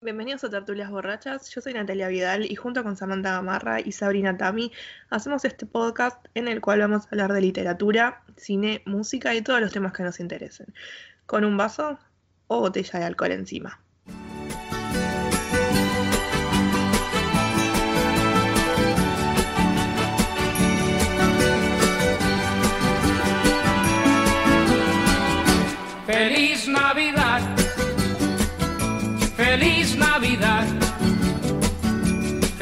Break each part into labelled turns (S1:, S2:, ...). S1: Bienvenidos a Tertulias Borrachas, yo soy Natalia Vidal y junto con Samantha Gamarra y Sabrina Tami hacemos este podcast en el cual vamos a hablar de literatura, cine, música y todos los temas que nos interesen, con un vaso o botella de alcohol encima.
S2: Feliz Navidad, feliz Navidad,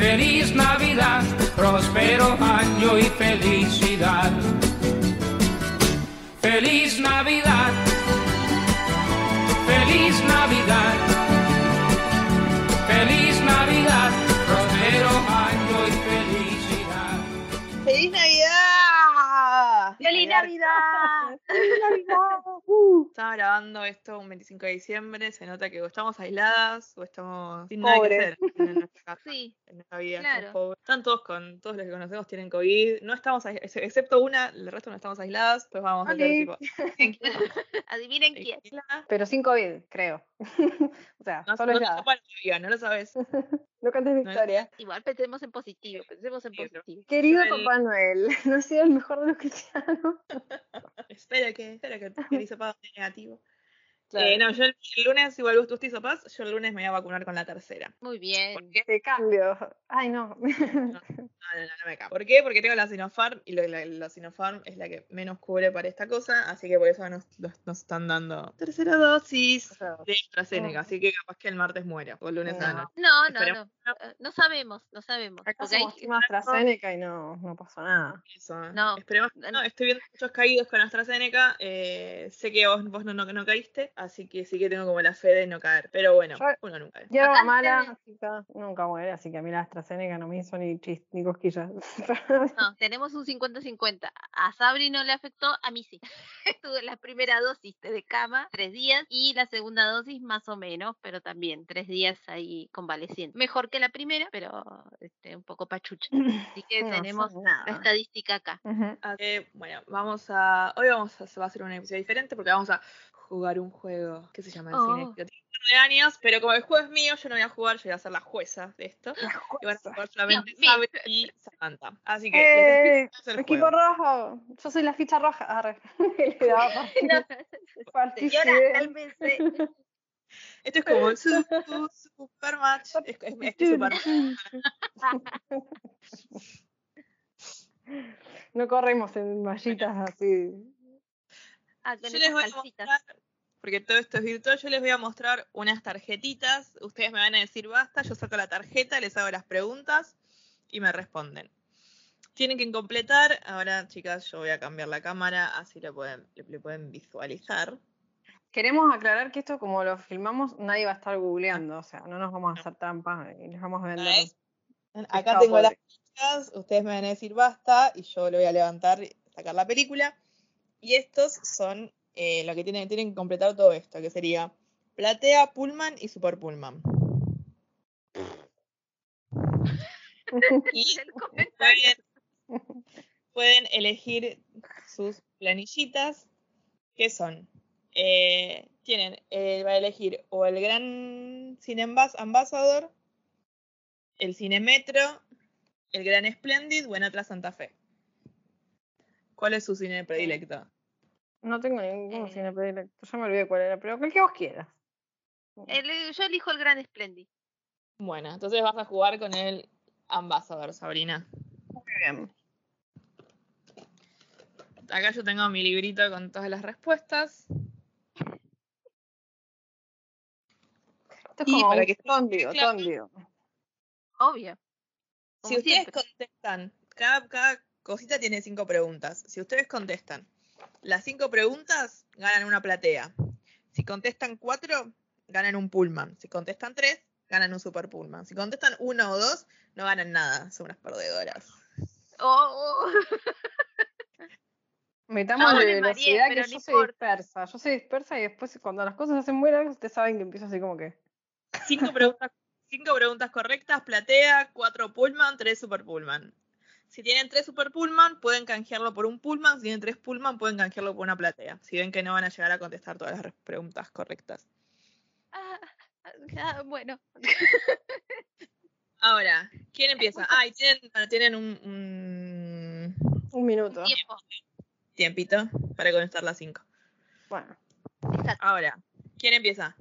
S2: feliz Navidad, próspero año y felicidad. Feliz Navidad, feliz Navidad, feliz Navidad, próspero año y felicidad.
S1: ¡Feliz Navidad!
S3: ¡Feliz Navidad!
S4: uh.
S1: Estaba grabando esto un 25 de diciembre, se nota que o estamos aisladas o estamos sin nada que
S4: Pobres.
S1: hacer en nuestra casa.
S3: Sí,
S1: en nuestra vida.
S3: Claro.
S1: estamos pobres. Están todos con, todos los que conocemos tienen COVID. No estamos, aisla- ex- excepto una, el resto no estamos aisladas, pues vamos a hablar
S4: Oli.
S1: tipo. ¿quién quiere
S3: adivinen quién.
S1: tequila?
S4: Pero sin COVID, creo. o sea,
S1: No,
S4: solo
S1: no,
S4: es
S1: te
S4: nada.
S1: tapan la vida, no lo sabes.
S4: No cantes mi
S1: no es-
S4: historia.
S3: Igual pensemos en positivo, pensemos en
S1: Sí, pero-
S3: positivo.
S4: Querido
S1: El-
S4: Papá Noel, no has sido el mejor de los cristianos.
S1: Espera que, espera que, que hizo paz negativo.
S4: Claro.
S1: Eh, no, yo el, el lunes, igual vos te hizo paz, yo el lunes me voy a vacunar con la tercera.
S3: Muy
S1: ¿Por
S3: bien.
S1: qué?
S4: Te cambio. Ay, no.
S1: No, no, no, no me cago. ¿Por qué? Porque tengo la Sinopharm y lo- la, la Sinopharm es la que menos cubre para esta cosa, así que por eso nos, nos- nos están dando tercera dosis de AstraZeneca, así que capaz que el martes muera, o el lunes a la
S4: No.
S1: noche.
S3: No, no,
S1: Esperemos.
S3: no. eh, No sabemos, no sabemos. Eh,
S4: Acá
S3: porque hay-
S4: somos Team AstraZeneca y no, no pasó nada.
S1: Eso, eh.
S3: No,
S1: Esperemos que
S3: no,
S1: no.
S3: no.
S1: Estoy viendo muchos caídos con AstraZeneca. eh, sé que vos, vos no, no, no caíste, así que sí que tengo como la fe de no caer. Pero bueno,
S4: Yo-
S1: uno nunca. cae.
S4: Hierba
S3: Acá
S4: mala,
S3: tenés-
S4: chica, nunca muere, así que a mí la AstraZeneca no me hizo ni chis, ni cosquillas. Pero
S3: No, tenemos un 50-50. A Sabri no le afectó, a mí sí. Tuve la primera dosis de cama, tres días, y la segunda dosis más o menos, pero también tres días ahí convaleciente. Mejor que la primera, pero este, un poco pachucha. Así que
S4: no
S3: tenemos
S4: hizo
S3: la
S4: nada.
S3: estadística acá.
S4: Ujú.
S1: Así que, bueno, vamos a. Hoy vamos a, se va a hacer un episodio diferente porque vamos a jugar un juego que se llama el
S3: Oh.
S1: cine. Yo tengo un par de años, pero como el juego es mío, yo no voy a jugar, yo voy a ser la jueza de esto. Y van a jugar solamente
S3: Dios mío.
S1: Sabri y Samantha. Así que les
S4: ¡Eh!
S1: explico cómo es el
S4: Equipo
S1: juego.
S4: rojo, yo soy la ficha roja. Arre. Le daba parti- participé.
S3: cálmese.
S1: Esto es como el su- su- Supermatch. Es, es, es que Supermatch.
S4: No corremos en mallitas así.
S3: Ah, con
S1: Yo les
S3: esas
S1: voy a
S3: calcitas.
S1: mostrar, porque todo esto es virtual, yo les voy a mostrar unas tarjetitas. Ustedes me van a decir basta, yo saco la tarjeta, les hago las preguntas y me responden. Tienen que completar. Ahora, chicas, yo voy a cambiar la cámara, así lo pueden, lo- lo pueden visualizar.
S4: Queremos aclarar que esto, como lo filmamos, nadie va a estar googleando. O sea, no nos vamos a hacer trampas y les vamos a vender.
S1: Ay, Acá
S4: Pescado
S1: tengo las
S4: podre.
S1: fichas, ustedes me van a decir basta y yo lo voy a levantar y sacar la película. Y estos son eh, lo que tienen, tienen que completar todo esto, que sería Platea, Pullman y Super Pullman. y
S3: el comentario.
S1: pueden, pueden elegir sus planillitas, que son, eh, tienen, eh, va a elegir o el Gran Cine Ambas- Ambassador, el Cine Metro, el Gran Splendid o en otra Santa Fe. ¿Cuál es su cine predilecto?
S4: No tengo ningún
S3: Eh.
S4: cine predilecto. Ya me olvidé cuál era, pero el que vos quieras.
S3: El- yo elijo el Gran Splendid.
S1: Bueno, entonces vas a jugar con el Ambassador, Sabrina.
S4: Muy bien.
S1: Acá yo tengo mi librito con todas las respuestas.
S4: Esto es
S1: Y
S4: como
S1: para
S4: un
S1: que-
S4: tondio,
S1: claro.
S4: tondio.
S3: Obvio. Como
S1: Si ustedes
S3: siempre.
S1: contestan, cada, cada cosita tiene cinco preguntas. Si ustedes contestan las cinco preguntas, ganan una platea. Si contestan cuatro, ganan un pullman. Si contestan tres, ganan un super pullman. Si contestan uno o dos, no ganan nada. Son unas perdedoras.
S3: Oh, oh.
S1: Ah,
S4: Metamos
S3: Yo
S4: de
S3: me mareé,
S4: velocidad que
S3: pero
S4: yo
S3: no
S4: soy
S3: importa.
S4: dispersa. Yo soy dispersa y después cuando las cosas se hacen muy largas, ustedes saben que empiezo así como que.
S1: Cinco preguntas, cinco preguntas correctas, platea, cuatro pullman, tres super pullman. Si tienen tres super pullman, pueden canjearlo por un pullman. Si tienen tres pullman, pueden canjearlo por una platea. Si ven que no van a llegar a contestar todas las re- preguntas correctas.
S3: Ah, ah, bueno.
S1: Ahora, ¿quién empieza? Ah, y tienen, bueno, tienen un, un
S4: Un minuto.
S3: Tiempo.
S1: tiempito para conectar las cinco.
S4: Bueno,
S3: Exacto.
S1: Ahora, ¿quién empieza?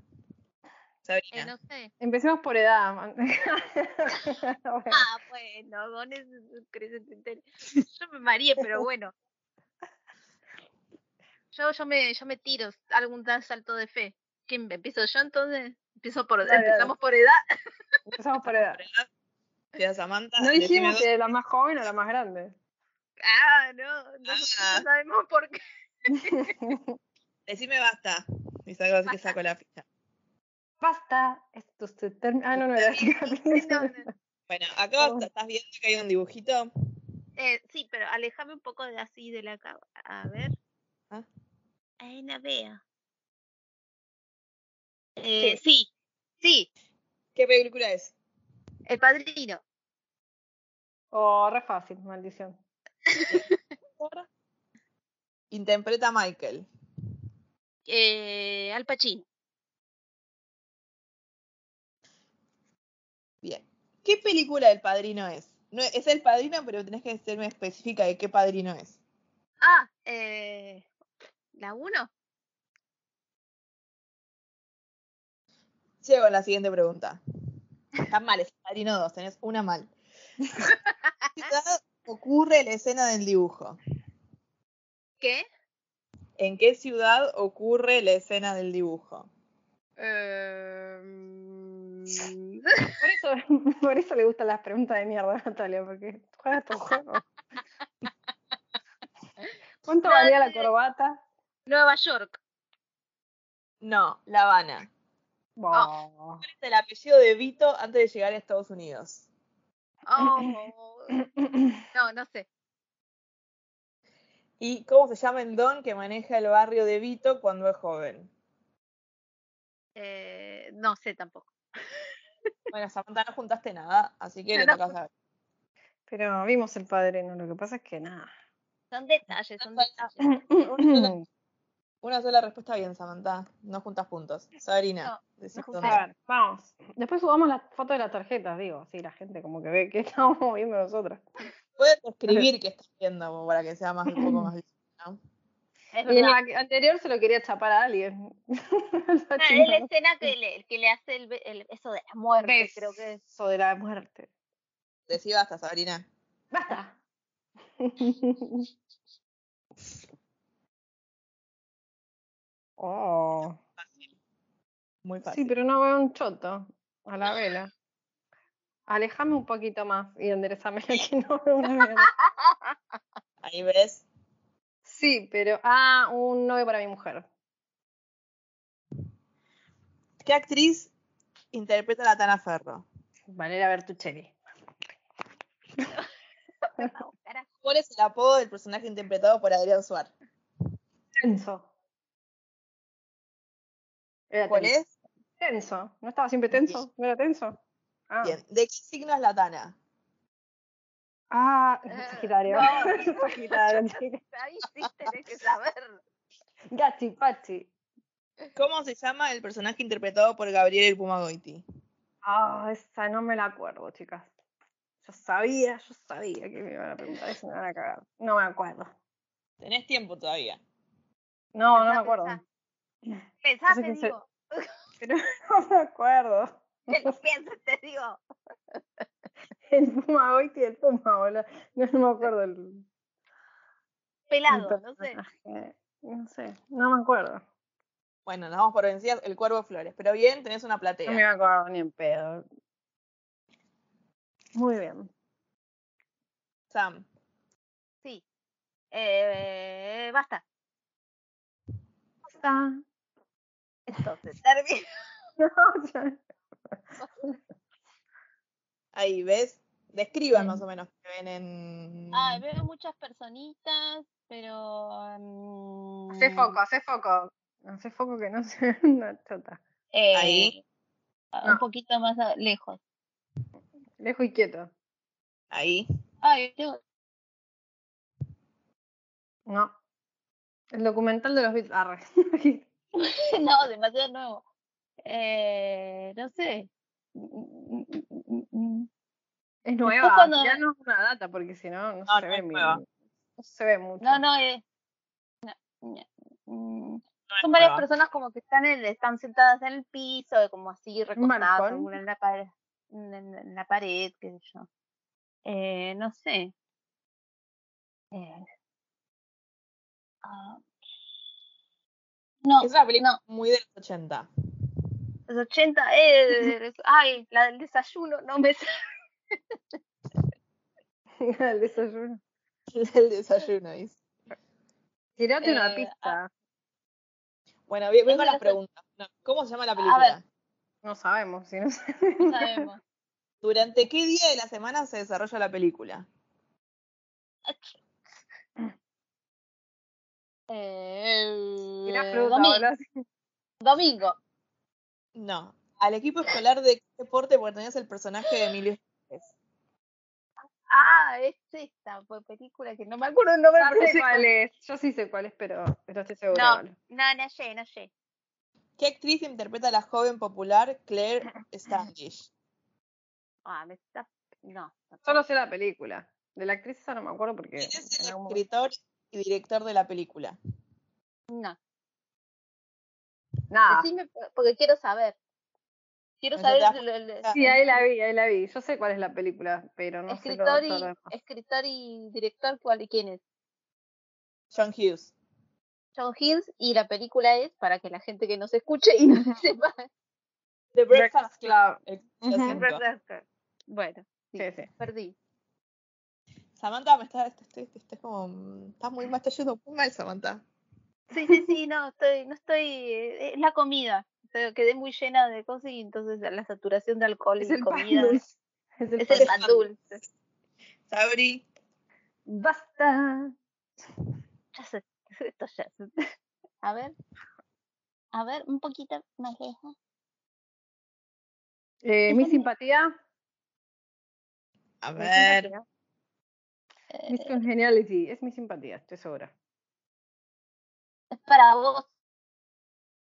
S3: Eh,
S1: Sabrina.
S3: no sé.
S4: empecemos por edad. Bueno,
S3: Ah, bueno, con eso crecen entero. Yo me mareé, pero bueno. Yo, yo me, yo me tiro algún tal salto de fe. ¿Quién empiezo yo entonces? Empiezo por,
S4: Dale,
S3: empezamos por edad.
S4: empezamos por edad.
S1: Empieza Samantha.
S4: No
S1: decime
S4: dijimos
S1: vos.
S4: de la más joven a la más grande.
S3: Ah, no, nosotros
S1: Ah.
S3: no sabemos por qué.
S1: Decime basta. Y saco, así que saco la ficha.
S4: Basta, esto se termina. Ah, no, no era así.
S3: No, no.
S1: Bueno, acá
S4: Perdón.
S1: estás viendo que hay un dibujito.
S3: Eh, sí, pero alejame un poco de así de la cama. A ver.
S1: Ah.
S3: Ahí no veo. Eh, sí, sí,
S1: ¿Qué película es?
S3: el padrino.
S4: Oh, re fácil, maldición.
S1: Interpreta a Michael.
S3: Eh, Al Pacino.
S1: Bien. ¿Qué película del padrino es? No, es el padrino, pero tenés que serme específica de qué padrino es.
S3: Ah, eh, la 1.
S1: Llego a la siguiente pregunta. Están mal, es el padrino 2, tenés una mal. ¿En qué ciudad ocurre la escena del dibujo?
S3: ¿Qué?
S1: ¿En qué ciudad ocurre la escena del dibujo?
S3: Em,
S4: Por eso, por eso le gustan las preguntas de mierda, Natalia, porque juega tu juego. ¿Cuánto
S3: No
S4: valía la
S3: sé.
S4: corbata?
S3: Nueva York.
S1: No, La Habana.
S4: Bah.
S1: ¿Cuál es el apellido de Vito antes de llegar a Estados Unidos?
S3: Oh, no, no sé.
S1: ¿Y cómo se llama el don que maneja el barrio de Vito cuando es joven?
S3: Eh, no sé tampoco.
S1: Bueno, Samantha, no juntaste nada, así que le
S3: No, no
S1: toca saber.
S4: Pero vimos el padrino, lo que pasa es que nada.
S3: Son detalles, son
S1: No sé.
S3: detalles.
S1: Una sola respuesta bien, Samantha. No juntas puntos. Sabrina,
S3: No,
S1: decís
S3: no
S1: dónde.
S4: A ver, vamos. Después subamos la foto de las tarjetas, digo, así la gente como que ve que estamos viendo nosotras.
S1: Puedes escribir qué estás viendo como para que sea más, un poco más difícil, ¿no?
S3: Es
S4: Y en
S3: verdad.
S4: la que- anterior se lo quería chapar a alguien.
S3: Ah, es la escena que le, que le hace el, be- el- eso de la muerte, creo que es.
S4: Eso de la muerte.
S1: Decí basta, Sabrina.
S4: ¡Basta! oh.
S1: Muy fácil.
S4: Sí, pero no veo un choto a la vela. Alejame un poquito más y enderezame que no veo una mierda.
S1: Ahí ves.
S4: Sí, pero. Ah, un novio para mi mujer.
S1: ¿Qué actriz interpreta a la Tana Ferro?
S4: Valera Bertuccelli.
S3: Carajo.
S1: ¿Cuál es el apodo del personaje interpretado por Adrián Suárez?
S4: Tenso. Era
S1: ¿Cuál
S4: tenso.
S1: es?
S4: Tenso. ¿No estaba siempre tenso? ¿No era tenso? Ah,
S1: Bien. ¿De qué signo es la Tana?
S4: ah
S3: Eh,
S4: Sagitario.
S3: no.
S4: Sagitario. chica.
S3: Ahí sí tenés que saber.
S4: Gachi, pachi.
S1: ¿Cómo se llama el personaje interpretado por Gabriel el Puma Goiti?
S4: Ah, esa no me la acuerdo, chicas. Yo sabía, yo sabía que me iban a preguntar eso, me van a cagar. No me acuerdo.
S1: Tenés tiempo todavía.
S4: No, no
S3: Pensá,
S4: me acuerdo.
S3: pensá. Pensá,
S4: sé
S3: te
S4: quién se-
S3: digo.
S4: Pero no me acuerdo.
S3: Te lo pienso, te digo.
S4: El Puma Goiti y el Puma, boludo. No, no me acuerdo el.
S3: Pelado,
S4: el
S3: no sé.
S4: personaje. No sé, no me acuerdo.
S1: Bueno, nos vamos por vencidas. El Cuervo Flores. Pero bien, tenés una platea.
S4: No me acuerdo ni en pedo. Muy bien.
S1: Sam,
S3: Sí. Eh, basta.
S4: Está.
S3: Entonces, termino.
S4: No, ya-
S1: ahí ves. Describan
S4: Mm.
S1: más o menos que ven en.
S4: Ah,
S3: Ay, veo muchas personitas, pero. mm,
S4: Hacé foco, hacé foco. Hacé foco que no se ve una chota.
S3: eh,
S1: Ahí.
S3: Un
S4: No.
S3: poquito más a- lejos.
S4: Lejos y quieto.
S1: Ahí.
S3: Ay, tengo-
S4: No. El documental de los Beatles. Arre.
S3: no, demasiado nuevo.
S5: eh, no sé.
S4: Es nueva,
S5: cuando-
S4: ya no es una data, porque si no, no,
S1: No,
S4: se
S1: no
S4: ve
S1: es
S4: mi-
S1: nueva.
S4: no se ve mucho.
S5: No, no, es. no, ña, mm,
S1: No es
S5: Son varias
S1: nueva.
S5: personas como que están, en- están sentadas en el piso, como así, recostadas
S4: balcón?
S5: alguna en la pared, en, en- en la pared, qué sé yo. Eh, no sé. Eh, ah, No,
S1: Es una película
S5: no.
S1: muy de los 80.
S5: Los 80, eh, ay, la del desayuno, no me sale.
S4: El desayuno.
S1: El desayuno, dice.
S4: Tirate
S5: Eh,
S4: una pista.
S1: Bueno, bien, bien
S5: Tengo
S1: con las
S5: las-
S1: preguntas. No, ¿Cómo se llama la película?
S4: No sabemos, si no
S5: no sabemos.
S1: ¿Durante qué día de la semana se desarrolla la película?
S5: Eh,
S4: Tira fruta,
S5: domi-
S4: boludo.
S5: domingo.
S1: No. Al equipo escolar de qué deporte pertenece el personaje de Emilio Estevez?
S5: Ah, es esta pues, película que no me acuerdo el nombre.
S4: Ya
S5: pero
S4: sé
S5: sé cuál
S4: cuál es. Yo sí sé cuál es, pero no estoy segura.
S5: No.
S4: igual.
S5: es. No, no sé, no sé.
S1: ¿Qué actriz interpreta a la joven popular Claire Standish?
S5: Ah, me está... No.
S4: Solo sé la película. De la actriz esa no me acuerdo porque.
S1: ¿Quién es
S4: en
S1: el
S4: algún momento-
S1: escritor y director de la película?
S5: No.
S4: Nada.
S5: Decime, porque quiero saber. Quiero
S1: Yo
S5: saber
S1: te-
S5: el, el- el
S4: Sí, ahí la vi, ahí la vi. Yo sé cuál es la película, pero no
S5: escritor,
S4: sé. lo-
S5: y,
S4: todo lo demás.
S5: escritor y director, ¿cuál y quién es?
S1: John Hughes.
S5: John Hughes y la película es para que la gente que nos escuche y no sepa.
S1: The Breakfast
S4: Breakfast
S1: Club.
S4: Club.
S1: el
S4: Ujú.
S1: cinco.
S5: Bueno, sí,
S4: Sí, sí.
S5: perdí.
S1: Samantha, me está, te- te- te- estás como. mm, Estás muy mal, estás yendo muy mal, Samantha.
S5: Sí, sí, sí, no, estoy, no estoy, eh, es la comida. O sea, quedé muy llena de cosas y entonces la saturación de alcohol
S4: Es
S5: y
S4: el pan
S5: comida.
S4: dulce. Es el
S5: Es
S4: pan
S5: el
S1: pan
S5: pan dulce.
S1: Sabri.
S4: Basta.
S5: Ya sé, esto ya sé. A ver. A ver, un poquito más lejos.
S4: Eh, mi
S5: el-
S4: simpatía.
S1: A
S4: Mi
S1: ver.
S4: simpatía.
S5: Eh,
S4: Miss Congeniality. Es mi simpatía, estoy segura.
S5: es para vos,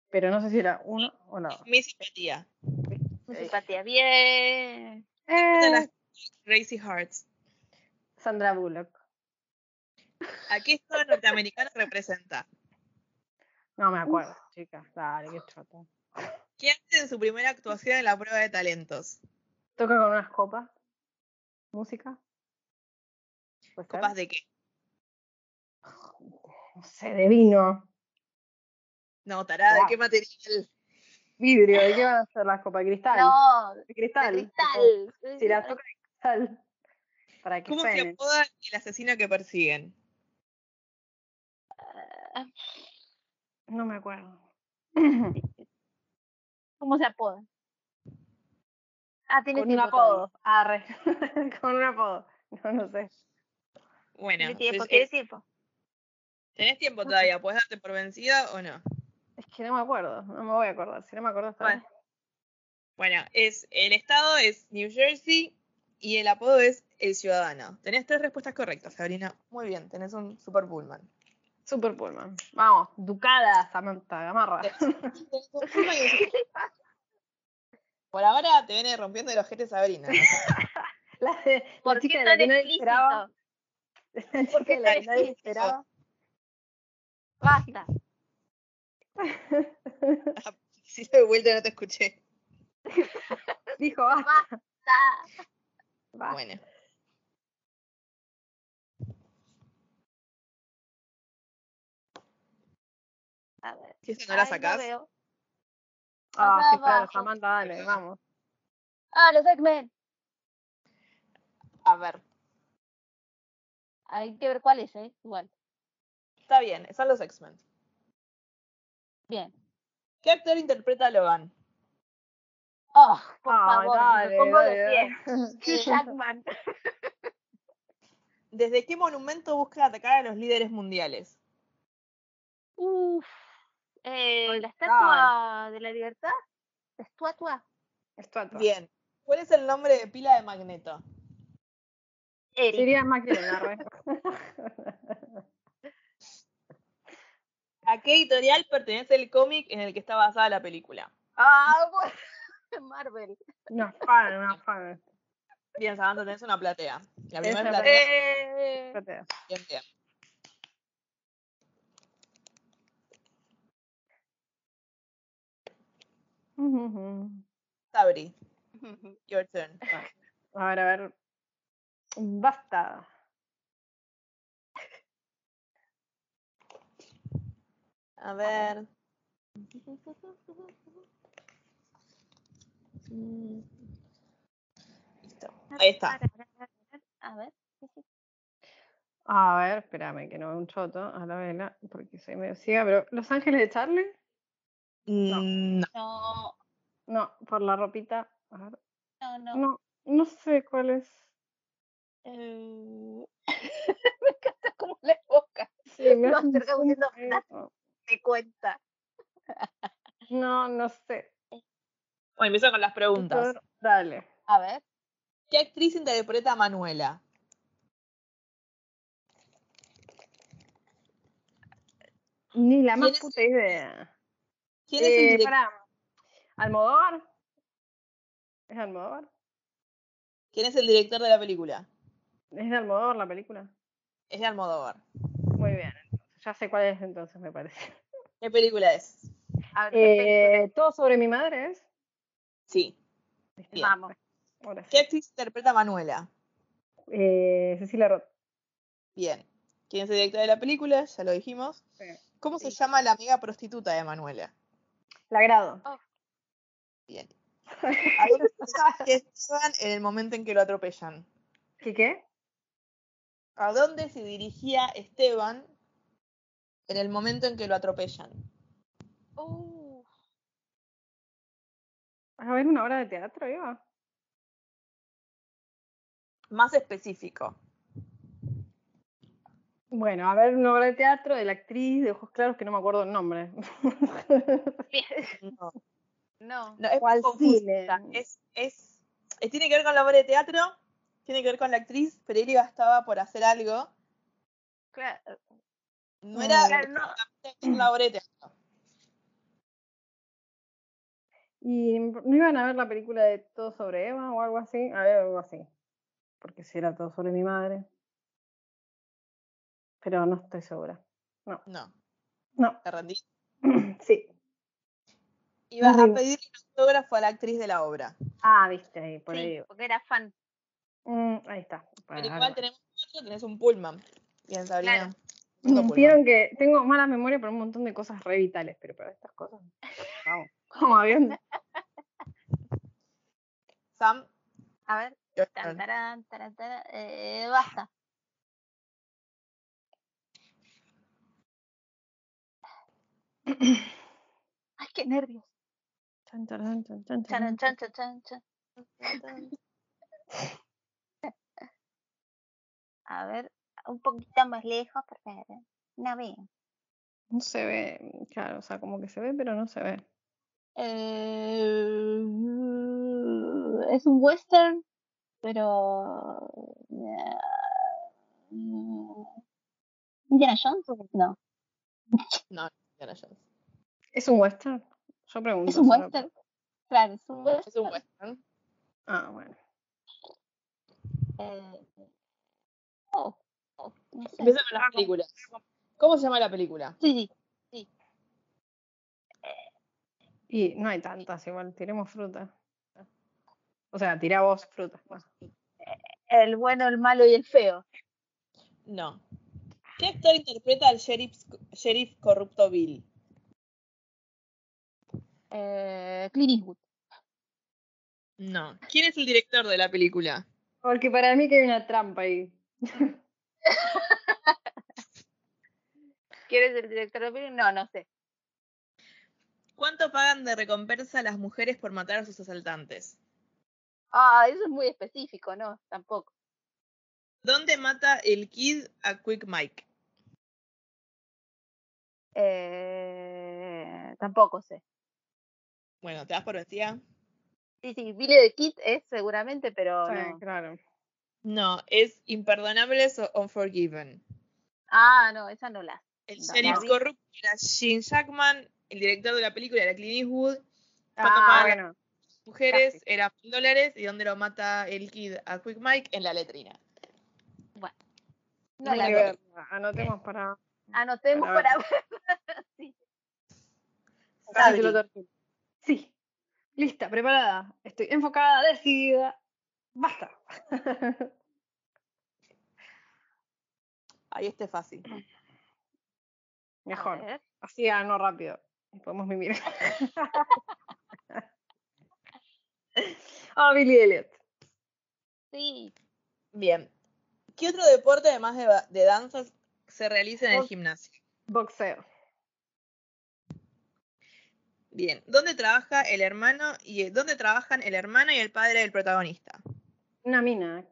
S4: Pero no sé si era uno o no.
S1: Mi simpatía.
S5: mi
S4: Eh.
S5: simpatía. Bien.
S1: De
S4: Eh,
S1: las Crazy Hearts.
S4: Sandra Bullock.
S1: ¿A qué estado norteamericano representa?
S4: No me acuerdo, chicas. Dale, qué chota.
S1: ¿Qué hace en su primera actuación en la prueba de talentos?
S4: Toca con unas copas. Música. ¿Puede ser?
S1: ¿Copas de qué?
S4: No sé, de vino.
S1: No, tarada, ¿de qué material?
S4: Vidrio. ¿De qué van a hacer las copas? Cristal.
S5: No,
S4: de
S5: de
S4: cristal.
S5: cristal.
S4: Si la toca de cristal. Para que
S1: ¿Cómo se
S4: suene.
S1: apoda el asesino que persiguen?
S4: No me acuerdo.
S5: ¿Cómo se apoda? Ah, tiene
S4: con un
S5: tiempo
S4: apodo. Arre. con un apodo. No, no sé.
S1: Bueno,
S5: todavía. Tiene tiempo,
S1: pues,
S5: tiene
S1: eh,
S5: tiempo.
S1: tenés tiempo todavía, ¿podés darte por vencida o no?
S4: Es que no me acuerdo. No me voy a acordar. Si no me acuerdo, está
S1: Bueno.
S4: bien.
S1: Bueno, es el estado es New Jersey y el apodo es El Ciudadano. Tenés tres respuestas correctas, Sabrina. Muy bien, tenés un super pullman.
S4: Super Pullman. Vamos. Ducada, Samantha. Gamarra.
S1: Tenés un pullman y un super- Por ahora te viene rompiendo el ojete Sabrina.
S4: La, de- la
S5: ¿Por
S4: chica
S5: qué
S4: de la
S5: tan
S4: que nadie esperaba.
S5: explícito?
S4: La chica de la que nadie esperaba.
S5: Basta.
S1: Si lo de vuelta no te escuché.
S4: Dijo, basta.
S5: basta.
S4: basta.
S1: Bueno.
S5: A ver.
S1: Si eso no la
S5: ay,
S1: sacás.
S5: veo.
S4: Ah,
S5: Acá
S4: sí, claro,
S5: abajo.
S4: Samantha, dale, vamos.
S5: Ah, los X-Men.
S1: A ver.
S5: Hay que ver cuál es, ¿eh? Igual.
S1: Está bien, son los X-Men.
S5: Bien.
S1: ¿Qué actor interpreta a Logan?
S5: Oh, por
S4: Ah,
S5: favor,
S4: dale,
S5: me pongo
S4: dale,
S5: de
S4: dale.
S5: pie. Hugh Jackman.
S1: ¿Desde qué monumento buscan atacar a los líderes mundiales?
S5: Uf. Eh, la
S4: Soltar.
S5: estatua de la libertad. La estatua.
S4: Esto atrás.
S1: Bien. ¿Cuál es el nombre de pila de Magneto?
S5: Eric.
S4: Sería McLaren, arre.
S1: ¿A qué editorial pertenece el cómic en el que está basada la película?
S5: Ah, bueno. Marvel.
S4: Una fan, una fan.
S1: Bien, Samantha, tenés una platea. La primera
S4: Esa
S1: platea.
S5: Eh,
S4: Espérate.
S1: Bien, bien. Sabri, your turn.
S4: A ver, a ver. Basta.
S1: A ver. Listo. Ahí está.
S5: A ver.
S4: A ver, espérame, que no veo un choto a la vela, porque soy medio ciega, pero ¿Los Ángeles de Charlie?
S1: Mm, No.
S5: No,
S4: No, por la ropita. A ver.
S5: no, no.
S4: No, no sé cuál es.
S5: Eh, Me encanta cómo le boca.
S4: Sí, me
S5: Lo
S4: hace un
S5: acerca
S4: zoom
S5: diciendo,
S4: ahí. Oh,
S5: Te cuenta.
S4: No, no sé.
S1: Bueno, empiezo con las preguntas.
S4: Doctor, Dale.
S5: A ver.
S1: ¿Qué actriz interpreta a Manuela?
S4: Ni la
S1: ¿Quién
S4: más
S1: es-
S4: puta idea.
S1: ¿Quién es el
S4: Eh,
S1: director?
S4: pará. ¿Almodóvar? ¿Es de Almodóvar?
S1: ¿Quién es el director de la película?
S4: ¿Es de Almodóvar la película?
S1: Es de Almodóvar.
S4: Muy bien, entonces. Ya sé cuál es entonces, me parece.
S1: ¿Qué película es?
S5: A ver,
S4: Eh, Todo sobre mi madre es.
S1: Sí.
S5: perfecto.
S1: bien.
S5: vamos.
S4: Ahora sí.
S1: ¿Qué actriz interpreta a Manuela?
S4: Eh, Cecilia Roth.
S1: Bien. ¿Quién es el director de la película? Ya lo dijimos.
S4: Sí.
S1: ¿Cómo se llama la amiga prostituta de Manuela?
S4: La grado.
S1: Bien. Hay dos personas que estaban en el momento en que lo atropellan.
S4: ¿Qué qué?
S1: ¿A dónde se dirigía Esteban en el momento en que lo atropellan?
S5: Uh,
S4: ¿Vas a ver Ah, una obra de teatro, Eva?
S1: Más específico.
S4: Bueno, a ver una obra de teatro de la actriz de ojos claros que no me acuerdo el nombre.
S1: No,
S5: no.
S1: no, es
S4: O al
S1: confusa.
S4: cine.
S1: Es, es- es- tiene que ver con la obra de teatro, tiene que ver con la actriz, pero Erika estaba por hacer algo.
S5: Claro,
S1: No era
S5: claro, no.
S1: exactamente la obra de teatro.
S4: ¿Y no iban a ver la película de Todo sobre Eva o algo así? A ver, algo así. Porque si era todo sobre mi madre. Pero no estoy segura.
S1: No,
S4: No,
S1: te rendí.
S4: sí.
S1: Iba a
S4: Horrible.
S1: pedir un autógrafo a la actriz de la obra.
S4: Ah, viste, ahí, por ahí.
S5: sí,
S4: iba.
S5: porque era fan.
S4: Mm, ahí está. Para,
S1: Pero
S4: ahora
S1: igual
S4: va.
S1: tenemos cuatro, tenés un pullman. Bien, Sabrina.
S5: Ah, Claro.
S1: Segundo
S4: Mm,
S1: pullman.
S4: Vieron que tengo mala memoria para un montón de cosas re vitales, pero para estas cosas. Vamos. Como avión.
S1: Sam.
S5: A ver,
S1: your
S5: tan,
S1: turn.
S5: tarán, tarán, tarán, eh, basta. Ay, qué nervios.
S4: Chan, tarán, chan, chan, tarán.
S5: Chan, chan, chan, chan, chan. A ver, un poquito más lejos, por favor. No veo.
S4: No se ve, claro, o sea, como que se ve, pero no se ve.
S5: Eh, es un western, pero. mm, ¿Indiana Jones? No.
S1: No, Indiana Jones.
S4: ¿Es un western? Yo pregunto.
S5: ¿Es un
S4: solo-
S5: western? Claro, es un western.
S1: Es un western.
S4: Ah, bueno.
S5: Eh, oh, oh, no sé.
S1: Empieza con las películas. Ah, ¿Cómo se llama la película?
S5: Sí, sí.
S4: Y no hay tantas, igual, tiremos fruta. O sea, tira vos fruta.
S5: El bueno, el malo y el feo.
S1: No. ¿Qué actor interpreta al sheriff, sheriff corrupto Bill?
S5: Eh, Clint Eastwood.
S1: No. ¿Quién es el director de la película?
S4: Porque para mí que hay una trampa ahí.
S5: ¿Quieres el director de película? No, no sé.
S1: ¿Cuánto pagan de recompensa a las mujeres por matar a sus asaltantes?
S5: Ah, eso es muy específico, ¿no? Tampoco.
S1: ¿Dónde mata el Kid a Quick Mike?
S5: Eh, tampoco sé.
S1: Bueno, ¿te das por vencida?
S5: Sí, sí, Billy the Kid es seguramente, pero
S4: Sí,
S5: no.
S4: claro.
S1: No, es Imperdonables o Unforgiven.
S5: Ah, no, esa no la.
S1: El
S5: No,
S1: sheriff
S5: no.
S1: corrupto era Gene Jackman, el director de la película era Clint Eastwood,
S4: Ah, bueno.
S1: mujeres
S4: Casi.
S1: era mil dólares y donde lo mata el kid a Quick Mike en la letrina.
S5: No
S4: Hay
S5: la
S4: que
S5: veo.
S4: verla, Anotemos para.
S5: Anotemos
S4: Para
S5: para
S4: para
S5: Sabri.
S4: que lo termine. Sí. Lista, preparada. Estoy enfocada, decidida. Basta.
S1: Ahí este es fácil.
S4: Mejor.
S5: ver.
S4: Así ah, no rápido. y Podemos mimir. Ah, Billy Elliot.
S5: Sí.
S1: Bien. ¿Qué otro deporte, además de, ba- de danzas, se realiza en el
S4: Box.
S1: gimnasio?
S4: Boxeo.
S1: Bien. ¿Dónde trabaja el hermano y eh, dónde trabajan el hermano y el padre del protagonista?
S4: Una mina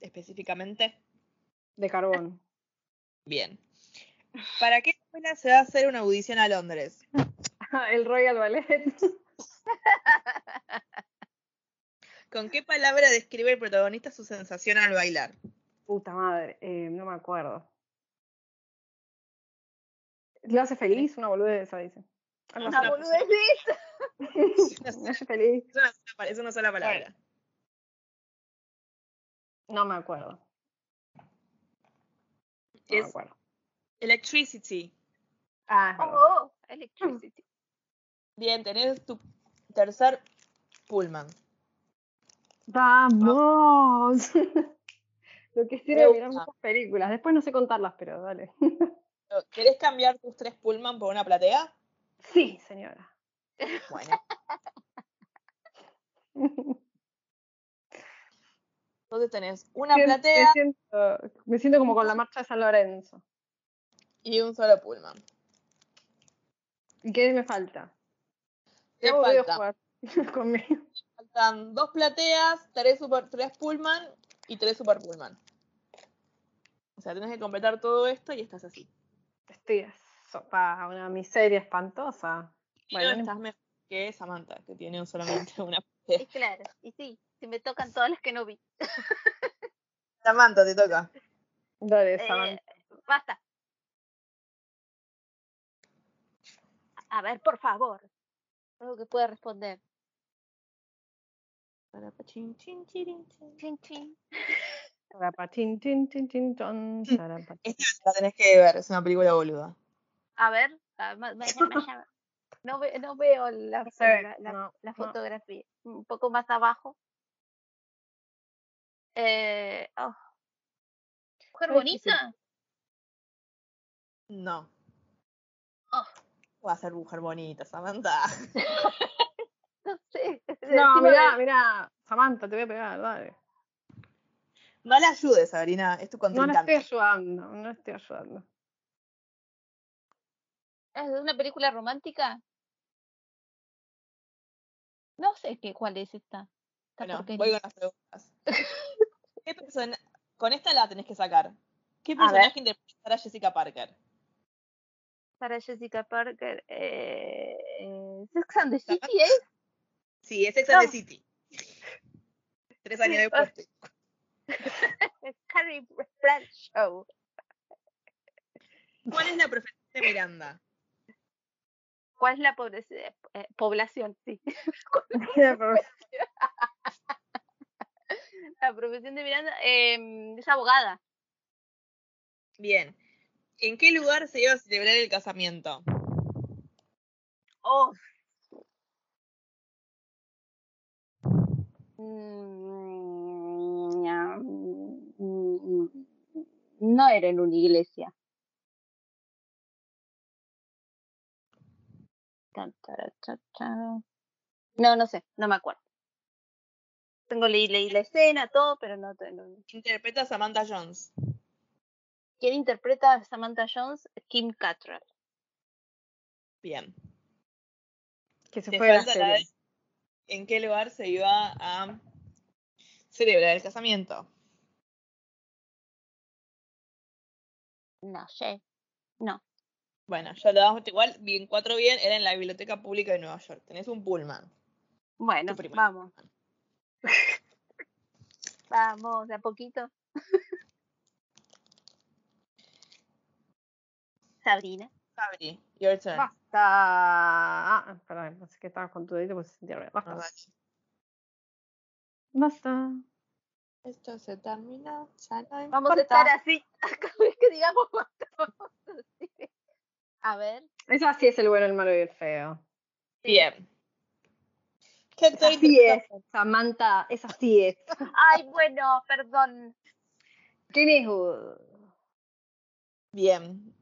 S1: Específicamente.
S4: de carbón.
S1: Bien. ¿Para qué escuela se va a hacer una audición a Londres?
S4: El Royal Ballet.
S1: ¿Con qué palabra describe el protagonista su sensación al bailar?
S4: Puta madre. eh, no me acuerdo. ¿Lo hace feliz? Una boludeza, dice. Algo
S5: Una
S4: así.
S1: no,
S5: boludez de eso.
S4: Me hace feliz.
S1: Es una sola, pa- es una sola palabra.
S4: No me acuerdo. No
S1: Es-
S4: me acuerdo.
S1: Electricity.
S4: Ah, es verdad.
S5: Oh, electricity.
S1: Bien, tenés tu tercer pullman.
S4: ¡Vamos! Lo que sirve
S1: Me
S4: es mirar
S1: gusta.
S4: muchas películas. Después no sé contarlas, pero dale.
S1: ¿Querés cambiar tus tres pullman por una platea?
S4: Sí, señora.
S1: Bueno. Entonces tenés una
S4: Sien-
S1: platea
S4: Me siento, me siento como con la marcha de San Lorenzo.
S1: y un solo pullman.
S4: ¿Y qué me falta?
S1: Te
S4: Qué aburrido
S1: falta-
S4: jugar conmigo.
S1: faltan dos plateas, tres, super, tres pullman y tres super pullman. O sea, tenés que completar todo esto y estás así.
S4: Estoy sopa, una miseria espantosa.
S1: Bueno,
S4: Bueno, no
S1: estás mejor que Samantha, que tiene solamente una
S5: Y
S1: platea.
S5: claro. Y sí, si me tocan todas las que no vi.
S1: Samantha, te toca.
S4: Dale,
S5: Eh,
S4: Samantha.
S5: basta. A ver, por favor. Algo que pueda responder. Chin, chin.
S4: Tarapa, chin, chin, chin, chin, chon, tarapa.
S1: Esta la tenés que ver, es una película boluda.
S5: A ver, ah, ma- ma- ma- ma- ma- no, ve- no veo la,
S4: No se ve,
S5: la- la-
S4: no,
S5: la
S4: no.
S5: fotografía. Un poco más abajo. Eh, oh. ¿Mujer
S4: Ay,
S5: bonita?
S1: No.
S5: Oh.
S1: Va a ser mujer bonita, Samantha.
S5: No sé.
S4: No,
S5: encima
S4: mirá,
S5: de-
S4: mirá. Samantha, te voy a pegar, dale.
S1: No la ayudes, Sabrina, es tu
S4: No la estoy
S1: contrincante.
S4: ayudando, no la estoy ayudando.
S5: ¿Es de una película romántica? No sé qué, cuál es esta. esta
S1: Bueno,
S5: porquería.
S1: voy con las preguntas. ¿Qué persona- Con esta la tenés que sacar. ¿Qué
S5: ver.
S1: personaje interpretará Jessica Parker?
S5: Para Jessica Parker. Eh, eh, Sex and the City, ¿eh?
S1: Sí, es Ex
S5: and the
S1: City. Tres
S5: años después. Es Carrie Bradshaw.
S1: ¿Cuál es la profesión de Miranda?
S5: ¿Cuál es la pobre- eh, eh, población? Sí. La profesión de Miranda em, es abogada.
S1: Bien. ¿En qué lugar se iba a celebrar el casamiento?
S5: Oh. Mm, ya, mm, mm, mm. No era en una iglesia. Tan, tara, cha, cha. No, no sé, no me acuerdo. Tengo leí, leí la escena, todo, pero no, te- no-
S1: Interpreta a Samantha Jones.
S5: ¿Quién interpreta a Samantha Jones? Kim Cattrall.
S1: Bien.
S4: que se
S1: Te
S4: fue de la
S1: falta la
S4: serie.
S1: de ¿En qué lugar se iba a celebrar el casamiento?
S5: No sé.
S1: Bueno, ya lo damos igual. Bien, cuatro bien, era en la Biblioteca Pública de Nueva York. Tenés un pullman.
S5: Bueno,
S1: prima.
S5: vamos. Vamos, de a poquito. Sabrina.
S1: Sabri, your turn.
S4: Basta. Ah, perdón, pensé que estabas con tu dedito porque se sentía ruido. Basta.
S1: No, dale.
S4: Basta.
S1: Esto se terminó, ya no importa.
S5: Vamos a estar así. Cada vez que digamos basta, vamos a decir. A ver.
S4: Eso así es el bueno, el malo y el feo.
S1: Bien. ¿Qué
S4: Así es, Samantha, es así es.
S5: Ay, bueno, perdón.
S4: Clint Eastwood.
S1: Bien.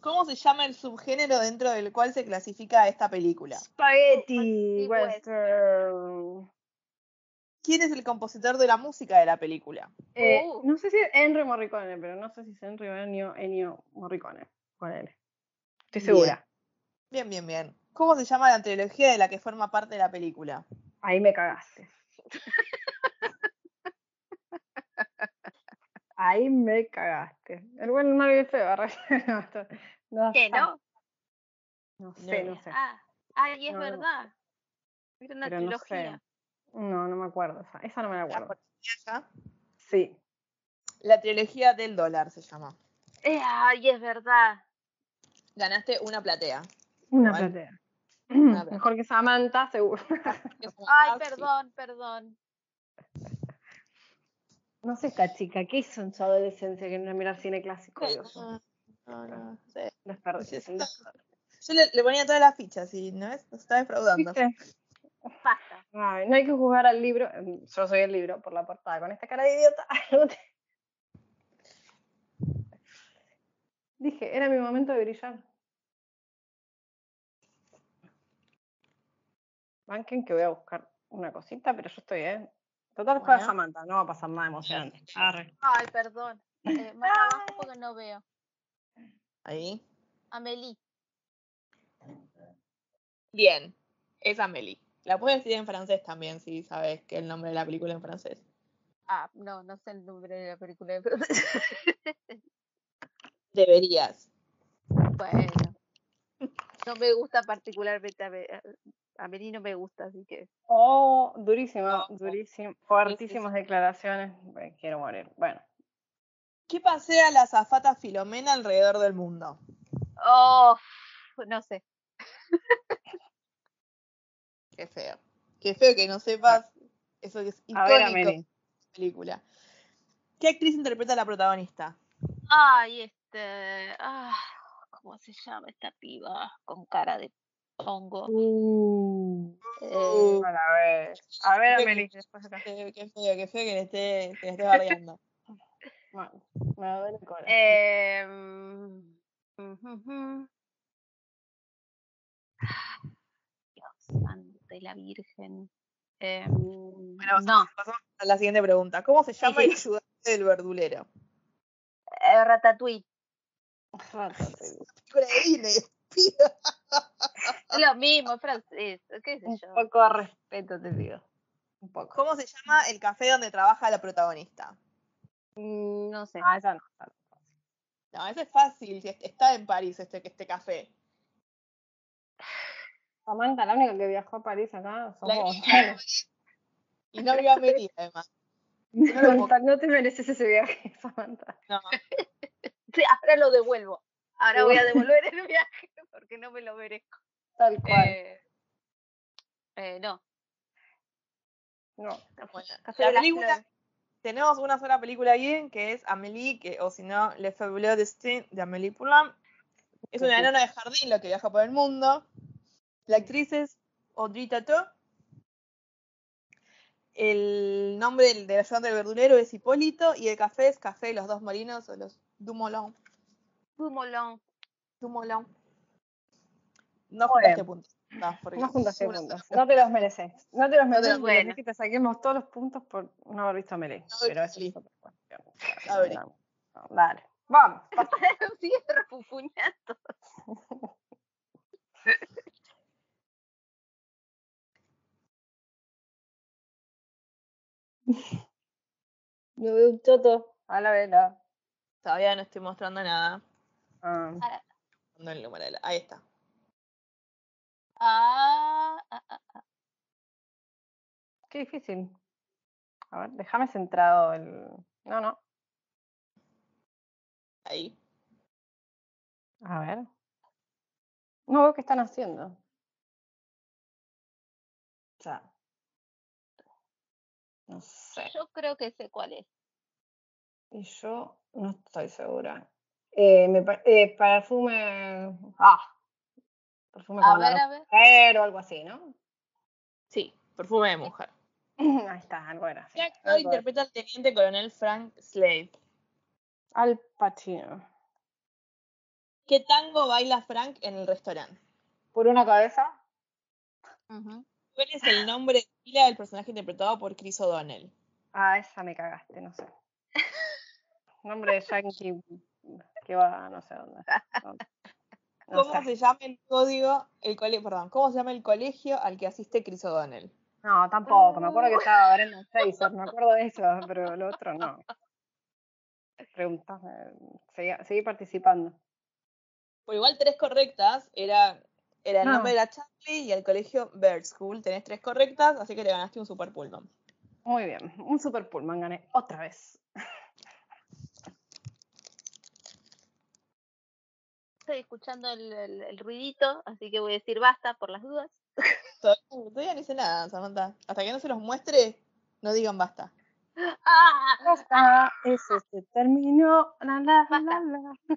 S1: ¿Cómo se llama el subgénero dentro del cual se clasifica esta película?
S4: Spaghetti
S5: Spaghetti
S4: Western.
S1: ¿Quién es el compositor de la música de la película?
S4: Eh,
S5: Uh.
S4: No sé si es Enrio Morricone, pero no sé si es Enrio o Ennio, Ennio Morricone. Ponele. Estoy
S1: Bien.
S4: segura.
S1: Bien, bien, bien. ¿Cómo se llama la trilogía de la que forma parte la película?
S4: Ahí me cagaste. Ahí me cagaste. El buen el malo y el feo. arre. No, esto- no,
S5: ¿Qué,
S4: sa-
S5: no?
S4: No sé, no, sé.
S5: Ah, ay, es
S4: No, no.
S5: verdad. Era una
S4: Pero no
S5: trilogía.
S4: sé. No, no me acuerdo. Esa, esa no me
S1: La
S4: la acuerdo.
S1: cortinilla.
S4: Sí.
S1: La trilogía del dólar se llama.
S5: Eh, ay, es verdad.
S1: Ganaste una platea.
S4: Una
S1: Igual.
S4: platea.
S1: platea.
S4: Mejor que Samantha, seguro.
S5: Ay,
S1: Ah, sí.
S5: perdón, perdón.
S4: No sé esta chica, ¿qué hizo en su adolescencia que no era mirar cine clásico? Dios?
S1: No, no, no sé.
S4: Desperdicio,
S1: Sí,
S4: un
S1: está-
S4: desperdicio.
S1: Yo le, le ponía todas las fichas y no es, nos está defraudando.
S4: ¿Viste?
S5: Basta.
S4: Ay, no hay que jugar al libro, mm, yo soy el libro por la portada, con esta cara de idiota. Dije, era mi momento de brillar. Banquen que voy a buscar una cosita, pero yo estoy, ¿eh? Total fue a
S1: Bueno.
S4: Samantha, no va a pasar nada Ah. emocionante. Arre.
S5: Ay, perdón. Eh, más abajo porque no veo.
S1: Ahí.
S5: Amelie.
S1: Bien. Es Amélie. La puedes decir en francés también, si sabes que el nombre de la película en francés.
S5: Ah, no, no sé el nombre de la película.
S1: Deberías.
S5: bueno. No me gusta particularmente. Ame- Amelie no me gusta, así que.
S4: Oh, durísima,
S1: Oh.
S4: durísima, fuertísimas declaraciones. Me quiero morir. Bueno.
S1: ¿Qué pasea la azafata Filomena alrededor del mundo?
S5: Oh, no sé.
S1: Qué feo. Qué feo que no sepas. Eso que es
S4: A ver,
S1: icónico de
S4: Amelie.
S1: la película. ¿Qué actriz interpreta a la protagonista?
S5: Ay, este. Ah, ¿Cómo se llama esta piba? Con cara de hongo. Eh,
S4: A la vez. A ver,
S1: Creo que-
S4: Amelie, después acá.
S1: Qué, qué feo, qué feo que le esté, que le esté bardeando.
S4: Bueno, me duele el corazón.
S5: em, ujujú. Dios santo y la Virgen. Em, no,
S1: Pasamos a la siguiente pregunta. ¿Cómo se llama el ayudante del verdulero?
S5: eh, Ratatouille.
S4: Rato, sí.
S1: Película de Disney.
S5: Es lo mismo, es francés. ¿Qué sé
S4: Un
S5: yo?
S4: poco de respeto te pido. Un poco.
S1: ¿Cómo se llama el café donde trabaja la protagonista?
S5: Mm, No sé.
S4: Ah, esa no. esa no.
S1: No, ese es fácil. si es- Está en París este, este café.
S4: Samantha, la única que viajó a París acá, sos
S1: La
S4: vos.
S1: Y no vio a Meli, además.
S4: No, no te mereces ese viaje, Samantha.
S1: No.
S5: Sí, ahora lo devuelvo. Ahora voy a devolver el viaje porque no me lo merezco.
S4: Tal cual.
S5: Eh, eh, no.
S4: no.
S1: Bueno,
S4: Café
S1: la
S4: de las
S1: película,
S4: Flores.
S1: tenemos una sola película bien, que es Amélie, que, o si no, Le Fabuleux Destin de Amélie Poulain. Es una nana de jardín la que viaja por el mundo. La actriz es Audrey Tautou. El nombre del, del ayudante del verdulero es Hipólito y el café es Café de los Dos Molinos o los Dumolón.
S5: Dumolón.
S1: Dumolón. No
S4: Muy bien.
S1: juntaste puntos. No, porque-
S4: No juntaste
S1: una sola
S4: puntos. No te los mereces. No te los mereces.
S5: los
S4: porque
S5: bueno.
S4: así te saquemos todos los puntos por no haber visto a Melé.
S1: haber
S4: pero
S1: visto
S4: eso es
S1: a
S4: otra cuestión.
S1: Abre.
S4: No, no, Dale. Vamos. pasa.
S5: Sigue refunfuñando.
S4: Yo veo un choto. A la vela.
S1: Todavía no estoy mostrando nada.
S4: Ah.
S1: No, el número de la- Ahí está.
S5: Ah, ah, ah.
S4: Qué difícil. A ver, déjame centrado el. No, no.
S1: Ahí.
S4: A ver. No veo qué están haciendo. Ya. No sé.
S5: Yo creo que sé cuál es.
S4: Y yo no estoy segura. Eh, me pa- eh, perfume. Ah. Perfume
S5: A
S4: con
S5: ver,
S4: olor a
S5: a ver.
S4: mujer o algo así, ¿no?
S1: Sí, perfume de mujer.
S4: Ahí está, algo era. sí,
S1: El actor
S4: algo era.
S1: interpreta al teniente coronel Frank Slade.
S4: Al Pacino.
S1: ¿Qué tango baila Frank en el restaurante?
S4: ¿Por una cabeza?
S5: Ujú.
S1: ¿Cuál es el nombre de pila del personaje interpretado por Chris O'Donnell?
S4: Ah, esa me cagaste, no sé. Nombre de Yankee que va a no sé dónde. No- no
S1: ¿Cómo
S4: sé.
S1: se llama el código, el cole- perdón, cómo se llama el colegio al que asiste Chris O'Donnell?
S4: No, tampoco. Me acuerdo que estaba Brenda Fraser, me acuerdo de eso, pero lo otro no. Preguntame. Seguí, seguí participando.
S1: Por Pues igual tres correctas, era, era el
S4: No.
S1: nombre de la Charlie y el colegio Bird School. Tenés tres correctas, así que te ganaste un super pulmón.
S4: Muy bien. Un super pullman gané otra vez.
S5: Estoy escuchando el, el- el ruidito, así que voy a decir basta por las dudas.
S1: Todavía, todavía no hice nada, Samantha. Hasta que no se los muestre, no digan basta.
S5: ¡Ah!
S4: Ya está. Eso se terminó. La, la, la,
S5: Basta.
S4: la.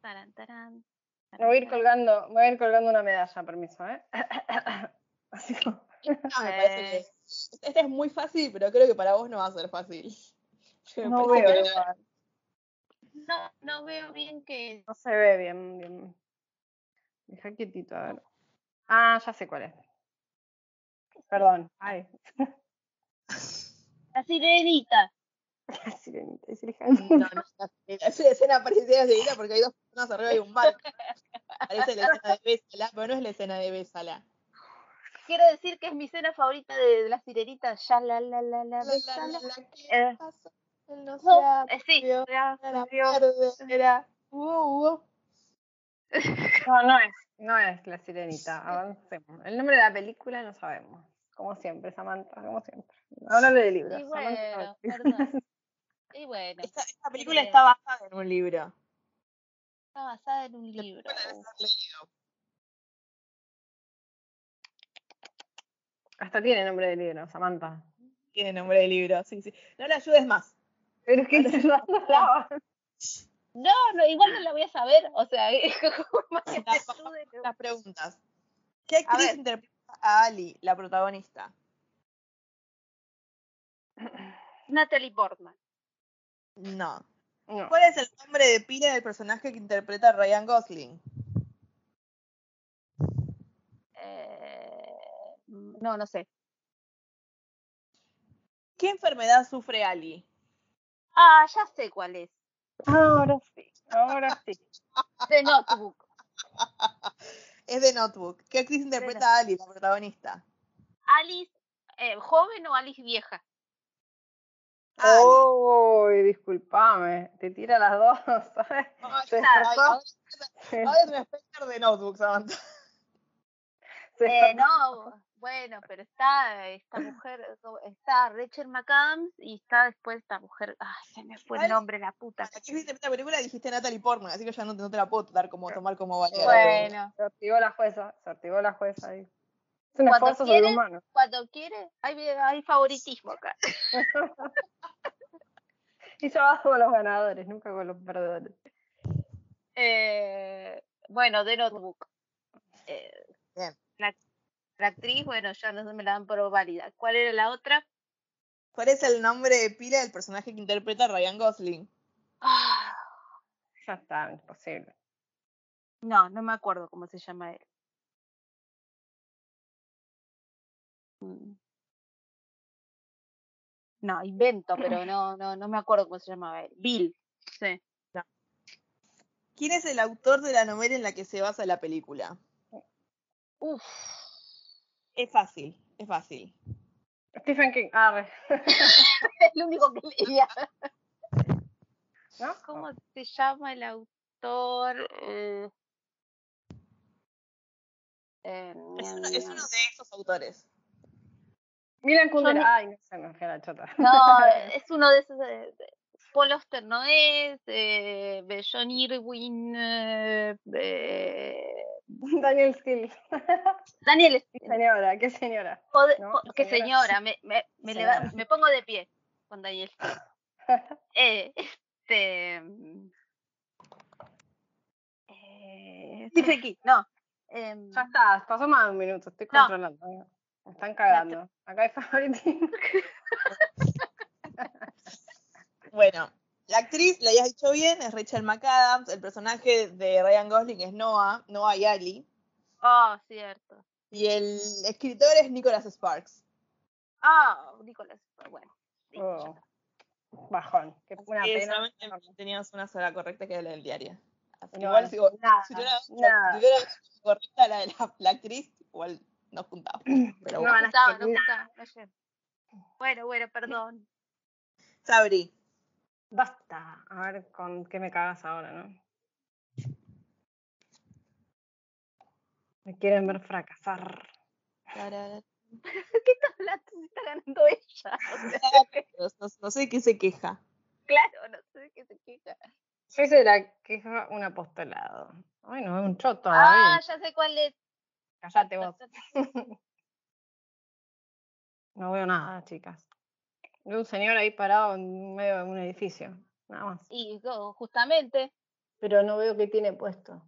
S5: Tarán, tarán,
S4: Me voy a ir colgando, me voy a ir colgando una medalla, permiso, ¿eh? Así como-
S1: No, me parece que-
S5: Eh.
S1: Esta es muy fácil, pero creo que para vos no va a ser fácil. Me
S4: no
S1: parece
S4: veo
S1: que no.
S4: igual.
S5: No, no veo bien que
S4: No se ve bien, bien. Deja quietito, a ver. Ah, ya sé cuál es. Perdón. Ay,
S5: La sirenita.
S4: la sirenita, es el hija
S1: No, no, no. Es una escena parecida a Sevilla porque hay dos personas arriba de un barco. Parece la escena de Bésala, pero no es la escena de Bésala.
S5: Quiero decir que es mi cena favorita de, de la sirenita. Ya la la la la. besa la. Eh.
S1: pasa? Él no
S5: No,
S1: se
S5: eh, sí,
S1: vio.
S5: ya
S1: a la
S5: vio.
S1: tarde, era Hugo, Hugo.
S4: No, no es, no es la sirenita. Avancemos. El nombre de la película no sabemos. Como siempre, Samantha, como siempre. Háblale de libros.
S5: Y
S4: Samantha,
S5: bueno,
S4: no.
S5: perdón. Y bueno,
S1: Esta, esta película
S5: Bien.
S1: está basada en un libro.
S5: está basada en un libro.
S4: Hasta tiene nombre de libro, Samantha.
S1: Tiene nombre de libro, sí, sí. No le ayudes más.
S4: Pero es que te ayudaba.
S5: No, no, igual no la voy a saber. O sea, como más que te ayude, no.
S1: Las preguntas. ¿Qué actriz
S5: ver.
S1: interpreta a Ali, la protagonista?
S5: Natalie Portman.
S1: No.
S4: No,
S1: ¿Cuál es el nombre de pila del personaje que interpreta a Ryan Gosling?
S5: Eh, no, no sé.
S1: ¿Qué enfermedad sufre Ali?
S5: Ah, ya sé cuál es.
S4: Ahora sí, ahora sí.
S5: De Notebook.
S1: Es de Notebook. ¿Qué actriz interpreta a Ali, la protagonista?
S5: Alice, eh, joven o Alice vieja.
S4: Oh,
S1: Ali.
S4: Uy, disculpame. Te tira las dos, ¿sabes? Se
S1: Ay,
S4: despertó,
S1: ahora-
S4: se,
S1: Ahora es una especter de Notebook, Samantha.
S4: se
S5: Eh,
S4: despertó.
S5: no, bueno, pero está esta mujer, está Rachel McAdams y está después esta mujer. Ah, se me fue el
S1: Alice-
S5: nombre, la puta.
S1: La actriz que interpreta la película dijiste Natalie Portman, así que ya no, no te la puedo dar como, tomar como válida. la pregunta.
S5: Bueno,
S4: Se activó la jueza, se activó la jueza ahí. Es un
S5: Cuando
S4: esfuerzo
S5: quiere-
S4: sobrehumano.
S5: cuando quiere, hay, hay favoritismo acá.
S4: Y yo bajo con los ganadores, nunca con los perdedores.
S5: Eh, bueno, de Notebook. Eh,
S1: Bien.
S5: La, la actriz, bueno, ya no me la dan por válida. ¿Cuál era la otra?
S1: ¿Cuál es el nombre de pila del personaje que interpreta a Ryan Gosling?
S5: Ah,
S4: Ya está, imposible.
S5: no, no me acuerdo cómo se llama él. Mm. No, invento, pero no, no, no me acuerdo cómo se llamaba él. Bill. Sí.
S1: ¿Quién es el autor de la novela en la que se basa la película?
S5: Uf.
S1: Es fácil, es fácil.
S4: Stephen King, ah, re-
S5: Es lo único que leía.
S4: ¿no?
S5: ¿Cómo se llama el autor? Eh, eh,
S1: Es
S5: ñam,
S1: uno, es
S5: ñam.
S1: uno de esos autores.
S4: Milan Kundera,
S5: Son- mm,
S4: ay, no se me fue la chota.
S5: No, es uno de esos. eh, Paul Auster no es, eh, de John Irwin, eh, eh,
S4: Daniel Steele.
S5: Daniel, es-
S4: señora, qué señora.
S5: eh, pod-
S4: No,
S5: po- que
S4: señora.
S5: señora, me, me, me,
S4: Señora.
S5: leva- me pongo de pie con Daniel. Eh, este, mm, eh, Stephen King, no. em,
S4: Ya está, pasó más de un minuto, estoy
S5: No.
S4: controlando. ¿eh? Me están cagando. Acá hay favoritismo.
S1: Bueno, la actriz, la hayas dicho bien, es Rachel McAdams. El personaje de Ryan Gosling es Noah, Noah Yali.
S5: oh, cierto.
S1: Y el escritor es Nicholas Sparks.
S5: Ah, Nicolás, bueno. sí, ya
S4: Oh,
S5: está.
S4: Bajón, que fue una
S1: Eh,
S4: pena.
S1: solamente teníamos una sola correcta que era la del diario. Así que
S4: No,
S1: igual sigo,
S4: nada,
S1: si tuviera si
S4: nada.
S1: tuviera correcta la de la, la actriz, igual nos juntábamos. Pero bueno.
S4: No
S5: No
S4: ganaste
S5: juntaba, no
S4: nada.
S5: juntaba, no sé. Bueno, bueno, perdón.
S1: Sabri,
S4: Basta. A ver con qué me cagas ahora, ¿no? Me quieren ver fracasar.
S5: La está ganando ella. o sea,
S1: no, no- no sé de qué se queja.
S5: claro, no sé de qué se queja.
S4: Yo hice la queja un apostolado. Ay, no, es un choto.
S5: Ah,
S4: David.
S5: ya sé cuál es.
S4: Cállate vos. No veo nada, chicas. Veo un señor ahí parado en medio de un edificio. Nada más.
S5: Y go, justamente,
S4: Pero no veo qué tiene puesto. e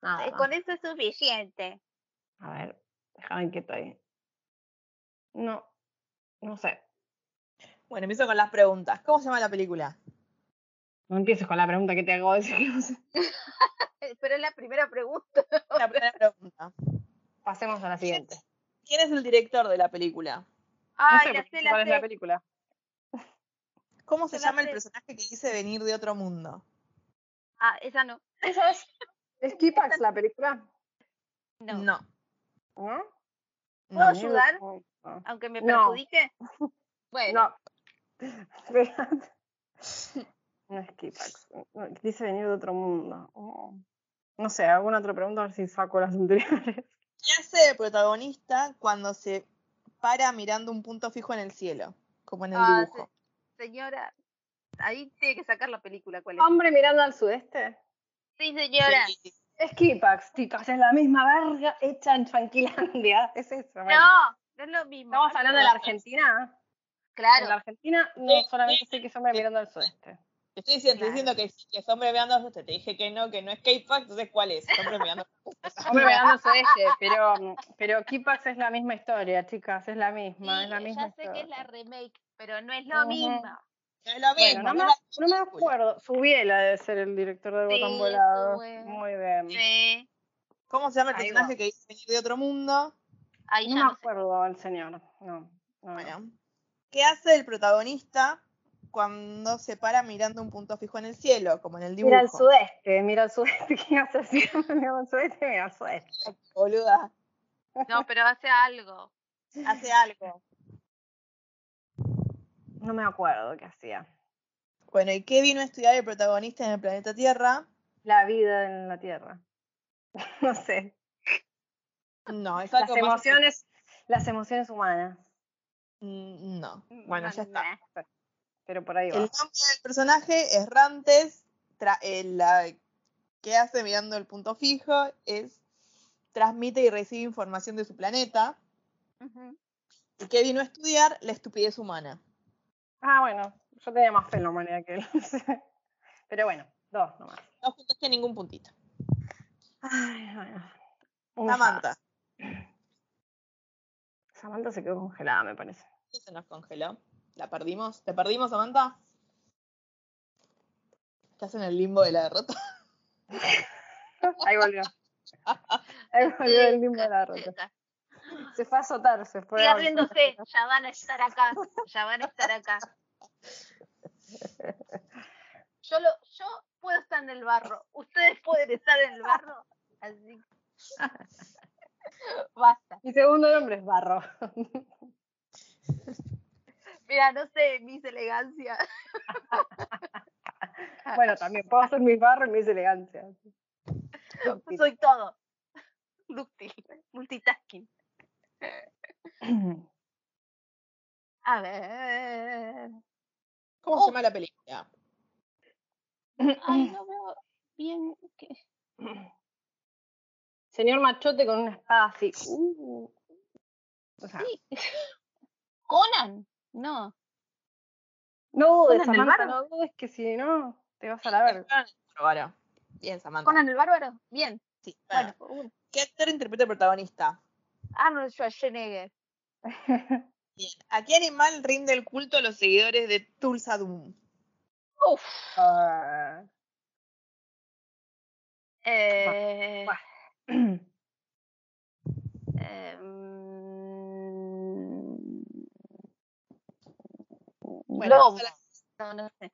S4: Nada.
S6: Eh,
S4: más.
S6: Con eso es suficiente.
S4: A ver, déjame que estoy. No, no sé.
S1: Bueno, empiezo con las preguntas. ¿Cómo se llama la película?
S4: No empieces con la pregunta que te hago. decir que no sé.
S5: Eh, pero es la primera pregunta.
S4: Oh.
S1: La primera pregunta.
S4: Pasemos a la siguiente.
S1: ¿Quién es el director de la película?
S4: No
S6: Ay,
S4: sé
S6: la sé,
S4: por qué- cuál
S6: la
S4: es la
S6: sé.
S4: película.
S1: ¿Cómo se
S6: Se la
S1: llama el
S6: sé.
S1: personaje que dice venir de otro mundo?
S5: Ah, esa no.
S4: ¿Esa es? ¿Es Kipax la película?
S5: No.
S1: No. Oh,
S4: ¿No?
S1: no.
S6: ¿Puedo ayudar?
S4: No. No.
S6: Aunque me
S4: No.
S6: perjudique.
S5: Bueno,
S4: no. Espérate. No es Kipax. No, Dice venir de otro mundo. Oh. No sé, alguna otra pregunta a ver si saco las anteriores.
S1: ¿Qué hace el protagonista cuando se para mirando un punto fijo en el cielo? Como en el
S5: Ah,
S1: dibujo.
S5: señora, ahí tiene que sacar la película. ¿Cuál es?
S4: Hombre mirando al sudeste.
S5: Sí, señora.
S1: Sí.
S4: Es Kipax, chicas, es la misma verga hecha en Tranquilandia. Es eso. bueno.
S5: No, no es lo mismo.
S4: Estamos hablando de la Argentina. En la
S5: Claro,
S4: Argentina no
S1: Sí,
S4: solamente
S1: sí,
S4: sé que es hombre mirando al sudeste.
S1: Te estoy diciendo, te estoy diciendo que, sí, que son breveando usted. Te dije que no, que no es K-Pack, entonces ¿cuál es? Son breveando.
S4: Hombre mirando al sudeste, pero, pero Kipax es la misma historia, chicas, es la misma,
S5: sí,
S4: es la misma
S5: ya sé que es
S4: historia.
S5: la remake, pero no es lo
S4: Ujú.
S5: mismo.
S1: No es lo mismo.
S4: Bueno,
S1: no
S4: no, me,
S1: la-
S4: no me acuerdo. Subiela debe ser el director de
S5: Sí,
S4: Botón Volado.
S5: Subiela.
S4: Muy bien.
S5: Sí,
S1: ¿Cómo se llama el
S4: Ahí
S1: personaje
S4: va.
S1: que dice venir de otro mundo?
S5: ahí
S4: No
S5: ya
S4: me
S5: no sé.
S4: acuerdo el señor. No, no, no.
S1: Bueno. ¿Qué hace el protagonista cuando se para mirando un punto fijo en el cielo? Como en el dibujo.
S4: Mira al sudeste, mira al sudeste. ¿Qué hace siempre? Mira al sudeste, mira al sudeste.
S1: Boluda.
S5: No, pero hace algo.
S1: Hace algo.
S4: No me acuerdo qué hacía.
S1: Bueno, ¿y qué vino a estudiar el protagonista en el planeta Tierra?
S4: La vida en la tierra. No sé.
S1: No, es
S4: Las
S1: algo más-
S4: emociones, las emociones humanas.
S1: Mm, No. Bueno, ya está.
S5: Nah.
S4: Pero por ahí
S1: El
S4: va.
S1: nombre del personaje es Rantes. tra- eh, la que hace mirando el punto fijo es transmite y recibe información de su planeta.
S5: Ujú.
S1: ¿Y qué vino a estudiar? La estupidez humana.
S4: Ah, bueno, yo tenía más fe en la humanidad que él. Pero bueno, dos nomás.
S1: No juntaste ningún puntito.
S4: Ay, bueno. Humillada.
S1: Samantha.
S4: Samantha se quedó congelada, me parece.
S1: Se nos congeló. ¿La perdimos? ¿Te perdimos, Samantha? Estás en el limbo de la derrota.
S4: Ahí volvió. Ahí volvió el limbo de la rota.
S5: Cerca.
S4: Se fue a azotar, se fue
S5: Sigue
S4: a...
S5: riéndose, ya van a estar acá, ya van a estar acá. Yo, lo, yo puedo estar en el barro, ustedes pueden estar en el barro, así que- basta.
S4: Mi segundo nombre es Barro.
S5: Mira, no sé, mis elegancias.
S4: Bueno, también puedo hacer mis barro y mis elegancias.
S5: Soy todo. Dúctil, multitasking. A ver.
S1: ¿Cómo
S3: Oh.
S1: se llama la película?
S5: Ay, no veo bien. que-
S4: Señor machote con una espada así. Uh. O sea,
S5: Sí. Conan. No.
S4: No, de
S5: Conan el
S4: Samantha
S5: Bárbaro.
S4: no dudes que si no, te vas a la verga.
S1: Bárbaro. Ah, Bien, Samantha.
S5: Conan el bárbaro. Bien.
S1: Sí,
S5: Bueno,
S1: bueno. ¿Qué actor interpreta al protagonista?
S5: Arnold Schwarzenegger.
S1: Bien. ¿A qué animal rinde el culto los seguidores de Tulsa Doom?
S5: Uf.
S4: Ah.
S5: Eh,
S4: Buah.
S5: eh, mm,
S1: Bueno,
S5: Lobo.
S1: pasa a la,
S5: No, no sé.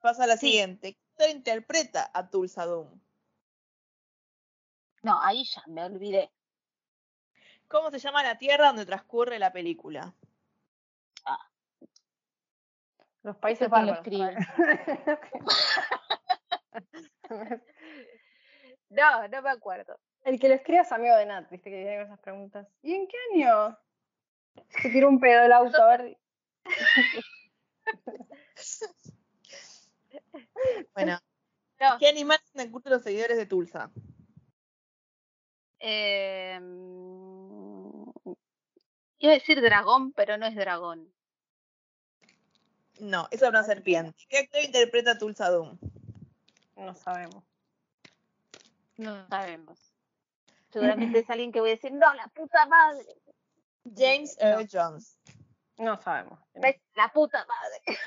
S1: pasa a la
S5: Sí.
S1: siguiente. ¿Qué actor interpreta a Tulsa Doom?
S5: No, ahí ya me olvidé.
S1: ¿Cómo se llama la tierra donde transcurre la película?
S4: Los países
S5: Eso que lo
S4: bárbaros. ¿sabes?
S5: No, no me acuerdo.
S4: El que lo escriba es amigo de Nat, viste que viene con esas preguntas. ¿Y en qué año? Se tiró un pedo del auto, a ver.
S1: Bueno.
S5: No.
S1: ¿Qué animal rinde el culto los seguidores de Tulsa?
S5: Eh, mm, iba a decir dragón, pero no es dragón.
S1: No, esa es una serpiente. ¿Qué actor interpreta a Tulsa Doom?
S4: No sabemos.
S5: No sabemos. Seguramente es alguien que voy a decir, no, la puta madre.
S1: James Earl Eh, Jones.
S4: No sabemos.
S5: ¿Ves? La puta madre.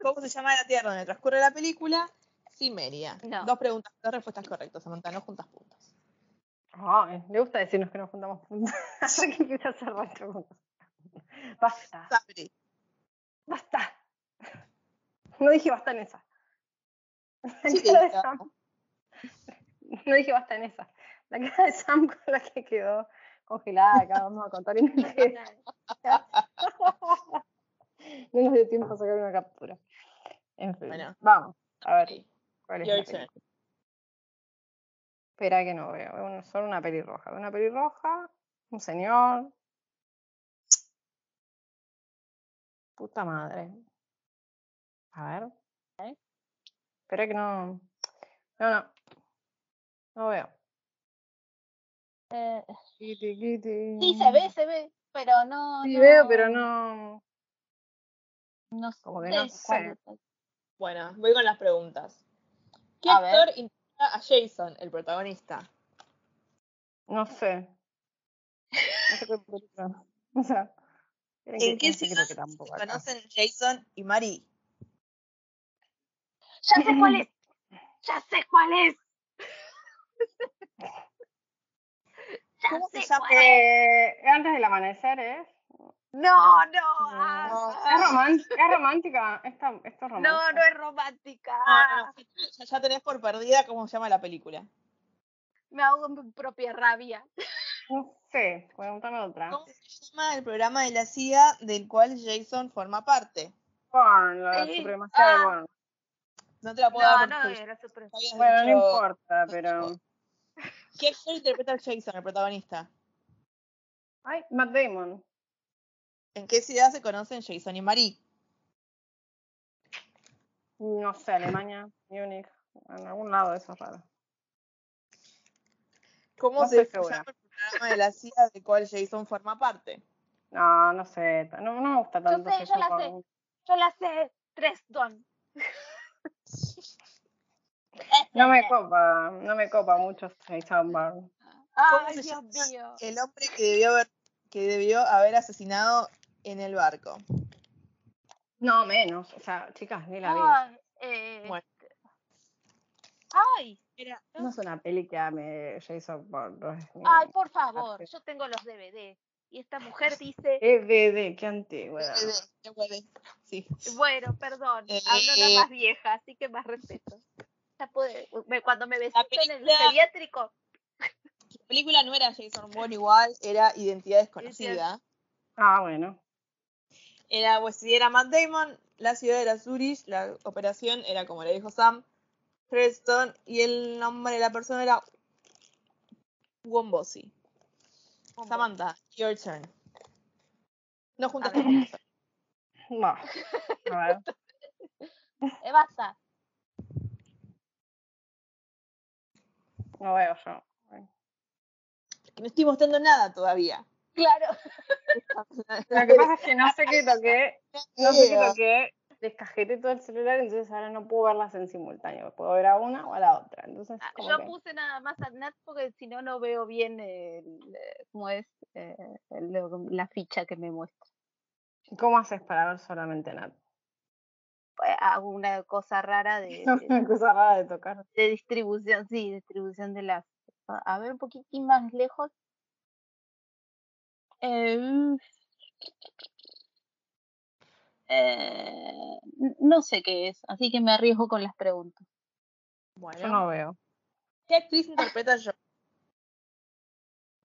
S1: ¿Cómo se llama la tierra donde transcurre la película? Cimeria.
S5: No.
S1: Dos preguntas, dos respuestas correctas, Samantha, no juntas puntos.
S4: Ay, le gusta decirnos que nos juntamos juntos. Así que empieza a hacer más preguntas. Basta,
S1: Sabri.
S4: basta. No dije basta en esa.
S1: Sí,
S4: La cara de
S1: claro.
S4: Sam. No dije basta en esa. La cara de Sam con la que quedó congelada, acá vamos a contar en el que- No nos dio tiempo a sacar una captura. En fin,
S1: Bueno.
S4: vamos a ver
S1: Ok,
S4: cuál es la
S1: your
S4: película.
S1: turn.
S4: Espera que no veo, veo un- solo una pelirroja. Veo una pelirroja, un señor. Puta madre. A ver.
S5: ¿Eh?
S4: Espera que no. No, no. No veo.
S5: Eh,
S4: Kitty, kitty.
S5: sí, se ve, se ve, pero no.
S4: Sí
S5: no,
S4: veo, pero no.
S5: No
S4: como que no
S5: sé cuál
S4: sé.
S5: es.
S1: Bueno, voy con las preguntas. ¿Qué
S5: A ver.
S1: actor interpreta a Jason, el protagonista?
S4: No sé. No sé qué película. O sea. miren
S1: ¿En
S4: que-
S1: qué
S4: no sé, creo
S1: ciudad
S4: que
S1: se
S4: tampoco acá.
S1: conocen Jason y Marie?
S5: Ya sé cuál es. Ya sé cuál es. ya
S1: ¿Cómo
S5: sé
S1: se llama?
S5: cuál es.
S4: Eh, antes del amanecer, ¿eh?
S5: No, no.
S1: No.
S5: ah,
S4: Es, román- es romántica. Esta, esto es romántica.
S5: no, no es romántica.
S1: Ah, no, ya, ya tenés por perdida cómo se llama la película.
S5: Me ahogo en mi propia rabia.
S4: No sé, pregúntame otra.
S1: ¿Cómo se llama el programa de la CIA del cual Jason forma parte?
S4: Porn, la
S5: Sí,
S4: supremacía de
S5: ah.
S4: Born.
S1: No te la puedo
S5: No,
S1: dar
S5: no,
S1: porque ya
S5: era súper.
S1: habías
S4: eh, Bueno, no
S1: dicho-
S4: importa, pero.
S1: ¿Qué actor interpreta a Jason, el protagonista?
S4: Ay, Matt Damon.
S1: ¿En qué ciudad se conocen Jason y Marie?
S4: No sé, Alemania, Múnich, en algún lado de eso es raro.
S1: ¿Cómo
S4: No
S1: se
S4: estoy segura.
S1: llama el programa de la CIA del cual Jason forma parte?
S4: No, no sé, ta- no, no me gusta tanto.
S5: sé,
S4: ese
S5: yo la sé.
S4: juego.
S5: Yo la sé. Tres don.
S4: No me copa, no me copa mucho Jason Bourne.
S1: ¿Cómo
S5: Ay,
S1: se
S5: Dios
S1: llama
S5: mío.
S1: el hombre que debió haber, que debió haber asesinado en el barco?
S4: No, menos, o sea, chicas, ni la vida.
S5: Ay, eh,
S1: Bueno.
S5: ay,
S4: No es una peli que ame Jason Bourne. no es ni-
S5: ay, por favor,
S4: Perfecto.
S5: yo tengo los DVD. Y esta mujer dice,
S4: EBD, qué antigua.
S1: Te puede. Sí.
S5: bueno, perdón,
S1: Eh,
S5: hablo
S1: eh.
S5: la más vieja, así que más respeto. Ya puede- me- cuando me besé
S1: La
S5: en el
S1: película-
S5: pediátrico,
S1: La película no era Jason Bourne igual, era Identidad Desconocida.
S4: Ah, bueno.
S1: Era, pues, si era Matt Damon, la ciudad era Zurich, la operación era, como le dijo Sam, Preston, y el nombre de la persona era Wombosi. Samantha, your turn. No juntas
S5: A ver.
S1: puntos.
S4: Bueno, a ver.
S5: Evasa.
S4: No veo yo.
S1: Que no estoy mostrando nada todavía.
S5: Claro.
S4: Lo que pasa es que no sé qué toqué. No sé qué toqué. Descajeté todo el celular, entonces ahora no puedo verlas en simultáneo. Puedo ver a una o a la otra. Entonces,
S5: Ah,
S4: como
S5: Yo
S4: que-
S5: puse nada más al Nat porque si no, no veo bien el, eh, cómo es eh, el- lo- la ficha que me muestra.
S4: ¿Cómo haces para ver solamente Nat?
S5: Pues, Hago una cosa rara de, de-
S4: Una cosa rara de tocar.
S5: de distribución, sí, distribución de las. A a ver un poquitín más lejos. Eh, eh, n- no sé qué es, así que me arriesgo con las preguntas.
S1: Bueno.
S4: Yo no veo.
S1: ¿Qué actriz interpreta a yo?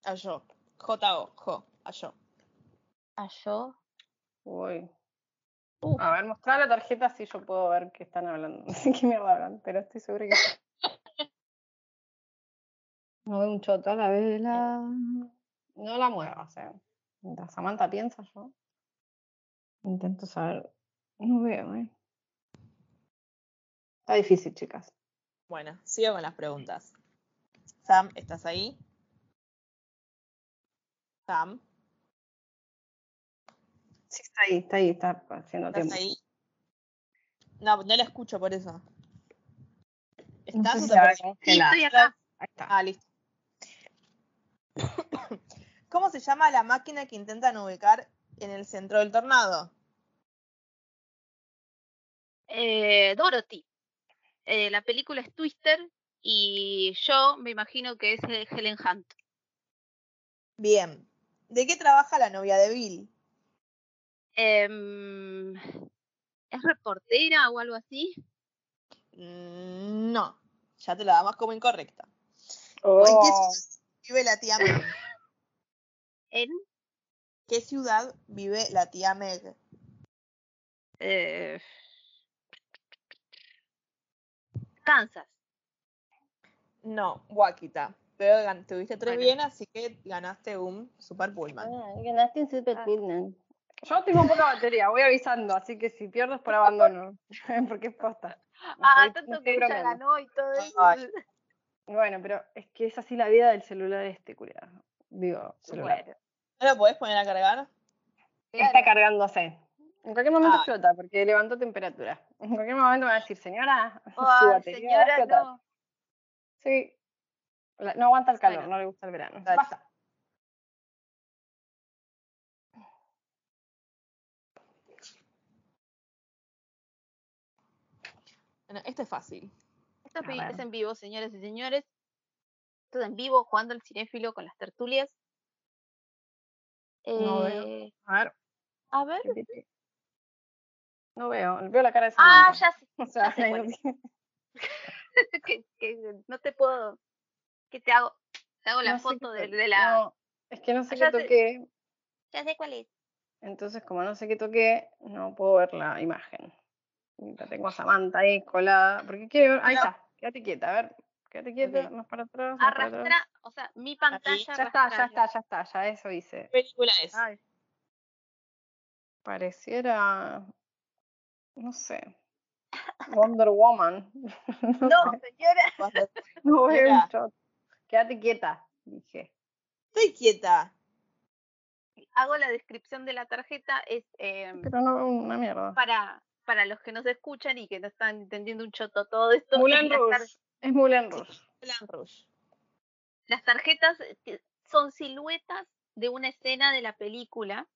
S1: A yo. J-O, Jo, a yo.
S5: ¿A Ah, yo?
S4: Uy.
S5: Uf.
S4: A ver, mostrar la tarjeta si yo puedo ver que están hablando. No sé qué mierda hablan, pero estoy segura que. sí. No veo un choto a la vela. No la muevas, eh. Mientras Samantha piensa yo. Intento saber. No veo, eh. Está difícil, chicas.
S1: Bueno, sigo con las preguntas. Sam, ¿estás ahí? Sam,
S4: Sí, está ahí, está ahí, está haciendo
S1: ¿estás
S4: tiempo.
S1: ahí? No, no la escucho por eso.
S4: No
S1: ¿Estás
S4: sé
S1: o
S4: si
S1: te
S4: la habrá
S1: perdí?
S4: congelado.
S5: estoy acá.
S4: Ahí está.
S1: Ah, listo. ¿Cómo se llama la máquina que intentan ubicar en el centro del tornado?
S3: Eh, Dorothy. Eh, la película es Twister y yo me imagino que es eh, Helen Hunt.
S1: Bien. ¿De qué trabaja la novia de Bill?
S3: Em, ¿Es reportera o algo así?
S1: Mm, No, ya te la damos como incorrecta. ¿En qué
S4: Oh,
S1: ciudad vive la tía Meg?
S3: En
S1: ¿Qué ciudad vive la tía Meg?
S3: eh, Kansas.
S1: No, Wakita. Pero gan- tuviste tres
S3: Bueno.
S1: bien, así que ganaste un Super Pullman.
S4: Ah, Ganaste en Super Pullman. Yo tengo poca batería, voy avisando, así que si pierdo es por abandono. Porque es posta. No
S5: Ah,
S3: eh,
S4: estoy- no
S5: tanto
S4: estoy
S5: que ella
S4: bromeando.
S5: ganó y todo eso.
S1: Ay.
S4: Bueno, pero es que es así la vida del celular este, culiado. Digo, celular.
S5: Bueno,
S1: ¿No lo podés poner a cargar?
S4: Está
S5: claro.
S4: cargándose. En cualquier momento
S1: Ah.
S4: explota, porque levantó temperatura. En cualquier momento me va a decir, señora, su
S5: Ay,
S4: batería va a
S5: señora,
S4: explotar.
S5: no.
S4: Sí. La- No aguanta el calor,
S1: Bueno.
S4: no le gusta el verano.
S1: Dale.
S4: Basta.
S1: Bueno, esto es fácil.
S3: Ah,
S5: Esta
S4: A
S5: peli
S4: ver.
S5: es en vivo, señores y señores. Esto es en vivo, jugando al cinéfilo con las tertulias.
S4: No veo.
S5: Eh,
S4: A ver.
S5: a ver.
S4: repite. No veo, veo la cara de
S5: Ah,
S4: Samantha.
S5: ya sé.
S4: O sea,
S5: sé
S4: ahí no
S5: cuál es.
S4: tiene-
S5: que, que no te puedo. ¿Qué te hago? Te hago la
S4: no sé qué
S5: foto de,
S4: to-
S5: de la.
S4: no, es que no sé
S5: Allá
S4: qué
S5: te-
S4: toqué,
S5: Ya sé cuál es.
S4: entonces como no sé qué toqué, no puedo ver la imagen. Y La tengo a Samantha ahí colada, porque quiere ver, ahí
S1: No.
S4: está, quédate quieta, a ver, quédate quieta,
S1: Ok.
S4: más para atrás, más para atrás.
S5: Arrastra, o sea, mi pantalla.
S4: Ya está, ya
S5: arrastra.
S4: está, ya está, ya eso hice.
S1: ¿Qué película es?
S4: Ay. Pareciera, no sé, Wonder Woman. no,
S5: No,
S4: sé,
S5: señora.
S1: Basta.
S4: no veo un
S1: mira.
S4: shot. Quédate quieta, dije.
S1: Estoy quieta.
S5: Hago la descripción de la tarjeta. Es eh,
S4: Pero no veo una mierda.
S5: para, para los que nos escuchan y que no están entendiendo un choto todo esto.
S4: Moulin
S5: es la tar-
S4: Rouge. Es Moulin Rouge.
S1: Moulin Rouge.
S5: las tarjetas ti- son siluetas de una escena de la película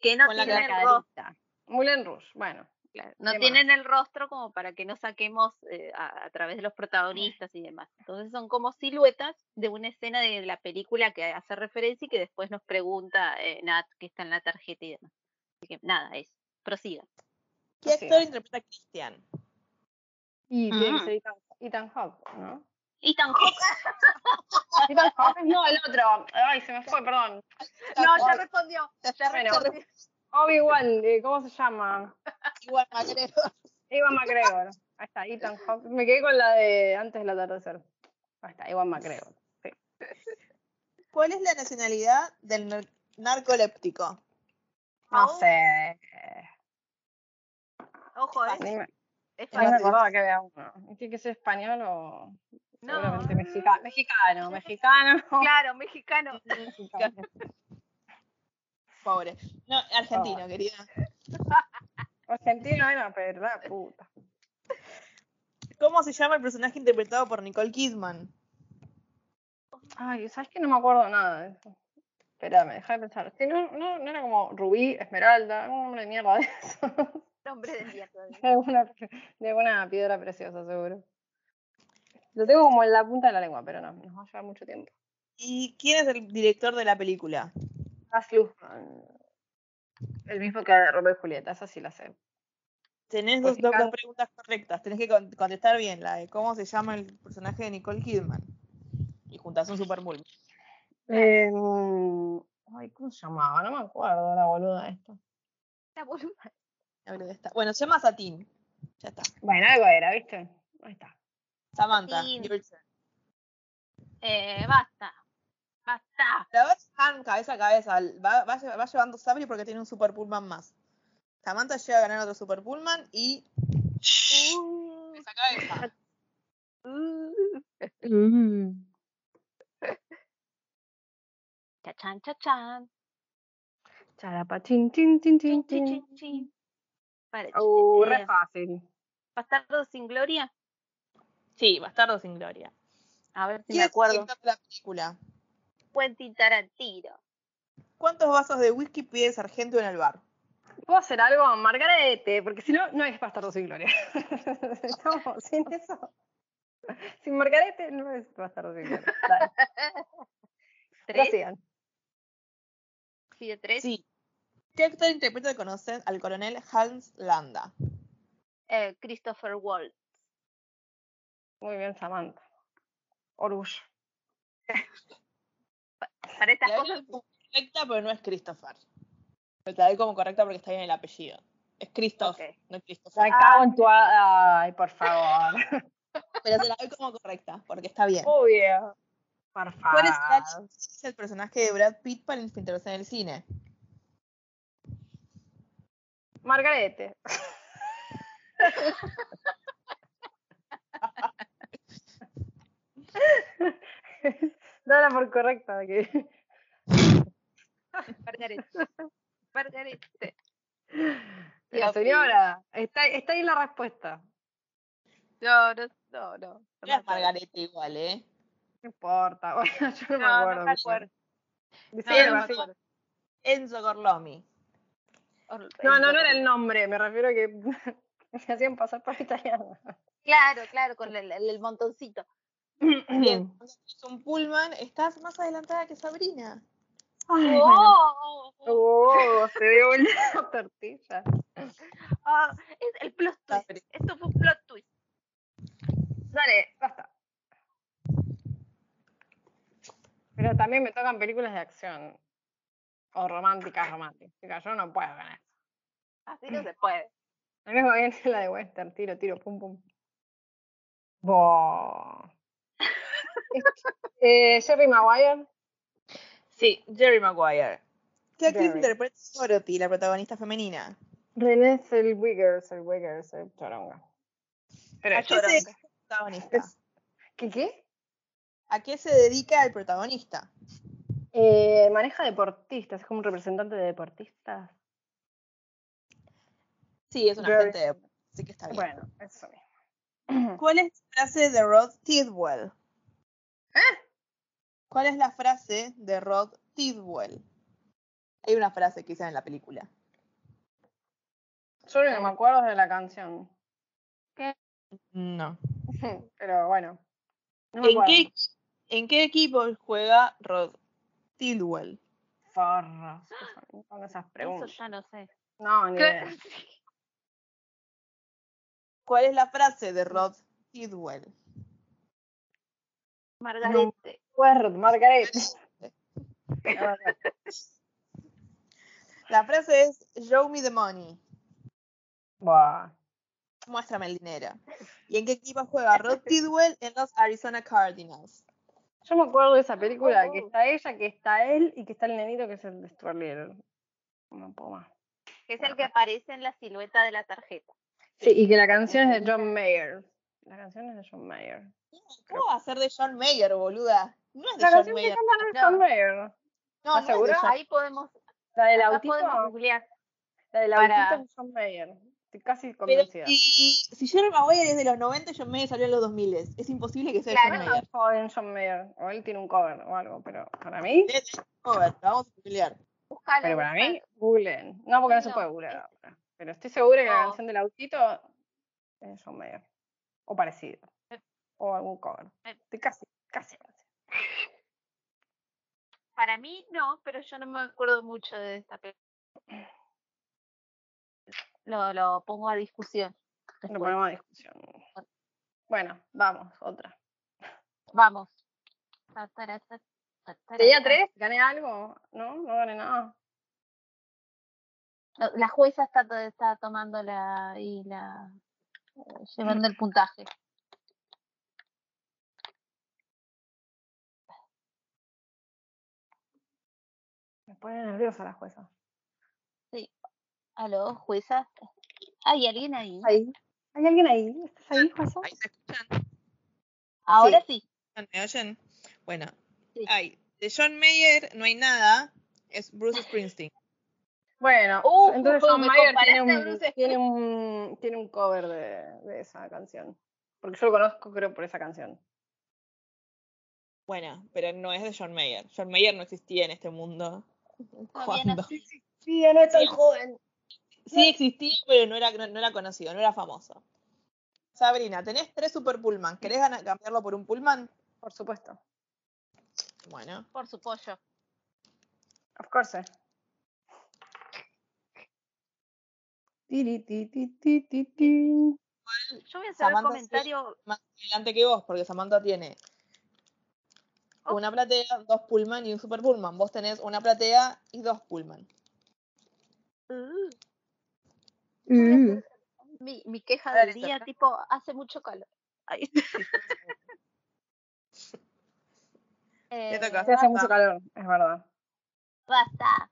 S5: que no
S1: Con la
S5: tienen, el,
S1: cara.
S5: rostro,
S4: Moulin Rouge, bueno.
S5: claro, no
S4: ¿Qué
S5: tienen el rostro como para que no saquemos eh, a, a través de los protagonistas y demás. Entonces son como siluetas de una escena de la película que hace referencia y que después nos pregunta eh, Nat que está en la tarjeta y demás. Así que nada, eso. Prosiga.
S1: ¿Qué
S4: Así
S1: actor
S4: es.
S1: interpreta a Christian?
S4: Y tiene
S5: Ah.
S4: que ser Ethan, Ethan Hawke, ¿no?
S5: Y tampoco.
S4: Ethan Hawke, no, el otro. Ay, se me fue, perdón.
S5: No, ya respondió. Ya
S4: Bueno.
S5: respondió.
S4: Obi-Wan, eh, ¿cómo se llama?
S1: Igual Macrero.
S4: Ewan McGregor. Ahí está, Ethan Hawke. Me quedé con la de antes del atardecer. Ahí está, Ewan McGregor.
S1: ¿Cuál es la nacionalidad del nar- narcoléptico?
S4: No
S5: Aún,
S4: sé.
S5: Ojo, eh.
S4: Ni me-
S5: Es
S4: No me
S5: fácil.
S4: acordaba que había uno. Tiene que ser español o
S5: No.
S4: seguramente mexica- mexicano. Mexicano,
S5: Claro, mexicano.
S4: mexicano.
S1: Pobre. Ah. No, argentino, querida.
S4: Argentino era, pero la puta.
S1: ¿Cómo se llama el personaje interpretado por Nicole Kidman?
S4: Ay, ¿sabes que No me acuerdo nada de eso. Espérame, deja de pensar. Sí, no, no, no era como Rubí, Esmeralda, un nombre de mierda de eso.
S5: Nombre de mierda.
S4: De alguna, de alguna piedra preciosa, seguro. Lo tengo como en la punta de la lengua, pero no, nos va a llevar mucho tiempo.
S1: ¿Y quién es el director de la película?
S4: Baz Luhrmann. El mismo que Romeo y Julieta, esa sí la sé.
S1: Tenés dos,
S4: Pues,
S1: dos- dos
S4: claro.
S1: preguntas correctas. Tenés que con- contestar bien la de cómo se llama el personaje de Nicole Kidman. Y juntas un super multi.
S4: Eh, ay, ¿cómo se llamaba? No me acuerdo la boluda esta.
S5: La boluda.
S1: La verdad está. Bueno, se llama Satin. Ya está.
S4: Bueno, algo era, ¿viste? Ahí está.
S1: Samantha.
S5: Satin.
S1: your turn.
S5: Eh, basta. Basta.
S1: La vas llevando cabeza a cabeza. Va, va lle- va llevando Sabri porque tiene un super pullman más. Samantha llega a ganar otro super pullman y. Cabeza a cabeza.
S4: Mm.
S5: Chachán, chachán.
S4: Charapa, chin, chin, chin,
S5: Chin,
S4: chin,
S5: chin,
S4: chin.
S5: chin, chin. Para,
S4: Uh,
S5: chiquitines.
S4: re fácil.
S5: Bastardo sin gloria.
S1: Sí, Bastardo sin Gloria.
S5: A ver si
S1: ¿Quién
S5: me
S1: es el
S5: acuerdo.
S1: director de la película?
S5: Quentin Tarantino.
S1: ¿Cuántos vasos de whisky pide Sargento en el bar?
S4: ¿Puedo hacer algo, Margarete? Porque si no, no es Bastardo sin Gloria. Estamos sin eso. Sin Margarete no es Bastardo sin Gloria. Dale,
S5: Tres,
S4: prosigan.
S5: sí, de tres.
S1: Sí. ¿Qué actor interpreta al, conocer- al coronel Hans Landa?
S5: Eh, Christopher Wall.
S4: Muy bien, Samantha. Orgullo.
S5: Para estas
S1: La doy
S5: cosas.
S1: como correcta, pero no es Christopher. Pero te la doy como correcta porque está bien el apellido. Es Christoph,
S5: Ok.
S1: no
S4: Me
S1: Christopher. Ah,
S4: cago en tu... a- Ay, por favor.
S1: Pero te la doy como correcta porque está bien.
S4: Obvio. Por
S1: ¿Cuál es la-
S4: favor.
S1: es el personaje de Brad Pitt para infiltrarse en el cine?
S4: Margarete. Dala por correcta. Que...
S5: Margaret. Margaret.
S4: La
S5: Dios
S4: señora, está, está ahí la respuesta.
S5: No, no, no. No, no
S1: No es Margarete igual, ¿eh?
S4: No importa, bueno, yo no, me
S5: No, no
S4: acuerdo.
S5: me
S4: mucho.
S5: acuerdo.
S4: Dice
S5: No,
S4: que
S1: no
S4: va
S1: me
S4: así.
S1: acuerdo. Enzo Gorlomi.
S4: no, no, no era el nombre, me refiero a que que se hacían pasar por italiana.
S5: Claro, claro, con el, el- el montoncito.
S1: Bien, es un pullman. Estás más adelantada que Sabrina.
S4: Ay, bueno.
S5: ¡Oh!
S4: Oh, se dio vuelta la tortilla.
S5: Ah, es el plot twist.
S1: Sabrina.
S5: Esto fue un plot twist.
S4: Dale, basta. Pero también me tocan películas de acción. O románticas, románticas. Yo no puedo con eso.
S5: Así no se
S4: Mm.
S5: puede.
S4: A mí me va bien la de Western, tiro, tiro, pum, pum. Bo. eh, Jerry Maguire.
S1: Sí, Jerry Maguire. ¿Qué actriz
S4: Jerry.
S1: interpreta a Dorothy, la protagonista femenina?
S4: René es el Wiggers, el Wiggers, el Choronga. Pero
S1: ¿A
S4: es
S1: qué se dedica el protagonista?
S4: ¿Qué qué?
S1: ¿A qué se dedica el protagonista?
S4: Eh, maneja deportistas, es como un representante de deportistas.
S1: Sí, es un
S4: Jerry.
S1: agente de... Así que está bien.
S4: Bueno, eso
S1: ¿Cuál es la frase de Rod Tidwell? ¿Eh?
S4: Ah.
S1: ¿Cuál es la frase de Rod Tidwell? Hay una frase que dicen en la película.
S4: Yo no me acuerdo de la canción.
S1: No.
S4: Pero bueno. No me
S1: ¿En
S4: acuerdo.
S1: qué, ¿En qué equipo juega Rod Tidwell?
S4: Forros. Con esas
S5: Eso
S4: preguntas.
S5: ya no sé.
S4: No, ni idea.
S5: ¿Qué?
S1: ¿Cuál es la frase de Rod Tidwell?
S5: Margarete.
S4: Acuerdo, Margaret.
S1: La frase es Show me the money.
S4: Buah.
S1: Muéstrame el dinero. ¿Y en qué equipo juega Rod Tidwell en los Arizona Cardinals?
S4: Yo me acuerdo de esa película, que
S5: Oh.
S4: está ella, que está él y que está el nenito que es el de Stuart Little. No puedo más.
S5: Que es el que aparece en la silueta de la tarjeta.
S4: Sí, y que la canción es de John Mayer. La canción es de John Mayer.
S1: ¿Cómo va a ser de John Mayer, boluda? No es de
S4: La
S1: John
S4: canción que
S1: Mayer.
S4: cantan es de
S5: No.
S4: John Mayer.
S1: No, no es de
S4: ¿Segura?
S1: John-
S5: Ahí podemos,
S4: La del
S5: acá
S4: autito.
S5: podemos googlear.
S4: La del
S5: para-
S4: autito es de John Mayer. Estoy casi
S1: Pero
S4: convencida.
S1: si, si Jerry Maguire es de los 90, John Mayer salió en los 2000. Es imposible que sea de
S5: Claro.
S1: John Mayer.
S4: Joven John Mayer. O él tiene un cover o algo, pero para mí.
S1: Debe tener un cover, lo vamos a googlear.
S5: Buscalo,
S4: Pero para
S5: buscalo.
S4: mí, googleen. No, porque no, se
S5: No,
S4: puede googlear ahora. Pero estoy segura que la
S5: No.
S4: canción del autito es de John Mayer. O parecido. O algún cover. Estoy casi, casi. convencida.
S5: Para mí no, pero yo no me acuerdo mucho de esta película. Lo, lo pongo a discusión.
S4: Lo
S5: después.
S4: ponemos a discusión. Bueno, vamos, otra.
S5: Vamos. Ta, tara, ta, ta, tara,
S4: ¿Tenía
S5: ta.
S4: tres? ¿Gané algo? No, no gané nada.
S5: No, La jueza está, to- está tomando la y la eh, llevando el puntaje.
S4: Me pone nerviosa la jueza.
S5: Aló, jueza. ¿Hay alguien ahí?
S4: Ahí. ¿Hay alguien ahí? ¿Estás ahí, jueza?
S1: Ahí se escuchan.
S5: Ahora sí.
S1: ¿Me oyen? Bueno.
S5: Sí.
S1: Ay, de John Mayer no hay nada. Es Bruce Springsteen.
S4: Bueno,
S5: Uh,
S4: entonces
S5: justo
S4: John
S5: me
S4: Mayer
S5: comparaste
S4: tiene
S5: a
S4: un,
S5: Bruce
S4: tiene, un, tiene un cover de, de esa canción. Porque yo lo conozco, creo, por esa canción.
S1: Bueno, pero no es de John Mayer. John Mayer no existía en este mundo.
S5: Todavía
S1: ¿Cuándo?
S5: no
S4: Sí, ya no es
S1: tan
S4: joven.
S1: Sí existía, pero no era, no, no era conocido, no era famoso. Sabrina, tenés tres super pullman. ¿Querés gana- cambiarlo por un pullman?
S4: Por supuesto.
S1: Bueno.
S5: Por su pollo.
S4: Of course. Tiri, ti, ti, ti, ti, ti.
S5: Yo voy a hacer un
S1: Samantha, sí.
S5: comentario.
S1: Más adelante que vos, porque Samantha tiene
S5: Oh.
S1: una platea, dos pullman y un super pullman. Vos tenés una platea y dos pullman.
S5: uh,
S4: Mm.
S5: mi, mi queja
S4: Dale,
S5: del día,
S4: Sofía.
S5: tipo, hace mucho calor. Ay.
S1: Te toca.
S5: Eh,
S4: Sí, hace mucho calor, es verdad.
S5: Basta.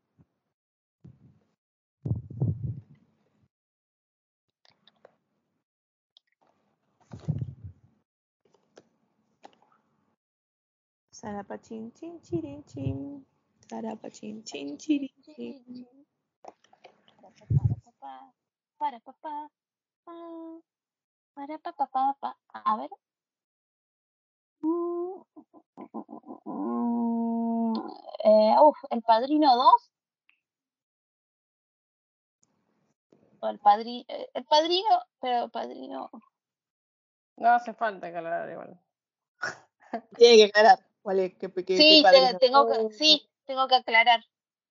S1: Sarapachín, chin, chirin, chin. Sarapachín, chin, chirin, chin.
S5: Para papá. Para papá. papá. A ver. Mm, mm, eh, uf, el padrino 2. O el padrino. El padrino, pero padrino.
S4: No hace falta calor igual.
S1: Tiene que aclarar cuál es, qué, qué- qué
S5: Sí, Uh. te-
S1: padrino.
S5: tengo que, sí, tengo que aclarar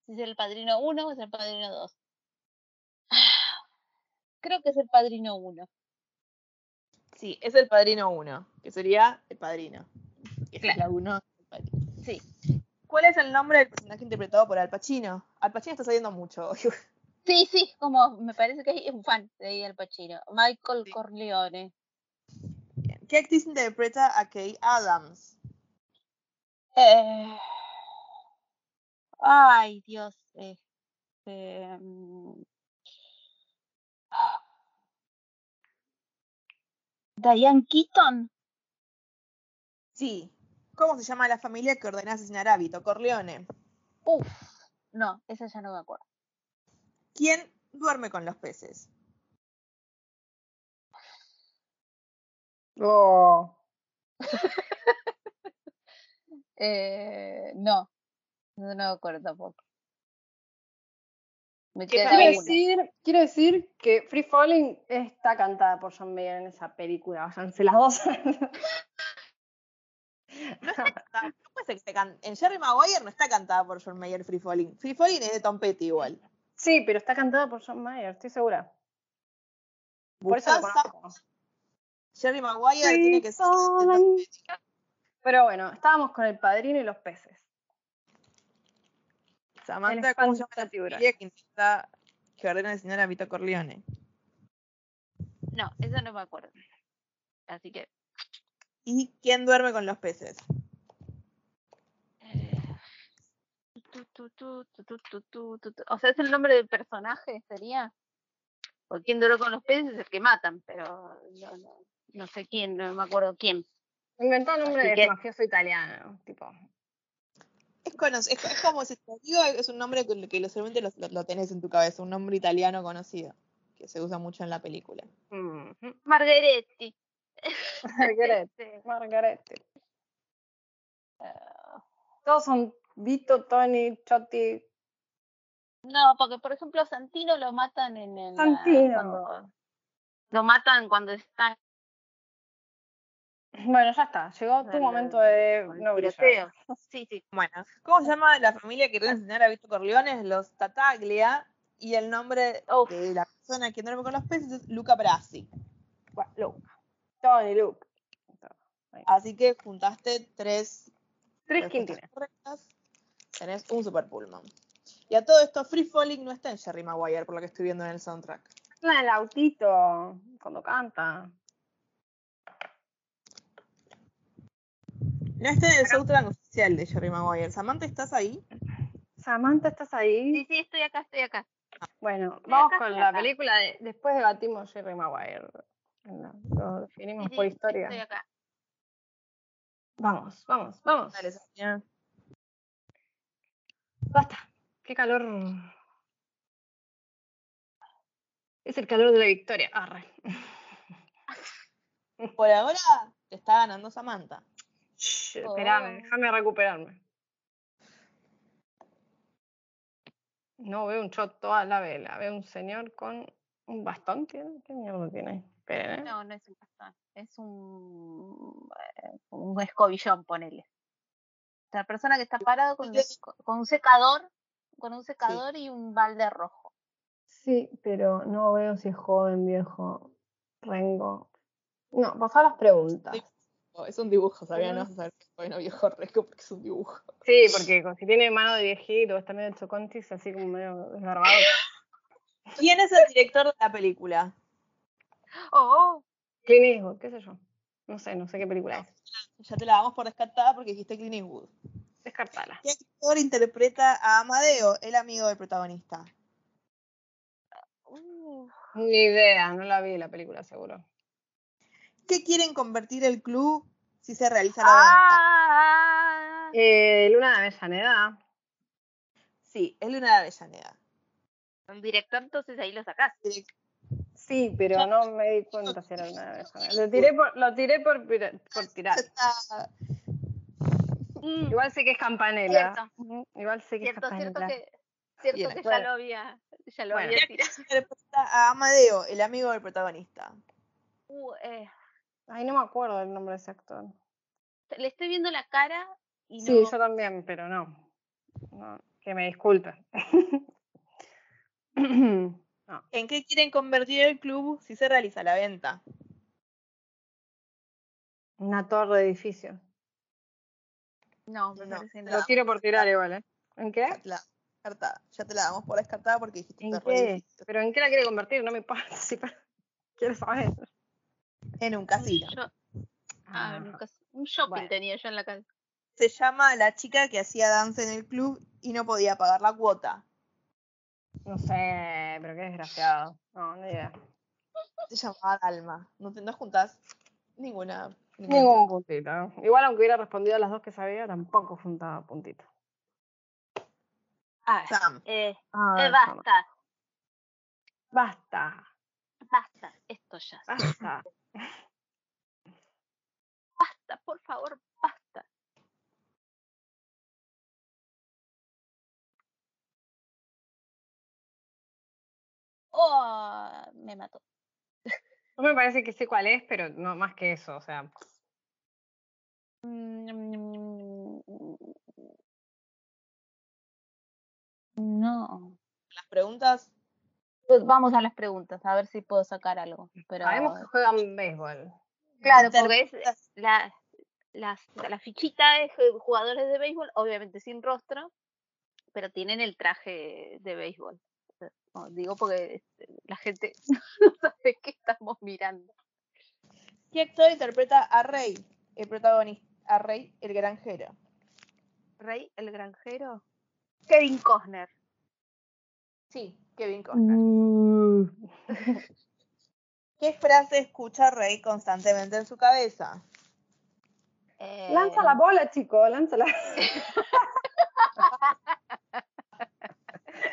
S5: si es el padrino 1 o es el padrino 2. Creo que es el padrino 1.
S1: Sí, es el padrino 1, que sería el padrino. Esa Es
S5: Claro.
S1: la 1.
S5: Sí.
S1: ¿Cuál es el nombre del personaje interpretado por Al Pacino? Al Pacino está saliendo mucho. hoy.
S5: Sí, sí, como me parece que es un fan de Al Pacino. Michael
S1: Sí.
S5: Corleone.
S1: Bien. ¿Qué actriz interpreta a Kay Adams?
S5: Eh, Ay, Dios. eh, eh, mm, Diane Keaton.
S1: Sí. ¿Cómo se llama la familia que ordena asesinar a Vito Corleone?
S5: Uf, no, esa ya no me acuerdo.
S1: ¿Quién duerme con los peces?
S4: Oh,
S5: Eh, no, no no me acuerdo tampoco. Me
S1: ¿Qué
S5: queda
S1: tal?
S4: Quiero
S5: una.
S4: decir, quiero decir que Free Falling está cantada por John Mayer en esa película. Váyanse las dos.
S1: Ah, no puede ser que esté can- En Jerry Maguire no está cantada por John Mayer Free Falling. Free Falling es de Tom Petty igual.
S4: sí, pero está cantada por John Mayer, estoy segura. Por eso lo
S1: Buscás a-
S4: conozco.
S1: Jerry Maguire tiene que ser. de Tom
S4: Falling. Pero bueno, estábamos con el padrino y los peces.
S1: Samantha,
S4: El
S1: ¿cómo se
S4: espanto
S1: llama la
S4: de la
S1: familia que intenta que ordena asesinar a Vito Corleone?
S5: No, esa no me acuerdo. Así que.
S1: ¿Y quién duerme con los peces?
S5: eh, tu, tu, tu, tu, tu, tu, tu, tu, tu. O sea, es el nombre del personaje, sería. Porque quien duró con los peces es el que matan, pero no, no- no sé quién, no me acuerdo quién.
S4: Inventó el nombre
S5: Así
S4: de
S5: que-
S4: mafioso italiano. Tipo,
S1: Es, conoc- es, es como si te digo, es un nombre que, que lo- solamente lo, lo- lo tenés en tu cabeza, un nombre italiano conocido, que se usa mucho en la película.
S4: ujú.
S5: Margaretti.
S4: Margaret.
S5: Este,
S4: Margarete. Ah, todos son Vito, Tony, Chotti.
S5: No, porque por ejemplo Santino lo matan en el.
S4: Santino.
S5: cuando- lo matan cuando está
S4: Bueno, ya está. Llegó tu
S5: Al-
S4: momento de
S5: con el
S4: no brillar.
S5: tiroteo. Sí, sí.
S1: Bueno, ¿cómo se llama la familia que quiere enseñar a Vito Corleone? Los Tataglia. Y el nombre
S5: Uf.
S1: de la persona que duerme con los peces es Luca Brasi.
S4: Bueno, Luke. Tony, Luke.
S1: Así que juntaste tres
S4: Tres
S1: respuestas
S4: quintines.
S1: correctas. Tenés un super pullman. Y a todo esto, Free Falling no está en Jerry Maguire, por lo que estoy viendo en el soundtrack.
S4: Una del autito, cuando canta.
S1: No está en el soundtrack oficial de Jerry Maguire. Samantha, ¿estás ahí?
S4: Samantha, ¿estás ahí?
S5: Sí, sí, estoy acá, estoy acá.
S4: Bueno, vamos
S5: acá,
S4: con
S5: estoy
S4: la
S5: acá.
S4: película. de- después debatimos Jerry Maguire. Lo, lo
S5: Sí,
S4: definimos
S5: sí,
S4: por
S5: Estoy
S4: historia.
S5: acá.
S4: Vamos, vamos, vamos.
S1: Dale, Sofía.
S4: Basta. Qué calor. Es el calor de la victoria. Arre.
S1: Pues Por ahora te está ganando Samantha.
S4: Shh, Espérame,
S5: Oh.
S4: déjame recuperarme. No veo un shot toda la vela. Veo un señor con un bastón. ¿Tiene? ¿Qué mierda tiene? ahí? Esperen, ¿eh?
S5: No, no es un bastón. Es un. eh, un escobillón, ponele. La persona que está parado con, un
S1: Entonces-
S5: esco- con un secador, con un secador y un balde rojo.
S4: Sí, pero no veo si es joven, viejo, rengo. No, pasá las preguntas.
S1: Oh, es un dibujo, sabía,
S4: Mm.
S1: no vas a saber que es bueno viejo rico porque es un dibujo.
S4: Sí, porque co- si tiene mano de viejito, está medio chocontis, así como medio desgarbado.
S1: ¿Quién es el director de la película?
S5: Oh,
S4: Clint Eastwood, qué sé yo. No sé, no sé qué película es.
S1: Ya te la damos por descartada porque dijiste Clint Eastwood.
S4: Descartala.
S1: ¿Qué actor interpreta a Amadeo, el amigo del protagonista?
S5: oh. Uh,
S4: Ni idea, no la vi la película, seguro.
S1: ¿Qué quieren convertir el club si se realiza la venta?
S5: ah,
S4: Eh, Luna de Avellaneda.
S1: Sí, es Luna de Avellaneda.
S5: El director, entonces ahí lo sacás.
S1: Direc-
S4: Sí, pero no me di cuenta si era Luna de Avellaneda. Lo tiré por, lo tiré por, pira- por tirar.
S1: Ya está.
S5: Mm,
S4: Igual sé que es Campanella.
S5: Cierto.
S4: Ujú, Igual sé que
S5: cierto,
S4: es
S5: cierto
S4: Campanella.
S5: que, cierto
S1: Bien.
S5: que ya
S4: Bueno.
S5: lo había, ya lo
S4: Bueno.
S5: había tirado.
S1: Interpreta a Amadeo, el amigo del protagonista.
S5: Uh, eh,
S4: Ay, no me acuerdo el nombre de ese actor.
S5: le estoy viendo la cara y
S4: Sí,
S5: no.
S4: yo también, pero no. No, que me disculpen. No,
S1: ¿En qué quieren convertir el club si se realiza la venta?
S4: una torre de edificio.
S5: No, me
S1: No.
S5: parece
S1: Lo
S5: no.
S4: Lo tiro por tirar igual, ¿eh? ¿En qué?
S1: Ya te la, descartada. Ya te la damos por descartada porque dijiste
S4: ¿En
S1: está re
S4: qué?
S1: difícil.
S4: ¿Pero en qué la quiere convertir? No me importa. si pa- quiero saber.
S1: En un casino.
S5: Yo- ah,
S4: Ah,
S5: nunca- un shopping
S4: bueno.
S5: tenía yo en la cara.
S1: Se llama la chica que hacía danza en el club y no podía pagar la cuota.
S4: no sé, pero qué desgraciado. No, ni idea.
S1: Se llamaba Dalma. No, te, no juntás ninguna. ningún
S4: Ningún
S1: punto.
S4: puntito. ¿no? Igual aunque hubiera respondido a las dos que sabía, tampoco juntaba puntito.
S5: Ah,
S1: Sam.
S5: eh, eh,
S4: A ver, Sama.
S5: basta,
S4: Basta,
S5: basta, esto ya.
S4: basta.
S5: Basta, por favor, basta. Oh, me mató.
S4: No me parece que sé cuál es, pero no más que eso, o sea.
S5: No.
S1: Las preguntas.
S5: Pues vamos a las preguntas, a ver si puedo sacar algo. Pero
S4: Sabemos que juegan béisbol.
S5: claro,
S1: Inter-
S5: porque es la, las- la fichita es eh, jugadores de béisbol, obviamente sin rostro, pero tienen el traje de béisbol. Eh, no, digo porque este, la gente no sabe qué estamos mirando.
S1: ¿Qué actor interpreta a Rey, el protagonista? A Rey, el granjero.
S5: Rey, el granjero. Kevin Costner.
S1: Sí, Kevin Costner.
S4: Mm.
S1: ¿Qué frase escucha Rey constantemente en su cabeza?
S5: Eh,
S4: Lanza la bola, chico, lánzala.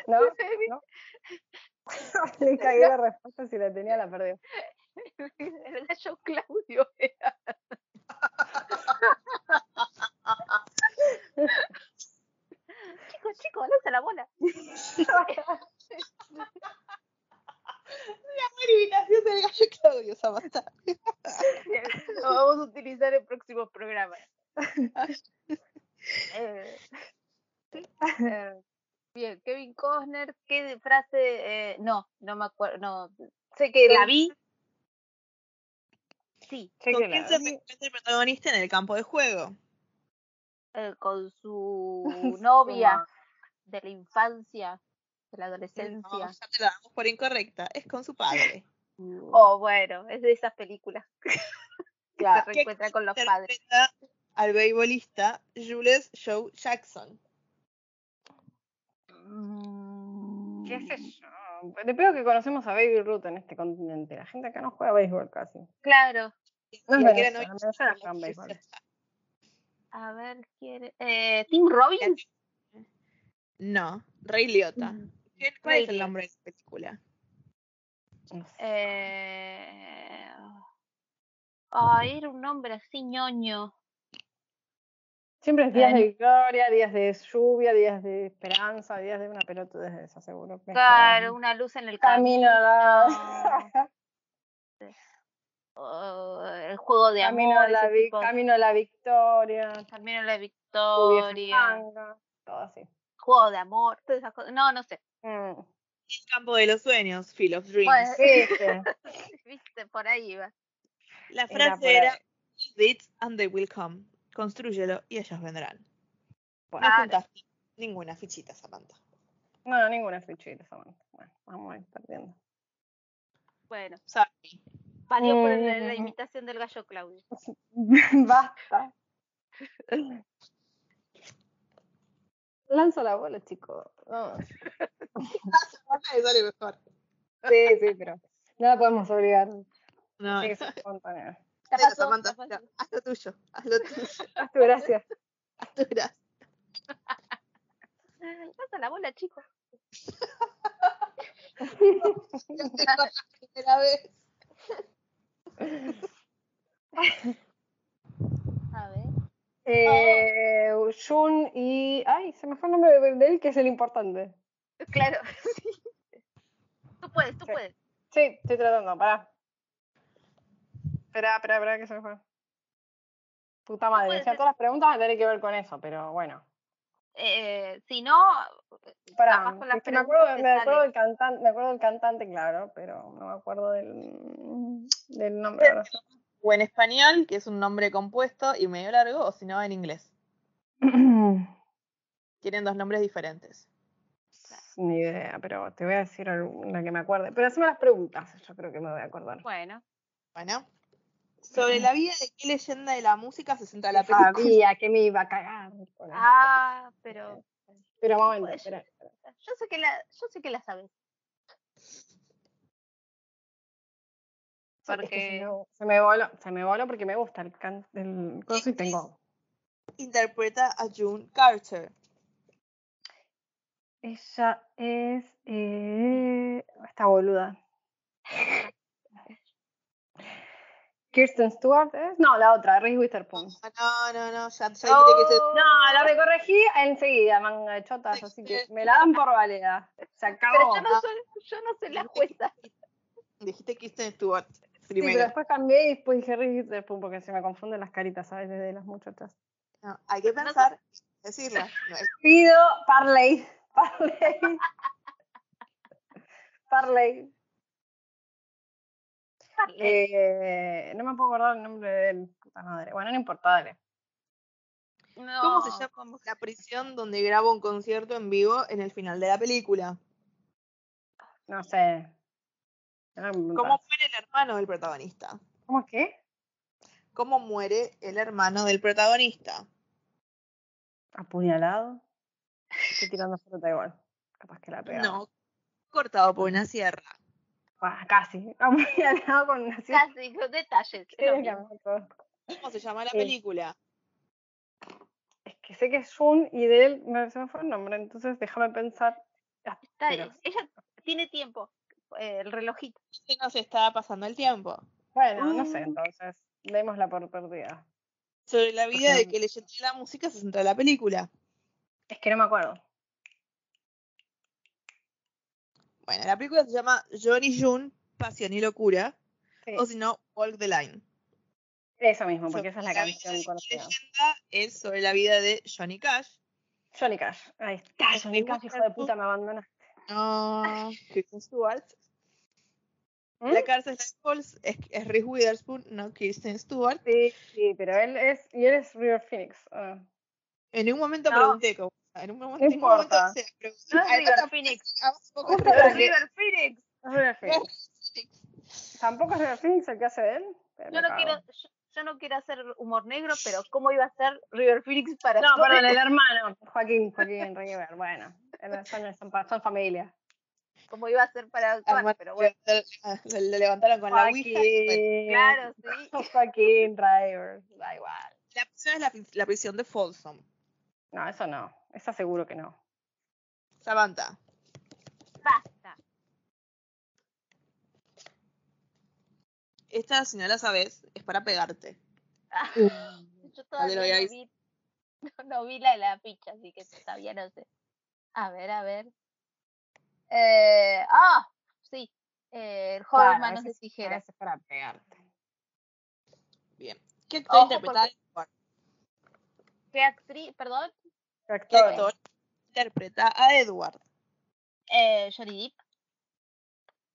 S4: ¿No? ¿No? Le cagué la respuesta, si la tenía la perdí.
S5: El gallo Claudio era. chicos, chicos, lanza la bola.
S1: Eliminación del gallo Claudio Zapata.
S5: Lo vamos a utilizar en próximos programas. Eh, eh, bien, Kevin Costner, ¿qué frase? Eh, no, no me acuerdo. No, sé que la vi. Sí,
S1: ¿Con quién se reencuentra el protagonista en el campo de juego?
S5: eh, con su novia de la infancia, de la
S1: No,
S5: adolescencia.
S1: ya te la damos por incorrecta. Es con su padre.
S5: Oh, bueno, es de esas películas que se
S4: Claro.
S5: reencuentra con los padres.
S1: Interpreta al beisbolista Jules Joe Jackson.
S5: Mm.
S4: ¿Qué sé yo? Le pido que conocemos a Baby Ruth en este continente. La gente acá no juega béisbol casi.
S5: Claro,
S4: No es
S1: Ni siquiera
S4: Venezuela,
S1: no-
S4: en Venezuela juegan béisbol.
S5: a ver, ¿quién es? Eh, ¿Tim Robbins?
S1: No, Rey Liotta. ¿Quién- ¿Cuál
S5: Mm, Rey
S1: es el
S5: Liotta.
S1: nombre de la película?
S4: No sé.
S5: Eh, Ay, era un nombre así ñoño.
S4: Siempre es días
S5: eh,
S4: de gloria, días de lluvia, días de esperanza, días de una pelota de esa, seguro que es
S5: Claro,
S4: todo.
S5: una luz en el camino.
S4: Camino al lado.
S5: Oh, el juego de
S4: Camino a
S5: amor.
S4: la,
S5: ese
S4: vi-
S5: tipo.
S4: camino a la victoria.
S5: Camino a
S4: lluvia
S5: la
S4: en
S5: victoria.
S4: manga, Todo así.
S5: Juego de amor. todas esas cosas. No, no sé.
S4: Mm.
S1: El campo de los sueños, Field of Dreams.
S5: Bueno,
S4: Viste.
S5: Viste, por ahí iba.
S1: la
S4: era por
S1: frase era
S4: ahí.
S1: Build it and they will come. Construyelo y ellos vendrán.
S4: Bueno,
S1: No
S5: Ah,
S1: juntaste ninguna fichita, Samantha.
S4: no, ninguna fichita, Samantha. Bueno, vamos a ir perdiendo.
S5: Bueno,
S1: Sorry.
S5: valió por la, la
S4: Mm.
S5: imitación del gallo Claudio.
S4: Basta. Lanza la bola, chico. No.
S1: Ahora le sale mejor.
S4: Sí, sí, pero no la podemos obligar.
S1: No,
S4: Tiene que ser espontánea.
S5: La
S1: Pero,
S5: pasó,
S1: Samantha,
S5: la pasó.
S1: mira, haz lo tuyo, haz lo tuyo,
S4: Haz Ah, tu gracia.
S1: haz tu gracia.
S5: Lanza la bola, chico.
S1: Por primera vez.
S5: A ver.
S4: Eh, Jun y. Ay, se me fue el nombre de, de él, que es el importante.
S5: Claro, sí. Tú puedes, tú
S4: Sí.
S5: puedes.
S4: Sí, estoy tratando, pará. Esperá, esperá, esperá, que se me fue. Puta madre.
S5: puede
S4: Ya
S5: ser.
S4: todas las preguntas van a tener que ver con eso, pero bueno.
S5: Eh, si no,
S4: Pará,
S5: capaz con las
S4: es que me
S5: preguntas
S4: acuerdo,
S5: te
S4: me, acuerdo
S5: sale.
S4: del cantante, me acuerdo del cantante, claro, pero no me acuerdo del, del nombre. ahora.
S1: O en español, que es un nombre compuesto y medio largo, o si no, en inglés. Tienen dos nombres diferentes.
S4: Ni idea, pero te voy a decir alguna que me acuerde. Pero haceme las preguntas, yo creo que me voy a acordar.
S5: Bueno,
S1: Bueno. Mm. Sobre la vida de qué leyenda de la música se centra la película.
S4: Sabía que me iba a cagar. con esto.
S5: ah, pero
S4: pero un momento,
S5: puede
S4: espera.
S5: yo sé que la, yo sé que la sabes.
S4: Sí, es que
S5: Porque-
S4: se, me, se me voló, se me voló porque me gusta el, can, el coso y tengo.
S1: Interpreta a June Carter.
S4: Ella es eh, esta boluda. Kirsten Stewart, ¿es? No, la otra, Reese Witherspoon.
S1: Ah, No, no, no, ya, ya
S4: Oh, no, la recorregí enseguida, manga de chotas, así que me la dan por válida. Se
S5: Pero
S4: acabó.
S5: yo no, soy, yo no soy la jueza.
S1: dijiste que Kristen Stewart
S4: Sí, pero
S1: primero.
S4: después cambié y después dije Reese Witherspoon porque se me confunden las caritas a veces de las muchachas.
S1: No, hay que pensar, decirla. No, es-
S4: Pido Parley. Parley. Parley.
S5: Parley.
S4: Eh, no me puedo acordar el nombre de él, puta madre. Bueno, no importa, dale.
S5: No,
S1: ¿Cómo se llama la prisión donde graba un concierto en vivo en el final de la película?
S4: No sé. No me
S1: ¿Cómo
S4: preguntás.
S1: muere el hermano del protagonista?
S4: ¿Cómo es que?
S1: ¿Cómo muere el hermano del protagonista?
S4: ¿Apuñalado? Estoy tirando fruta igual. Capaz que la pega. Mm.
S1: No, cortado por una sierra.
S4: Bah, casi. Ha lado con una ciudad.
S5: Casi, con detalles. es
S4: que
S5: lo
S4: tiene que
S5: mismo.
S4: ver todo.
S1: ¿Cómo se llama la
S4: Sí.
S1: película?
S4: Es que sé que es Jun y de él me, se me fue el nombre, entonces déjame pensar. Ah,
S5: Está-
S4: pero-
S5: ella tiene tiempo, eh, el relojito.
S1: Se Este nos está pasando el tiempo.
S4: bueno, no sé,
S5: Mm.
S4: entonces, démosla por perdida.
S1: Sobre la vida de
S4: Ujú.
S1: que leyendo la música se centra la película.
S4: Es que no me acuerdo.
S1: Bueno, la película se llama Johnny June, Pasión y Locura,
S4: Sí,
S1: o si no, Walk the Line.
S4: eso mismo,
S1: Sobre
S4: porque esa es la
S1: vida
S4: canción
S1: de que
S4: conocida.
S1: leyenda es sobre la vida de Johnny Cash.
S4: Johnny Cash. Ahí está,
S1: Es
S4: Johnny
S1: que
S4: Cash,
S1: busca
S4: hijo de
S1: tú.
S4: puta, me abandona. Ah.
S1: No, Kristen Stewart.
S4: ¿Mm?
S1: La cárcel de Falls es, es Reese Witherspoon, no Kristen Stewart.
S4: Sí, sí, pero él es, y él es River Phoenix. ah.
S1: En un momento
S5: No.
S1: pregunté cómo. En un momento,
S4: No
S1: en un momento
S4: importa.
S1: se preguntó.
S5: No es
S1: Ah,
S5: River
S1: tampoco-
S5: Phoenix.
S1: ah, tampoco es
S4: Justo
S1: River
S4: para
S5: ¡Es
S4: que-
S5: River Phoenix!
S4: es River Phoenix.
S1: Phoenix.
S4: Tampoco es River Phoenix el que hace de él. pero
S5: Yo
S4: me
S5: no,
S4: cago.
S5: quiero, yo, yo no quiero hacer humor negro, pero ¿cómo iba a ser River Phoenix para
S4: No,
S5: tú?
S4: perdón, el hermano. Joaquín, Joaquín River, bueno. él- Son, son, pa- son familia.
S5: ¿Cómo iba a ser para actuar?
S1: Armar-
S5: pero bueno,
S1: ah, Le le levantaron con la Ouija. y bueno.
S5: claro, sí.
S4: pues, Joaquín River, da igual.
S1: La prisión es la, pri- la prisión de Folsom.
S4: No, eso no. Eso seguro que no.
S1: Samantha.
S5: Basta.
S1: Esta, si no la sabes, es para pegarte.
S5: Ah, Yo
S1: Dale, lo voy a
S5: todavía no
S1: avis-
S5: vi, no, no vi la de la picha, así que todavía no sé. A ver, a ver. Eh, ah, sí. eh, el joven
S4: Claro,
S5: manos
S4: ese
S5: de
S4: sí, ahora
S5: tijeras.
S4: es para pegarte.
S1: Bien. ¿Qué actor
S5: Ojo,
S1: interpretada por
S5: ¿Qué actriz? Perdón.
S1: qué
S4: Actor.
S1: actor interpreta a Edward?
S5: Eh, Johnny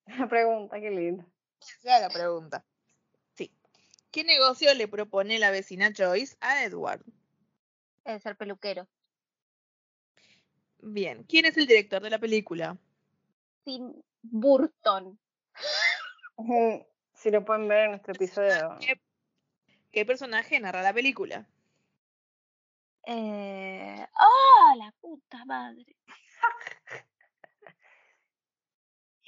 S5: Depp.
S4: La pregunta, qué lindo.
S1: Esa es la pregunta. Sí. ¿Qué negocio le propone la vecina Joyce a Edward?
S5: Es el eh, peluquero.
S1: Bien. ¿Quién es el director de la película?
S5: Tim Burton.
S4: Ujú, Si lo pueden ver en nuestro episodio.
S1: ¿Qué personaje narra la película?
S5: Eh, ¡Oh, la puta madre!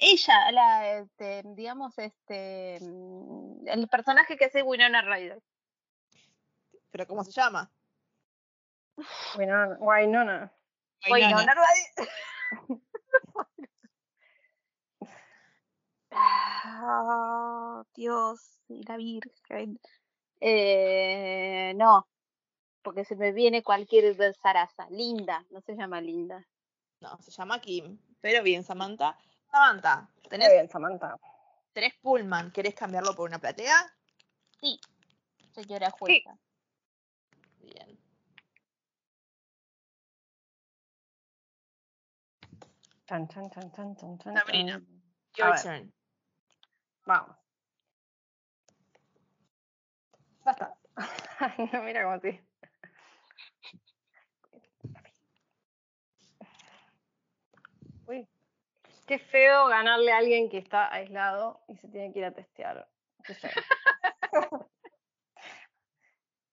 S5: Ella, la, este, digamos, este, mm, el personaje que hace Winona Ryder.
S1: ¿Pero cómo se llama?
S4: Winona. Winona.
S5: Winona
S1: Winona.
S5: Ryder. Ah, Dios y la Virgen. Eh, no, porque se me viene cualquier de zaraza. Linda, no se llama Linda.
S1: No, se llama Kim. Pero bien, Samantha. Samantha,
S4: Muy
S1: tenés
S4: bien, Samantha.
S1: tres Pullman. ¿Querés cambiarlo por una platea?
S5: Señora jueza.
S1: Bien.
S4: Chan, chan, chan, chan, chan, chan,
S1: Sabrina.
S4: chan. A
S1: Your
S4: ver.
S1: turn.
S4: Vamos. Basta. no, mira cómo te. Uy. Qué feo ganarle a alguien que está aislado y se tiene que ir a testear. Qué feo.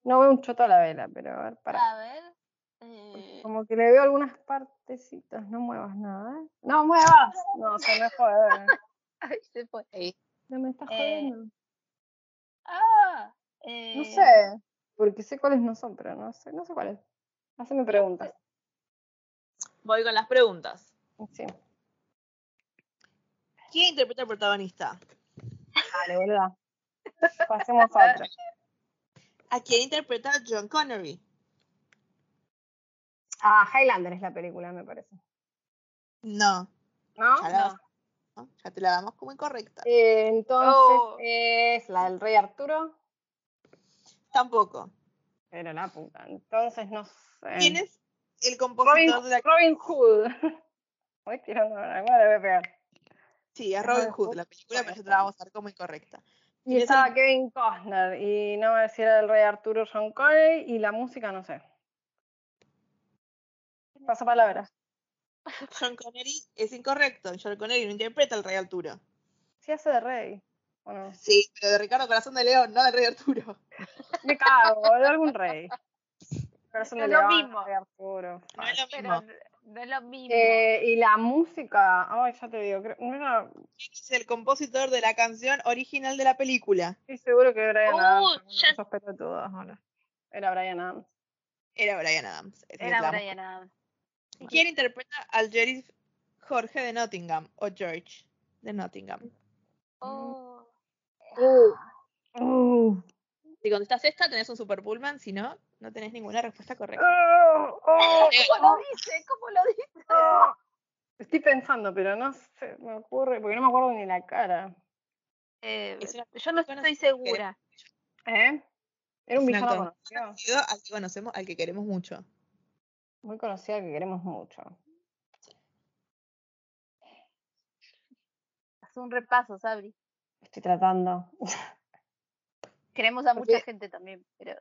S4: no veo un choto a la vela, pero a ver, para.
S5: A ver. eh,
S4: Como que le veo algunas partecitas. No muevas nada. ¿eh? ¡No muevas! No, se me jode.
S5: ay, se fue.
S4: No me estás
S5: Eh,
S4: jodiendo.
S5: Ah, eh,
S4: No sé, porque sé cuáles no son, pero no sé, no sé cuáles. Haceme preguntas.
S1: Voy con las preguntas.
S4: Sí.
S1: ¿Quién interpreta al protagonista?
S4: Dale, boluda. Pasemos a otra.
S1: ¿A quién interpreta John Connery?
S4: Ah, Highlander es la película, me parece.
S1: No,
S4: ¿No?
S1: ya, la-
S4: No.
S1: ¿no? ya te la damos como incorrecta.
S4: Eh, entonces
S5: Oh.
S4: es la del Rey Arturo.
S1: Tampoco.
S4: Pero la puta. Entonces no sé.
S1: ¿Quién es el
S4: Eh. Robin,
S1: compositor de la
S4: Robin Hood. Voy tirando ahora, ahora voy a pegar.
S1: Sí, es Robin
S4: Robin
S1: Hood,
S4: Hood.
S1: la película, pero
S4: Bueno,
S1: yo te la vamos a dar como incorrecta.
S4: Y
S1: ¿Quién es
S4: estaba
S1: el-
S4: Kevin Costner. Y no me decía el Rey Arturo John Connery. Y la música, no sé. Paso palabra.
S1: John Connery es incorrecto. John Connery no interpreta al Rey Arturo.
S4: Sí hace de rey. ¿o no?
S1: Sí, pero de Ricardo Corazón de León, no del Rey Arturo.
S4: Me cago, de algún rey. Corazón
S5: No
S4: de
S5: es lo
S4: León,
S5: mismo.
S4: Rey Arturo.
S1: No es lo
S5: pero
S1: mismo.
S5: No es lo mismo.
S4: Eh, y la música, ay, ya te digo, creo- no era,
S1: Es el compositor de la canción original de la película.
S4: estoy seguro que Brian
S5: Uh,
S4: Adams, uno de
S5: ya-
S4: esos pelotudos ahora. Era Brian Adams.
S1: Era Brian Adams. ese es
S5: Era
S1: la-
S5: Brian Adams.
S1: ¿Quién interpreta al sheriff Jorge de Nottingham o George de Nottingham?
S5: Oh,
S4: Uh,
S1: Si contestás esta, tenés un super pullman, si no, no tenés ninguna respuesta correcta.
S4: oh, oh,
S5: ¿Cómo lo dice? ¿Cómo lo dice?
S4: oh. Estoy pensando, pero no se me ocurre, porque no me acuerdo ni la cara.
S5: Eh,
S1: Es una
S5: yo no
S1: persona
S5: estoy
S1: que-
S5: segura.
S4: ¿Eh? Era un
S1: Es un
S4: villano
S1: actor.
S4: conocido,
S1: Yo, al que conocemos, al que queremos mucho.
S4: muy conocido que queremos mucho.
S5: Haz un repaso, Sabri.
S4: Estoy tratando.
S5: Queremos a mucha
S4: Porque-
S5: gente también, pero,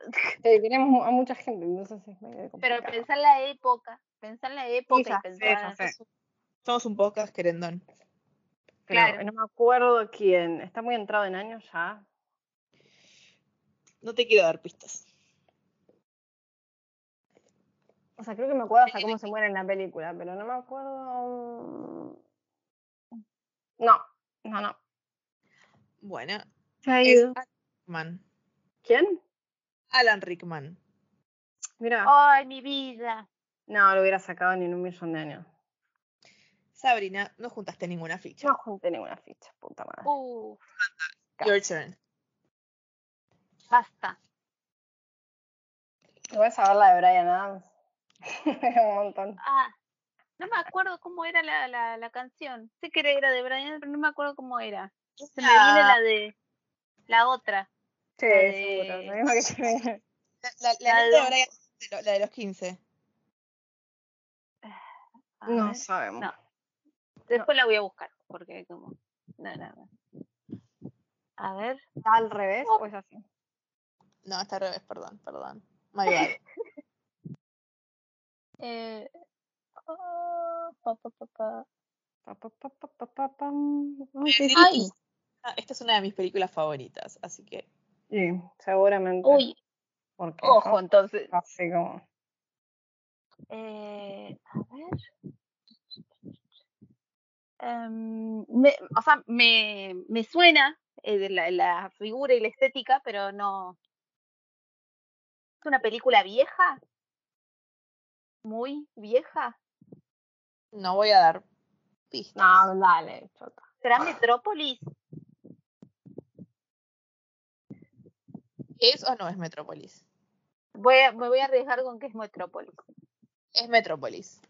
S4: Eh, queremos mu- a mucha gente, entonces es medio
S5: pero pues,
S4: complicado.
S5: pensar la época, pensar la época
S4: ya
S5: y
S4: sé,
S5: pensar.
S4: ya sé.
S1: Somos un podcast querendón.
S4: Pero
S5: claro.
S4: no me acuerdo quién. Está muy entrado en años ya.
S1: No te quiero dar pistas.
S4: O sea, creo que me acuerdo hasta cómo se muere en la película, pero no me acuerdo. No, no, no.
S1: Bueno,
S4: Se ha
S1: es Alan Rickman.
S4: ¿Quién?
S1: Alan Rickman.
S4: Mira.
S5: ¡Ay, mi vida!
S4: No, lo hubiera sacado ni en un millón de años.
S1: Sabrina, no juntaste ninguna ficha.
S4: Yo no junté ninguna ficha, puta madre.
S5: Uf,
S1: Your turn.
S5: basta.
S4: Voy a saber la de Brian Adams. Era un montón.
S5: Ah, no me acuerdo cómo era la, la, la canción. Sé que era de Brian, pero no me acuerdo cómo era. Se me viene la de la otra.
S4: Sí,
S5: de-
S4: seguro. lo mismo que tiene.
S1: La, la- la neta
S5: La
S1: de
S5: de-
S1: Brian, de lo- la de los 15.
S5: A
S4: No
S5: ver.
S4: sabemos.
S5: No. Después la voy a buscar, porque como. No, no, no. A ver.
S4: ¿Está al revés o es así?
S1: No, está al revés, perdón, perdón. My bad.
S5: Eh, ah, pa, pa, pa, pa.
S4: Pa, pa, pa, pa, pa, pa, pam. Ay, qué
S1: Decir-
S5: Ay.
S1: Ah, Esta es una de mis películas favoritas, así que
S4: Sí, seguramente.
S5: Uy,
S4: porque
S5: ojo,
S4: son
S5: entonces.
S4: Así como.
S5: Eh, a ver. Em, me- o sea, me, me suena eh, de la, la figura y la estética, pero no. ¿Es una película vieja? ¿Muy vieja?
S1: no voy a dar pistas.
S4: No, dale, chota.
S5: ¿Será Metrópolis?
S1: ¿Es o no es Metrópolis?
S5: Voy a- me voy a arriesgar con que es Metrópolis.
S1: Es Metrópolis.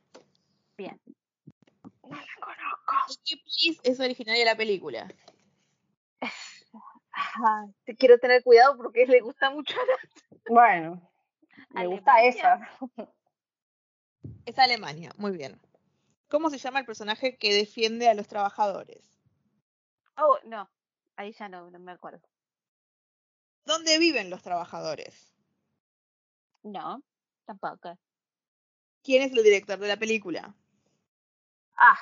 S4: No la conozco.
S1: ¿Y qué país es originaria de la película?
S5: Ajá, te quiero tener cuidado porque le gusta mucho a la-
S4: Bueno, me gusta
S5: Alemania.
S4: esa.
S1: Es Alemania, muy bien. ¿Cómo se llama el personaje que defiende a los trabajadores?
S5: Oh, no, ahí ya no, no me acuerdo.
S1: ¿Dónde viven los trabajadores?
S5: No, tampoco.
S1: ¿Quién es el director de la película?
S5: Ah,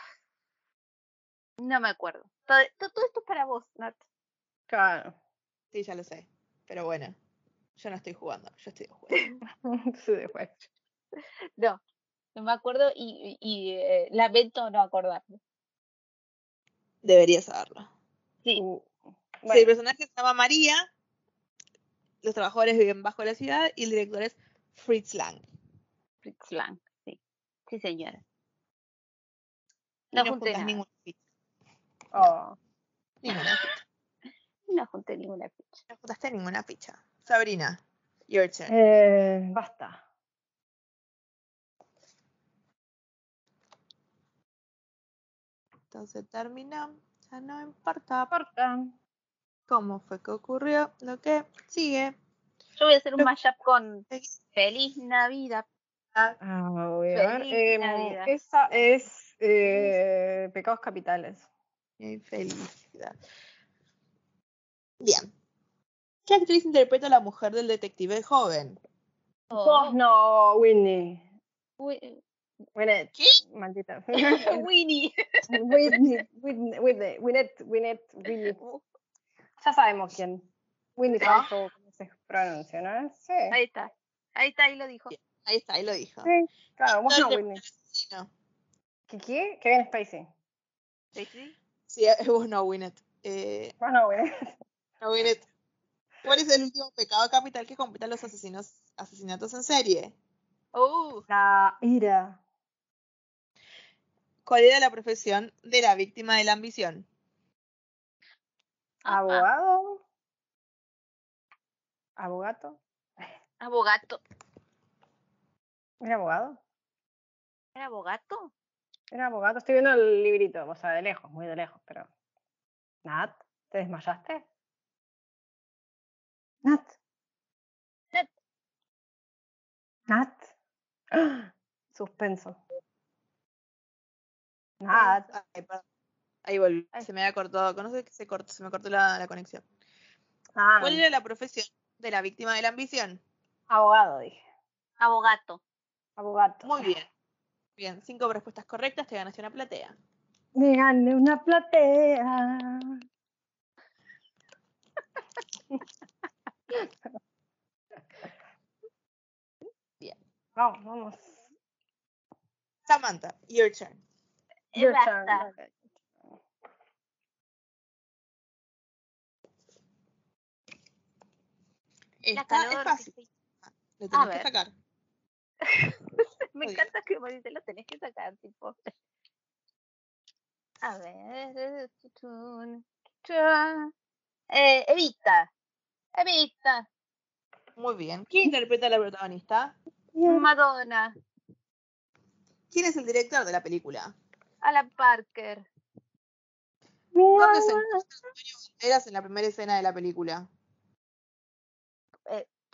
S5: no me acuerdo. Todo, to- todo esto es para vos, Nat.
S4: Claro.
S1: Sí, ya lo sé. Pero bueno, yo no estoy jugando, yo estoy jugando.
S4: Sí, después.
S5: No, no me acuerdo y, y- y, eh, lamento no acordarme.
S1: Debería saberlo.
S5: Sí,
S4: Uh,
S1: Si el
S4: bueno,
S1: personaje se llama María, los trabajadores viven bajo la ciudad y el director es Fritz Lang.
S5: Fritz Lang, sí. Sí, señora.
S1: Y
S5: No junté
S1: juntas
S5: nada,
S1: ninguna ficha.
S4: oh,
S1: Ninguna.
S5: no junté ninguna ficha.
S1: No juntaste ninguna ficha. Sabrina, your turn.
S4: eh, basta.
S1: Entonces termina. Ya no importa
S4: Corta.
S1: cómo fue que ocurrió, lo que sigue.
S5: Yo voy a hacer un
S1: Lo-
S5: mashup con
S1: es-
S5: Feliz Navidad.
S4: Ah, voy a ver.
S5: Feliz
S4: Em,
S5: Navidad.
S4: esa es eh, Pecados Capitales.
S1: y Felicidad. Bien. ¿Qué actriz interpreta a la mujer del detective joven?
S4: Vos no, Whitney.
S5: Wi-
S4: Winnet.
S1: ¿Qué?
S4: Maldita.
S5: Winnie.
S4: Whitney, Whitney, Whitney, Winnet, Winnet, Winnet. Ya sabemos quién. Winnie Paltrow, ¿cómo se pronuncia, no? Sí.
S5: Ahí está. Ahí está, ahí lo dijo.
S1: Ahí está, ahí lo dijo.
S4: Sí, claro, vos no,
S1: Soy de-
S4: Whitney.
S1: Sí, no.
S4: ¿Qué qué? Kevin Spacey.
S5: ¿Sí?
S1: Sí, vos no, Winnet. Eh,
S4: Bueno, güey.
S1: no, Winnet. Ah, ¿Cuál es el último pecado capital que cometen los asesinos, asesinatos en serie?
S5: Uh,
S4: La ira.
S1: ¿Cuál era la profesión de la víctima de la ambición?
S5: ah,
S4: Abogado. Abogato.
S5: abogato.
S4: ¿Era abogado?
S5: ¿Era abogato?
S4: Era abogado. Estoy viendo el librito, o sea, de lejos, muy de lejos, pero. Nat, ¿te desmayaste? Nat.
S5: Nat.
S4: Nat. ¡Ah! Suspenso. Nat.
S1: Ay, perdón. Ahí volví.
S5: Ah. Ay.
S1: Se me había cortado. Conoce que se cortó, se me cortó la, la conexión.
S4: Ah,
S1: ¿Cuál era la profesión de la víctima de la ambición?
S4: abogado, dije.
S5: Abogato.
S4: Abogato.
S1: Muy bien. Bien, cinco respuestas correctas, te ganaste una platea.
S4: Me gané una platea.
S1: Bien.
S4: Vamos, vamos.
S1: Samantha, your turn.
S5: Eh,
S4: Your
S5: basta.
S4: turn.
S5: La
S1: Esta es
S5: calor.
S1: fácil,
S5: que se-
S1: le
S5: A
S1: tenés que
S5: ver.
S1: sacar.
S5: Me
S1: Muy bien.
S5: encanta que Marita lo tenés que sacar, tipo. A ver. eh, tutun, tutun. Eh, evita. Evita.
S1: Muy bien. ¿Quién interpreta a la protagonista?
S5: Madonna.
S1: ¿Quién es el director de la película?
S5: Alan Parker. Ah,
S1: ¿Dónde se encuentra Antonio Banderas en la primera escena de la película?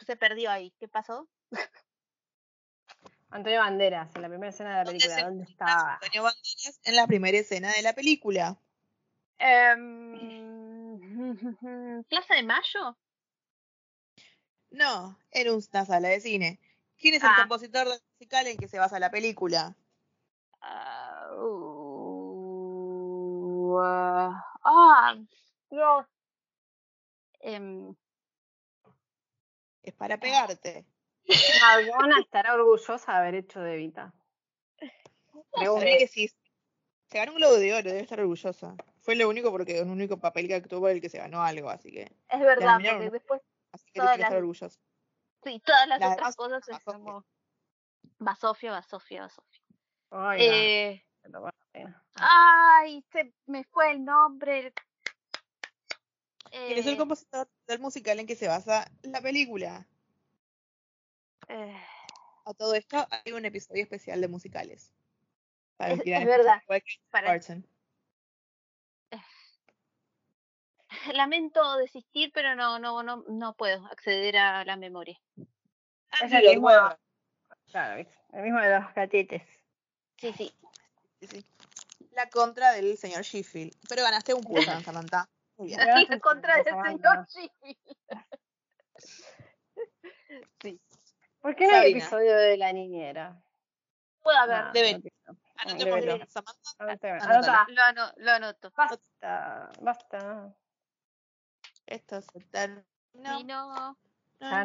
S5: Se perdió ahí. ¿Qué pasó?
S4: Antonio Banderas, en la primera escena de la
S1: ¿Dónde
S4: película,
S1: se
S4: ¿dónde
S1: encuentra
S4: estaba?
S1: Ah, Antonio Banderas en la primera escena de la película.
S5: Em, Plaza de Mayo.
S1: No, en una sala de cine. ¿Quién es el
S5: Ah.
S1: compositor del musical en que se basa la película?
S5: Ah, uh, ah, ah, Dios. Em,
S1: Es
S5: Ah.
S1: para pegarte.
S4: Madonna estará orgullosa de haber hecho de Evita.
S1: Se ve que sí. Se ganó un globo de oro, debe estar orgullosa. Fue lo único porque un único papel que actuó por el que se ganó algo, así que,
S5: es verdad,
S1: nominaron,
S5: porque
S1: ¿no?
S5: después
S1: así que tiene
S5: Todas
S1: que estar
S5: las-
S1: orgullosa.
S5: sí, todas las
S1: Las demás,
S5: otras cosas es
S1: Basofia.
S5: como Basofia, Basofia, Basofia.
S4: Ay, no,
S5: Eh,
S4: no vale la pena.
S5: ay, se me fue el nombre.
S1: ¿Quién es el
S5: Eh,
S1: compositor del musical en que se basa la película?
S5: eh,
S1: A todo esto hay un episodio especial de musicales. Para
S5: Es-
S1: los que quieran
S5: es verdad.
S1: escuchar, igual que
S5: para,
S1: Barton.
S5: lamento desistir, pero no, no, no, no puedo acceder a la memoria.
S4: Es
S1: Andy
S4: el mismo,
S1: Ordwell.
S4: claro, ¿viste? el mismo de los gatites.
S5: Sí, sí.
S1: Sí, sí. La contra del señor Sheffield. Pero ganaste un punto, Samantha. Muy bien.
S4: Gracias,
S5: La contra del
S4: señorita
S5: señor
S4: Samantha.
S5: Jimmy.
S4: ¿Por qué no hay
S1: Sabina.
S4: episodio de la niñera?
S5: Puede
S4: No,
S5: haber.
S1: deben.
S4: no tiene-
S1: Anotemos,
S4: Débelo.
S1: Samantha.
S4: anota-
S1: Anótalo.
S4: anota.
S5: Lo, ano- lo anoto.
S4: Basta, basta.
S1: Esto se terminó.
S5: Y no
S4: Ya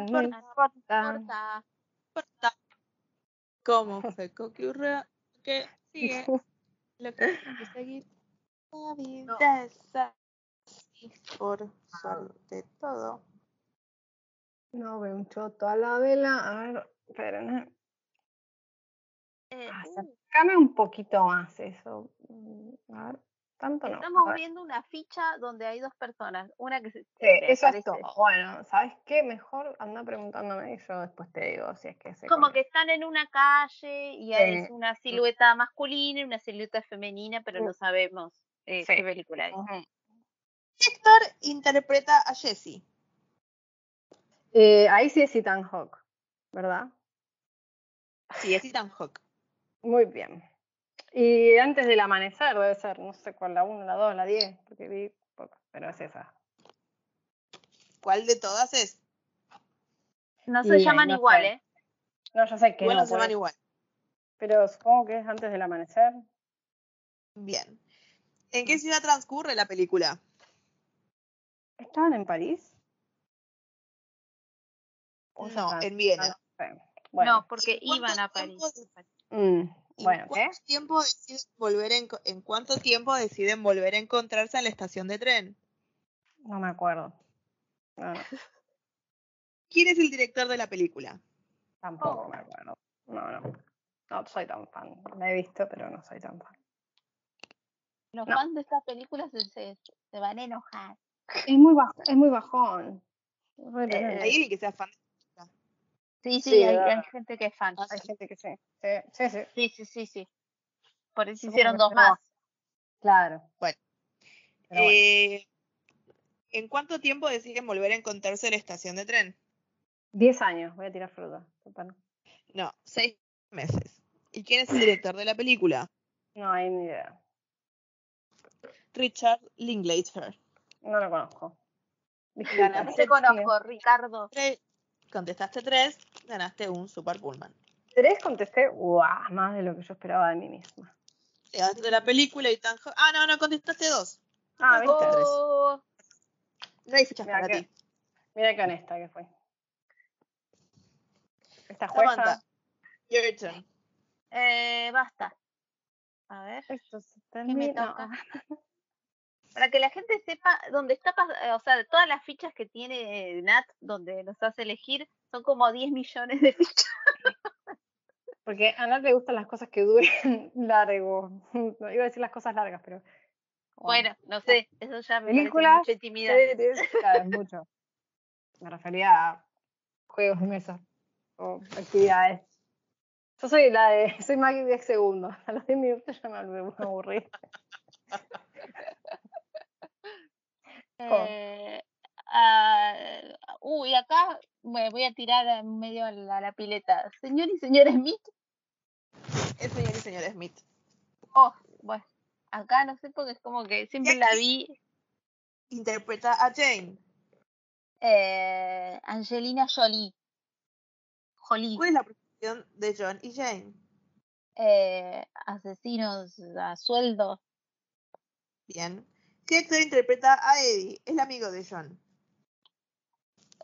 S1: No
S4: no
S1: importa
S4: importa.
S5: importa.
S1: importa cómo fue que ocurrió, que sigue lo que hay que seguir. La vida es así, por suerte todo.
S4: No veo un choto a la vela. A ver, esperen.
S5: Eh,
S4: Ah,
S5: uh,
S4: Acercame un poquito más eso. Mm, A ver, tanto no.
S5: estamos
S4: a ver.
S5: viendo una ficha donde hay dos personas. Una que se.
S4: Sí,
S5: me
S4: eso es
S5: parece-
S4: todo. Bueno, ¿sabes qué? Mejor anda preguntándome y yo después te digo si es que se
S5: Como que
S4: conecta.
S5: están en una calle y hay
S4: Sí.
S5: una silueta masculina y una silueta femenina, pero no sabemos eh,
S4: Sí.
S5: qué película es.
S4: Ujú.
S1: Héctor interpreta a Jesse.
S4: Eh, ahí sí es Ethan Hawk, ¿verdad?
S1: Sí, es Ethan Hawke.
S4: Muy bien. Y antes del amanecer debe ser, no sé cuál, la 1, la 2, la 10, porque vi poco, pero es esa.
S1: ¿Cuál de todas es?
S5: No
S4: Y
S5: se
S4: ahí
S5: llaman
S4: no sé.
S5: igual, ¿eh?
S4: No, yo sé que
S1: Bueno,
S4: no,
S1: se
S4: por
S1: van
S4: eso,
S1: igual.
S4: pero supongo que es antes del amanecer.
S1: Bien. ¿En qué ciudad transcurre la película?
S4: ¿Estaban en París? O ya
S1: No,
S4: estaban-
S1: en
S4: ah,
S1: Viena.
S4: no sé. ah, Bueno, mm,
S5: no, porque
S1: ¿Cuánto
S5: iban a París.
S1: tiempo- ¿En
S4: Bueno, ¿qué?
S1: cuánto tiempo deciden volver en, en cuánto tiempo deciden volver a encontrarse en la estación de tren?
S4: No me acuerdo. No, no,
S1: ¿Quién es el director de la película?
S4: tampoco me acuerdo. No, no. No soy tan fan. La he visto, pero no soy tan fan.
S5: Los
S4: No.
S5: fans de estas películas se, se- se van a enojar.
S4: Es muy, baj- es muy bajón. Re
S5: Eh,
S4: pelota.
S1: ¿Hay alguien que sea fan?
S5: Sí, sí,
S4: Sí,
S5: hay,
S4: ¿verdad?
S5: hay gente que es fan.
S4: Hay gente que sí. Sí, sí, sí.
S5: Sí, sí, sí, sí. Por eso
S4: Supongo
S5: hicieron
S4: que
S5: dos
S4: no.
S5: más.
S4: Claro.
S1: Bueno.
S4: Pero bueno,
S1: Eh, ¿En cuánto tiempo deciden volver a encontrarse en la estación de tren?
S4: 10 años, voy a tirar fruta. Total.
S1: No, seis meses. ¿Y quién es el director de la película?
S4: No hay ni idea.
S1: Richard Linklater.
S4: No lo conozco. Disculpa.
S5: No te conozco, Ricardo.
S1: Tre- Contestaste tres, ganaste un Super Pullman.
S4: Tres contesté, guau, más de lo que yo esperaba de mí misma.
S1: Te vas de la película y tan jo- Ah, no, no, contestaste dos.
S4: Ah, viste.
S5: Oh,
S1: No hay fichas
S4: Mira
S1: para
S4: que-
S1: ti.
S4: Mira qué honesta que fue. Esta jueza.
S1: Samantha, your turn.
S5: eh, basta. A ver.
S4: Esto se
S5: ¿Qué me
S4: termina.
S5: toca? Para que la gente sepa dónde está, pas- eh, o sea, todas las fichas que tiene eh, Nat, donde nos hace elegir, son como 10 millones de fichas.
S4: Porque a Nat le gustan las cosas que duren largo. No, iba a decir las cosas largas, pero.
S5: Bueno, no sé, eso ya me
S4: Películas,
S5: parece mucha intimidad.
S4: series, claro, es mucho. Me refería a juegos de mesa o actividades. Yo soy la de. Soy Maggie 10 segundos. A los 10 minutos ya me aburrí- me aburrí.
S5: Eh, ah, uy, acá me voy a tirar a- medio a la, a la pileta. Señor y señora Smith,
S1: El señor y señora Smith.
S5: bueno, acá no sé porque es como que siempre la vi
S1: Interpreta a Jane.
S5: eh, Angelina Jolie. Jolie.
S1: ¿Cuál es la profesión de John y Jane?
S5: eh, asesinos a sueldo.
S1: Bien. ¿Qué actor interpreta a Eddie? El amigo de John.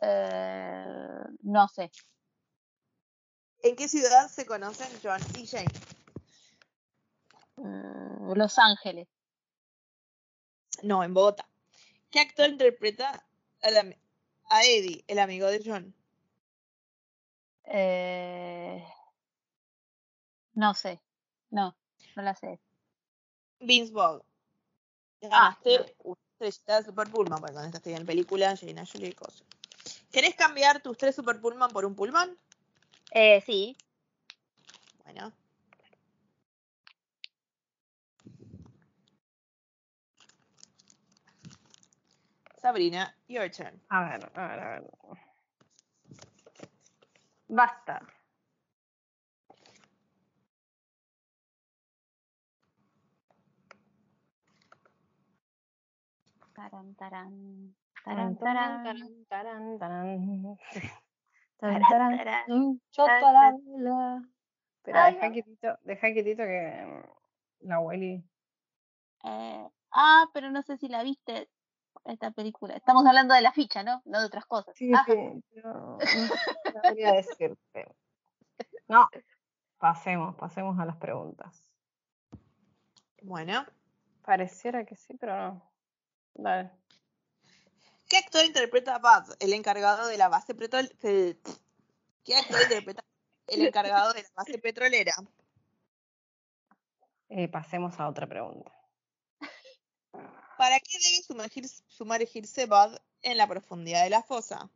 S5: eh, no sé.
S1: ¿En qué ciudad se conocen John y Jane?
S5: mm, Los Ángeles.
S1: No, en Bogotá. ¿Qué actor interpreta a, la- a Eddie, el amigo de John?
S5: eh, no sé. No, no la sé.
S1: Vince Vaughn.
S5: Ah,
S1: Ganaste una estrellita de Super Pullman, porque contestaste bien película, Angelina Jolie y cosas. ¿Querés cambiar tus tres Super Pullman por un Pullman?
S5: Eh, sí.
S1: Bueno. Sabrina, your turn.
S4: A ver, a ver, a ver. Basta.
S5: Tarán, tarán, tarán,
S4: Tarán, tarán,
S5: tarán,
S4: tarán, tarán. Tarán,
S5: tarán,
S4: tarán,
S5: tarán.
S4: mm, yo
S5: tarán,
S4: tarán, la. Espera,
S5: Ay,
S4: deja
S5: no.
S4: quietito, deja quietito que mm, la Willy.
S5: Eh, ah, pero no sé si la viste esta película. Estamos hablando de la ficha, ¿no? No de otras cosas. Ah,
S4: Sí,
S5: Ajá.
S4: sí, Ah. no, no sabría decirte. No, pasemos, pasemos a las preguntas.
S1: Bueno.
S4: Pareciera que sí, pero no. Dale.
S1: ¿Qué actor interpreta a Buzz, el encargado de la base petrolera? ¿Qué actor interpreta el encargado de la base petrolera?
S4: Eh, pasemos a otra pregunta.
S1: ¿Para qué debe sumergir- sumergirse Buzz en la profundidad de la fosa?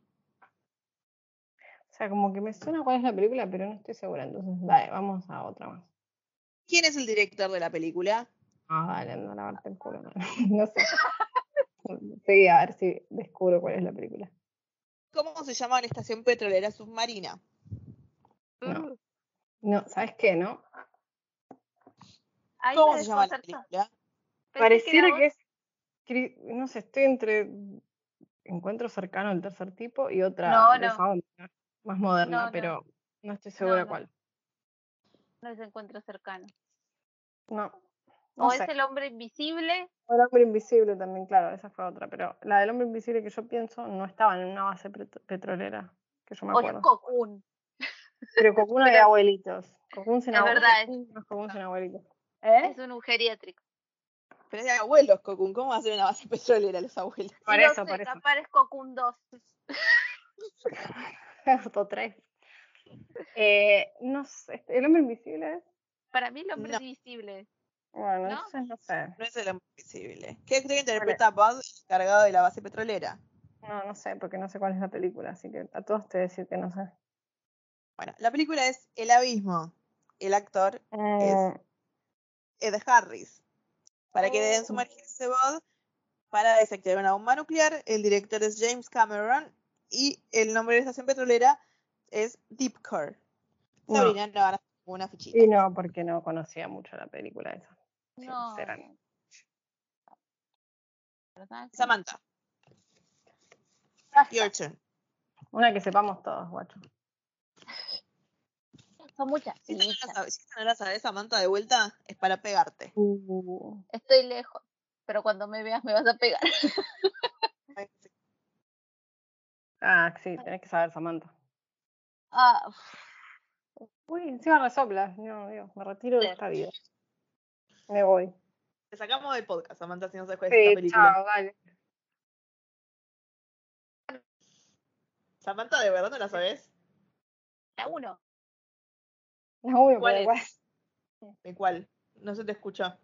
S4: O sea, como que me suena cuál es la película, pero no estoy segura. Entonces, dale, vamos a otra más.
S1: ¿Quién es el director de la película?
S4: Ah, dale, anda a lavarte el culo. No, no sé. Sí, a ver si descubro cuál es la película.
S1: ¿Cómo se llama la estación petrolera submarina?
S4: No. No, ¿sabes qué, no?
S5: Ahí
S1: ¿Cómo
S5: me
S1: se llama la
S5: desconcertó.
S1: película?
S5: Pensé que era
S4: Pareciera que
S5: vos.
S4: es. cri- No sé, estoy entre Encuentro cercano al tercer tipo y otra
S5: No,
S4: de
S5: no.
S4: esa onda, más moderna,
S5: No, no.
S4: pero no estoy segura
S5: no.
S4: cuál.
S5: No se encuentro cercano.
S4: No.
S5: O
S4: No
S5: es
S4: sé.
S5: el hombre invisible
S4: O El hombre invisible también, claro, esa fue otra, pero la del hombre invisible que yo pienso no estaba en una base pet- petrolera, que yo me
S5: o es
S4: acuerdo.
S5: Cocoon.
S4: Pero como una de
S5: Pero-
S4: abuelitos. Cocoon
S5: Es verdad, es-
S4: Nos comemos un abuelito. ¿Eh?
S5: Es un geriátrico.
S1: Pero es de abuelos, Cocun. ¿Cómo va a ser una base petrolera los abuelos?
S4: Por
S5: no
S4: eso,
S5: sé,
S4: por eso.
S5: capaz es Cocoon 2.
S4: Otro tres. Eh, no sé, ¿el hombre invisible?
S5: Para mí lo
S1: No.
S5: previsible.
S4: Bueno,
S5: ¿No?
S4: entonces no sé.
S1: No es el hombre invisible. ¿Qué actor interpreta a Bud, encargado de la base petrolera?
S4: No, no sé, porque no sé cuál es la película, así que a todos te voy a decir que no sé.
S1: Bueno, la película es El Abismo. El actor
S4: Mm,
S1: Ed Harris. Para que deben
S4: Oh.
S1: sumergirse Bod para desactivar una bomba nuclear. El director es James Cameron y el nombre de la estación petrolera es Deep Core.
S4: No.
S1: Sabrina no van a hacer una fichita.
S4: Y no, porque no conocía mucho la película esa.
S5: No.
S4: Sinceramente.
S5: ¿verdad?
S1: Samantha, your turn.
S4: Una que sepamos todos, guacho.
S5: Son muchas.
S1: Si esta no la
S5: muchas.
S1: sabes, si esta no la sabes, Samantha, de vuelta, es para pegarte.
S5: Estoy lejos. Pero cuando me veas me vas a pegar.
S4: Ah, sí, tenés que saber, Samantha.
S5: Ah,
S4: Uy, encima resopla. No, Dios, me retiro de
S5: Sí.
S4: esta vida. Me voy.
S1: Te sacamos del podcast, Samantha, si no sabes cuál es esta
S4: Sí,
S1: película.
S4: chao, dale.
S1: Samantha, ¿de verdad no la sabes?
S5: la uno.
S4: No, uno,
S1: ¿Cuál
S4: pero
S1: es?
S4: igual.
S1: ¿De cuál? No se te escucha.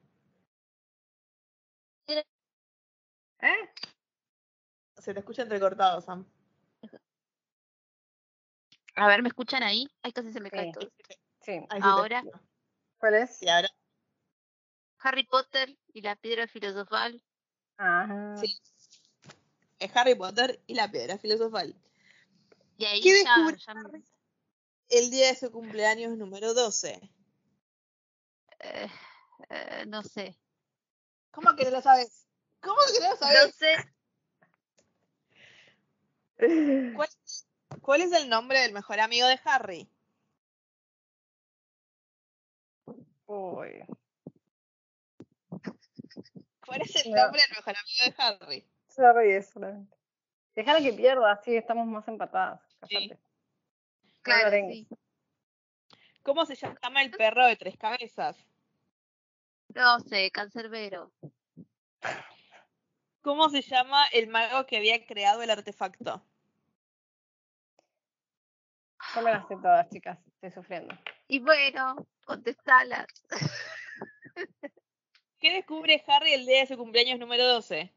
S4: ¿Eh?
S1: Se te escucha entrecortado, Sam.
S5: A ver, ¿me escuchan ahí? Ay, casi se me
S4: Sí.
S5: cae todo.
S4: Sí.
S1: Ahí se te
S5: Ahora.
S1: escucha.
S4: ¿Cuál es?
S1: Y ahora.
S5: Harry Potter y la piedra filosofal.
S4: Ajá.
S1: Sí. Es Harry Potter y la piedra filosofal.
S5: Y ahí
S1: ¿Qué
S5: ya,
S1: descubre
S5: ya me-
S1: El día de su cumpleaños número 12.
S5: eh, eh, no sé.
S1: ¿Cómo que no lo sabes? ¿Cómo que no lo
S5: No
S1: sabes?
S5: sé.
S1: ¿Cuál, cuál es el nombre del mejor amigo de Harry?
S4: Uy.
S1: ¿Cuál es el
S4: No.
S1: nombre del mejor amigo de Harry?
S4: Se ríe solamente. Dejala que pierda, así estamos más empatadas.
S1: Sí.
S4: Cállate.
S5: Claro,
S4: tengo.
S5: sí.
S1: ¿Cómo se llama el perro de tres cabezas?
S5: No sé, cancerbero.
S1: ¿Cómo se llama el mago que había creado el artefacto?
S4: Yo me las sé todas, chicas. Estoy sufriendo.
S5: Y bueno, contestala.
S1: ¿Qué descubre Harry el día de su cumpleaños número 12?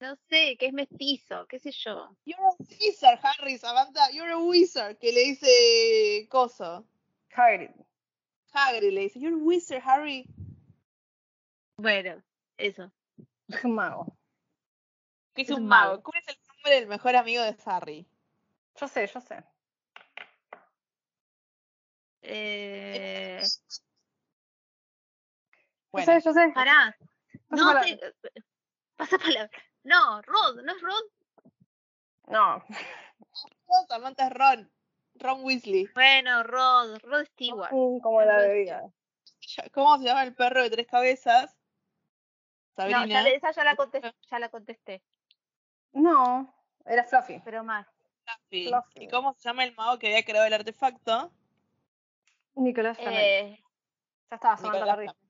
S5: No sé, que es mestizo, qué sé yo.
S1: You're a wizard, Harry, Samantha, you're a wizard, que le dice Coso.
S4: Hagrid.
S1: Hagrid le dice, you're a wizard, Harry.
S5: Bueno, eso.
S4: Es un mago.
S1: Que es
S5: Es
S1: un
S5: un
S1: mago.
S5: mago.
S1: ¿Cuál es el nombre del mejor amigo de Harry?
S4: Yo sé, yo sé.
S5: Eh,
S1: Bueno,
S4: Yo sé, yo sé.
S5: pará.
S4: Pasa
S5: No
S4: palabra.
S5: sé. Pasa palabra. No, Rod, ¿no es Rod?
S4: No.
S1: Samantha es Ron. Ron Weasley.
S5: Bueno, Rod, Rod Stewart.
S4: Mm, Como la bebida.
S1: ¿Cómo se llama el perro de tres cabezas? Sabrina.
S5: No, ya, le- esa ya la contesté, ya la contesté,
S4: No. Era Fluffy.
S5: pero más.
S1: Sí.
S4: Fluffy.
S1: ¿Y cómo se llama el mago que había creado el artefacto?
S4: Nicolás Flamel.
S5: Eh,
S4: ya estaba, Samantha
S1: Nicolás
S4: perdí.
S5: Flamel.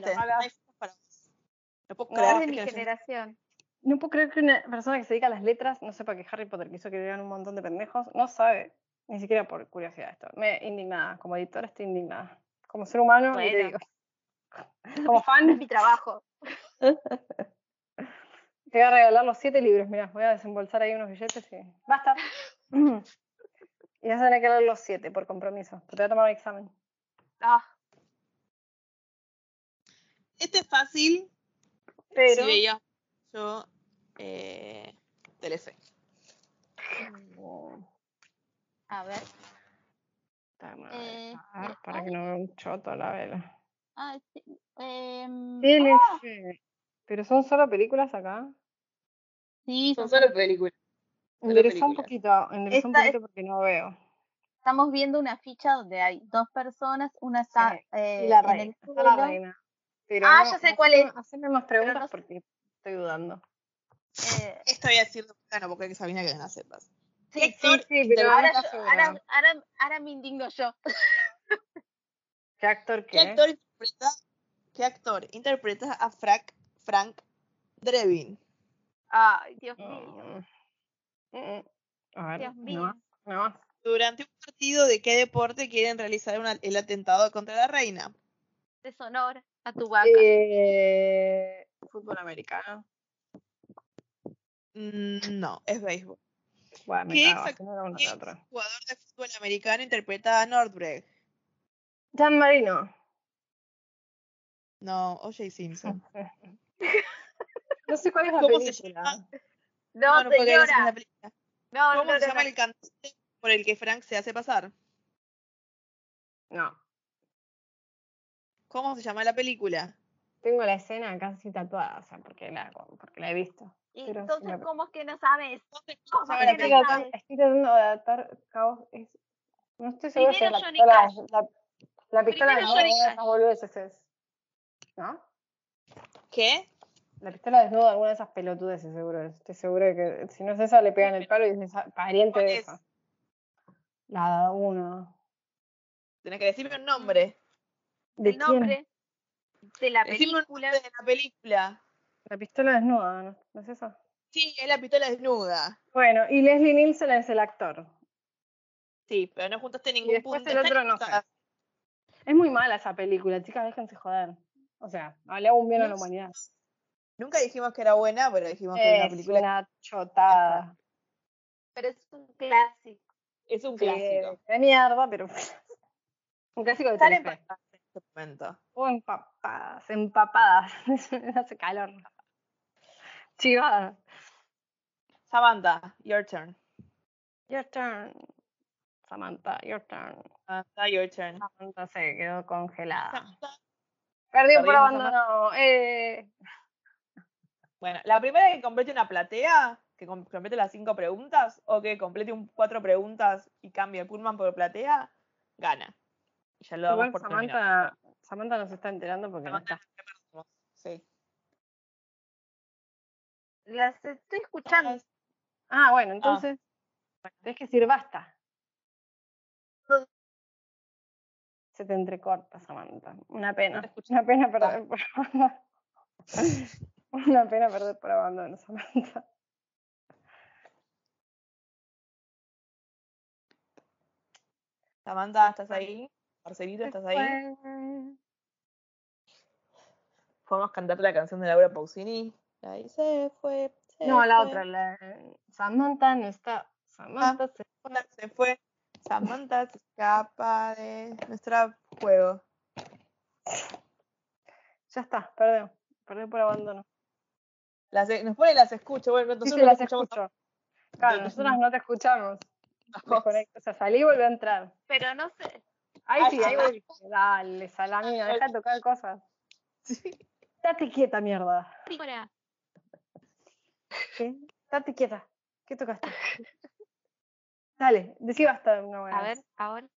S1: Tardiste.
S5: Y bueno,
S4: ahora-
S1: No hay cosas para vos. No puedo
S4: No,
S1: creer
S5: es de
S1: que
S5: mi
S1: no hayas-
S5: generación.
S4: No puedo creer que una persona que se dedica a las letras, no sepa que Harry Potter quiso que vean un montón de pendejos, no sabe, ni siquiera por curiosidad esto. Me indignada, como editora estoy indignada. Como ser humano, ni te
S5: Bueno.
S4: digo. Como
S5: Es
S4: fan,
S5: mi trabajo.
S4: te voy a regalar los siete libros, mirá, voy a desembolsar ahí unos billetes y... ¡Basta! y vas a tener que leer los siete, por compromiso. Te voy a tomar el examen.
S5: Ah,
S1: Este es fácil,
S4: Pero...
S1: si veía yo eh, Telefe.
S4: Oh,
S5: a ver.
S4: puta madre.
S5: Eh,
S4: A ver, ah, para que no vea un choto a la vela.
S5: ah, sí, em,
S4: Telefe. Pero son solo películas acá.
S5: sí,
S1: Son
S5: son-
S1: solo películas. Solo
S4: Enderezá un
S1: películas.
S4: poquito, enderezá un
S5: Esta es-
S4: poquito porque no veo.
S5: estamos viendo una ficha donde hay dos personas, una está
S4: Sí,
S5: eh,
S4: Y la
S5: en el
S4: reina. está la
S5: suelo.
S4: reina. Pero
S5: Ah, ya sé cuál es.
S4: haceme- Haceme más preguntas
S5: no sé.
S4: porque estoy dudando.
S5: eh,
S1: Esta voy a decir no, porque Sabina que no la sepas.
S5: sí,
S1: Héctor,
S4: sí,
S1: pero
S4: no
S5: ahora,
S4: estás
S5: yo-
S4: segura.
S5: ahora, ahora- ahora me indigno yo.
S4: ¿Qué actor
S1: ¿Qué actor interpreta, qué actor interpreta a Frank, Frank Drebin?
S5: Ay, Dios mío.
S4: Mm. Mm. A ver,
S5: Dios
S4: no,
S5: mío.
S4: no.
S1: Durante un partido de qué deporte quieren realizar una- el atentado contra la reina.
S5: De Sonora a tu vaca.
S4: Eh, fútbol americano.
S1: Mm, No, es béisbol.
S4: Bueno, me
S1: ¿Qué
S4: cago,
S1: exact-
S4: si no era una
S1: ¿Qué
S4: de otra.
S1: jugador de fútbol americano interpreta a Nordberg?
S4: Dan Marino.
S1: No, O.J. Simpson.
S4: No sé cuál es la
S1: ¿Cómo se
S4: película.
S1: llama?
S5: No,
S1: no puedo creer que sea
S5: señora.
S1: esa película.
S5: No, no,
S1: ¿Cómo
S5: no,
S1: se llama
S5: no.
S1: el cantante por el que Frank se hace pasar?
S4: No,
S1: ¿Cómo se llama la película?
S4: tengo la escena casi tatuada, o sea, porque la, porque la he visto.
S5: Y
S4: Pero sí
S5: Entonces,
S4: la-
S5: ¿cómo es que no sabes?
S1: Entonces, ¿cómo
S5: ¿Cómo
S1: se llama la
S5: que no
S4: Estoy
S1: película?
S4: tratando,
S5: sabes?
S4: estoy tratando de adaptar caos. es- no estoy segura si
S5: Primero
S4: la
S5: Johnny
S4: pistola,
S5: Cash.
S4: la, la pistola
S5: Primero
S4: desnuda, alguna
S5: Johnny
S4: de
S5: Cash.
S4: esas boludeces es. ¿No?
S1: ¿Qué?
S4: La pistola desnuda, alguna de esas pelotudeces, seguro. es. Estoy segura que si no es esa, le pegan el palo y es esa- pariente
S1: ¿Cuál
S4: de
S1: es?
S4: esa. La uno.
S1: Tenés que decirme un nombre.
S4: ¿De
S5: El
S4: quién?
S5: nombre de la
S1: Decime un nombre
S5: película.
S1: de la película.
S4: La pistola desnuda, ¿no, ¿No es esa?
S1: Sí, es la pistola desnuda.
S4: Bueno, y Leslie Nielsen es el actor.
S1: Sí, pero no juntaste
S4: Y
S1: ningún
S4: después
S1: punto.
S4: el otro no sé. Es muy mala esa película, chicas, déjense joder. O sea, no le hago un bien a la
S1: No sé.
S4: humanidad.
S1: Nunca dijimos que era buena, pero dijimos que era una
S4: Es
S1: película.
S4: una chotada.
S5: Pero es un clásico.
S1: Es un
S4: Eh,
S1: clásico.
S4: de mierda, pero un clásico de
S1: Salen
S4: Telefe.
S1: en este momento.
S4: O empapadas, empapadas. Hace calor. Chivada.
S1: Samantha, your turn.
S4: Your turn. Samantha, your turn.
S1: Samantha, your turn.
S4: Samantha se quedó
S5: Ah.
S4: congelada.
S1: Samantha.
S4: Perdió por
S1: Perdimos,
S4: abandono. Eh,
S1: Bueno, la primera que complete una platea, que com- complete las cinco preguntas, o que complete un, cuatro preguntas y cambie el pullman por platea, gana. Y ya lo damos
S4: igual
S1: por terminado.
S4: Samantha, Samantha no se está enterando porque no
S1: Samantha,
S4: está.
S1: no te perdimos. Sí.
S5: Las estoy escuchando
S4: Ah, bueno, entonces. Tenés que decir basta.
S1: Ah.
S4: Se te entrecorta, Samantha. Una pena. una pena perder por abandono. una pena perder por abandono, Samantha.
S1: Samantha, ¿estás ahí? Marcelito, ¿estás ahí? Podemos cantarte la canción de Laura Pausini. Ahí se fue. se
S4: No, la
S1: fue,
S4: otra. La... Samantha no
S1: Ah.
S4: está. Samantha se
S1: Samantha se fue. Samantha se escapa de nuestro juego.
S4: Ya está, perdón. Perdí por abandono.
S1: Las, e, nos pone las escucho. Bueno,
S4: Sí,
S1: nosotros
S4: sí,
S1: no
S4: las
S1: escuchamos
S4: escucho. Claro,
S1: Entonces,
S4: nosotras no te escuchamos.
S1: tampoco.
S4: Desconecto. O sea, salí y volví a entrar.
S5: pero no sé.
S4: Ahí
S1: Ay,
S4: sí, ahí
S1: Samantha.
S4: volví. Dale, salamina, deja de tocar cosas.
S1: Sí.
S4: Date quieta, mierda.
S5: Ahora,
S4: ¿Qué? Date quieta. ¿Qué tocaste? Dale, decí basta una buena
S5: A
S4: vez.
S5: ver, ahora.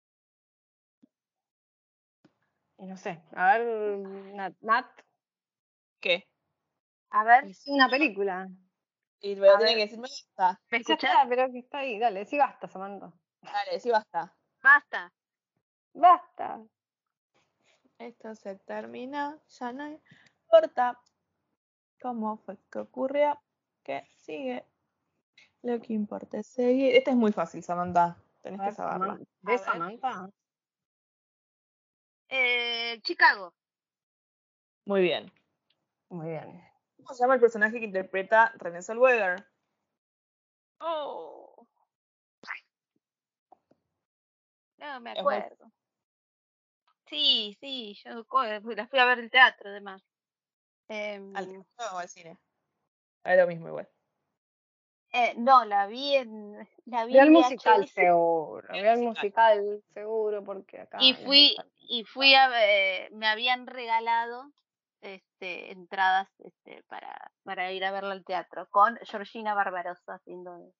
S4: Y no sé. A ver, Nat. Nat
S1: ¿Qué?
S5: A ver,
S4: es una película.
S1: Y pero
S5: A
S1: tiene
S5: ver.
S1: que decirme basta.
S5: ¿me
S4: Ya
S5: escuchás?
S4: está, pero que está ahí. Dale, decí basta, Samantha.
S1: Dale, sí, basta.
S5: Basta.
S4: Basta.
S1: Esto se termina, ya no importa cómo fue que ocurrió, que sigue. Lo que importa es seguir. Esta es muy fácil, Samantha. Tenés
S4: A ver,
S1: que saberla.
S4: Saman-
S5: A
S4: ¿De
S5: ver.
S4: Samantha?
S5: Eh, Chicago.
S1: Muy bien.
S4: Muy bien.
S1: ¿Cómo se llama el personaje que interpreta René Zellweger?
S5: Oh. No me
S1: Es muy-
S5: acuerdo. Sí, sí, yo co- la fui a ver el teatro, además. Em,
S1: ¿Al teatro o al cine? Es lo mismo igual.
S5: eh, no, la vi en. La vi
S4: Vio el
S5: en
S4: musical
S5: VHS.
S4: seguro,
S1: El
S4: vio el
S1: musical.
S4: musical seguro porque acá.
S5: y
S4: les
S5: fui
S4: gusta.
S5: y fui a ver- me habían regalado este entradas este para para ir a verla al teatro con Georgina Barbarosa haciendo de-
S4: ¿De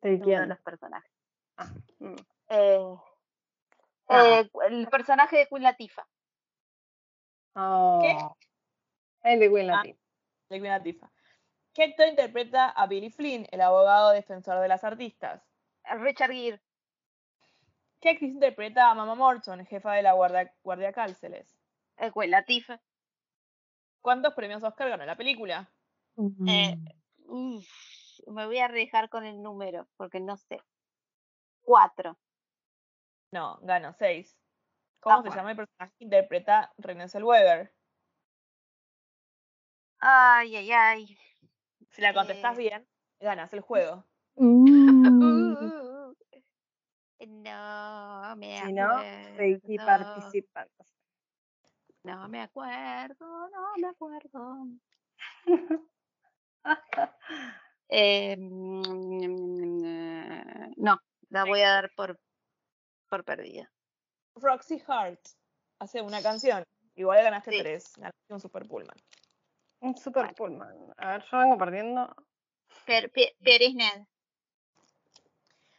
S5: de uno de
S4: quién?
S5: los personajes Ah,
S4: Mm.
S5: Eh,
S4: Ah.
S5: eh, cu- el personaje de Queen Latifa
S4: Oh, El de Will
S1: Ah.
S4: Latif.
S1: De Queen Latifah. ¿Qué actor interpreta
S5: eh,
S1: a Billy Flynn, el abogado defensor de las artistas?
S5: Richard Gere
S1: ¿Qué actriz interpreta a Mama Morton, jefa de la guardia, guardia cárceles?
S5: El cual Latifa.
S1: ¿Cuántos premios Oscar ganó la película?
S5: Eh, uf, me voy a arriesgar con el número, porque no sé. Cuatro.
S1: No, ganó seis. ¿Cómo
S5: Ah,
S1: se
S5: bueno.
S1: llama el personaje que interpreta René Zellweger?
S5: Ay, ay, ay.
S1: Si la contestas
S5: Eh.
S1: bien, ganas el juego.
S4: Mm.
S5: Uh, no, me
S4: Si no, seguí
S5: acuerdo.
S4: participando.
S5: No me acuerdo, no me acuerdo. Eh, mm, no, la voy a dar por, por perdida.
S1: Roxy Hart hace una canción. Igual ganaste
S5: Sí.
S1: tres. Ganaste un super pullman.
S4: Un super pullman. A ver, yo vengo perdiendo.
S5: Per, pe- pero es nada.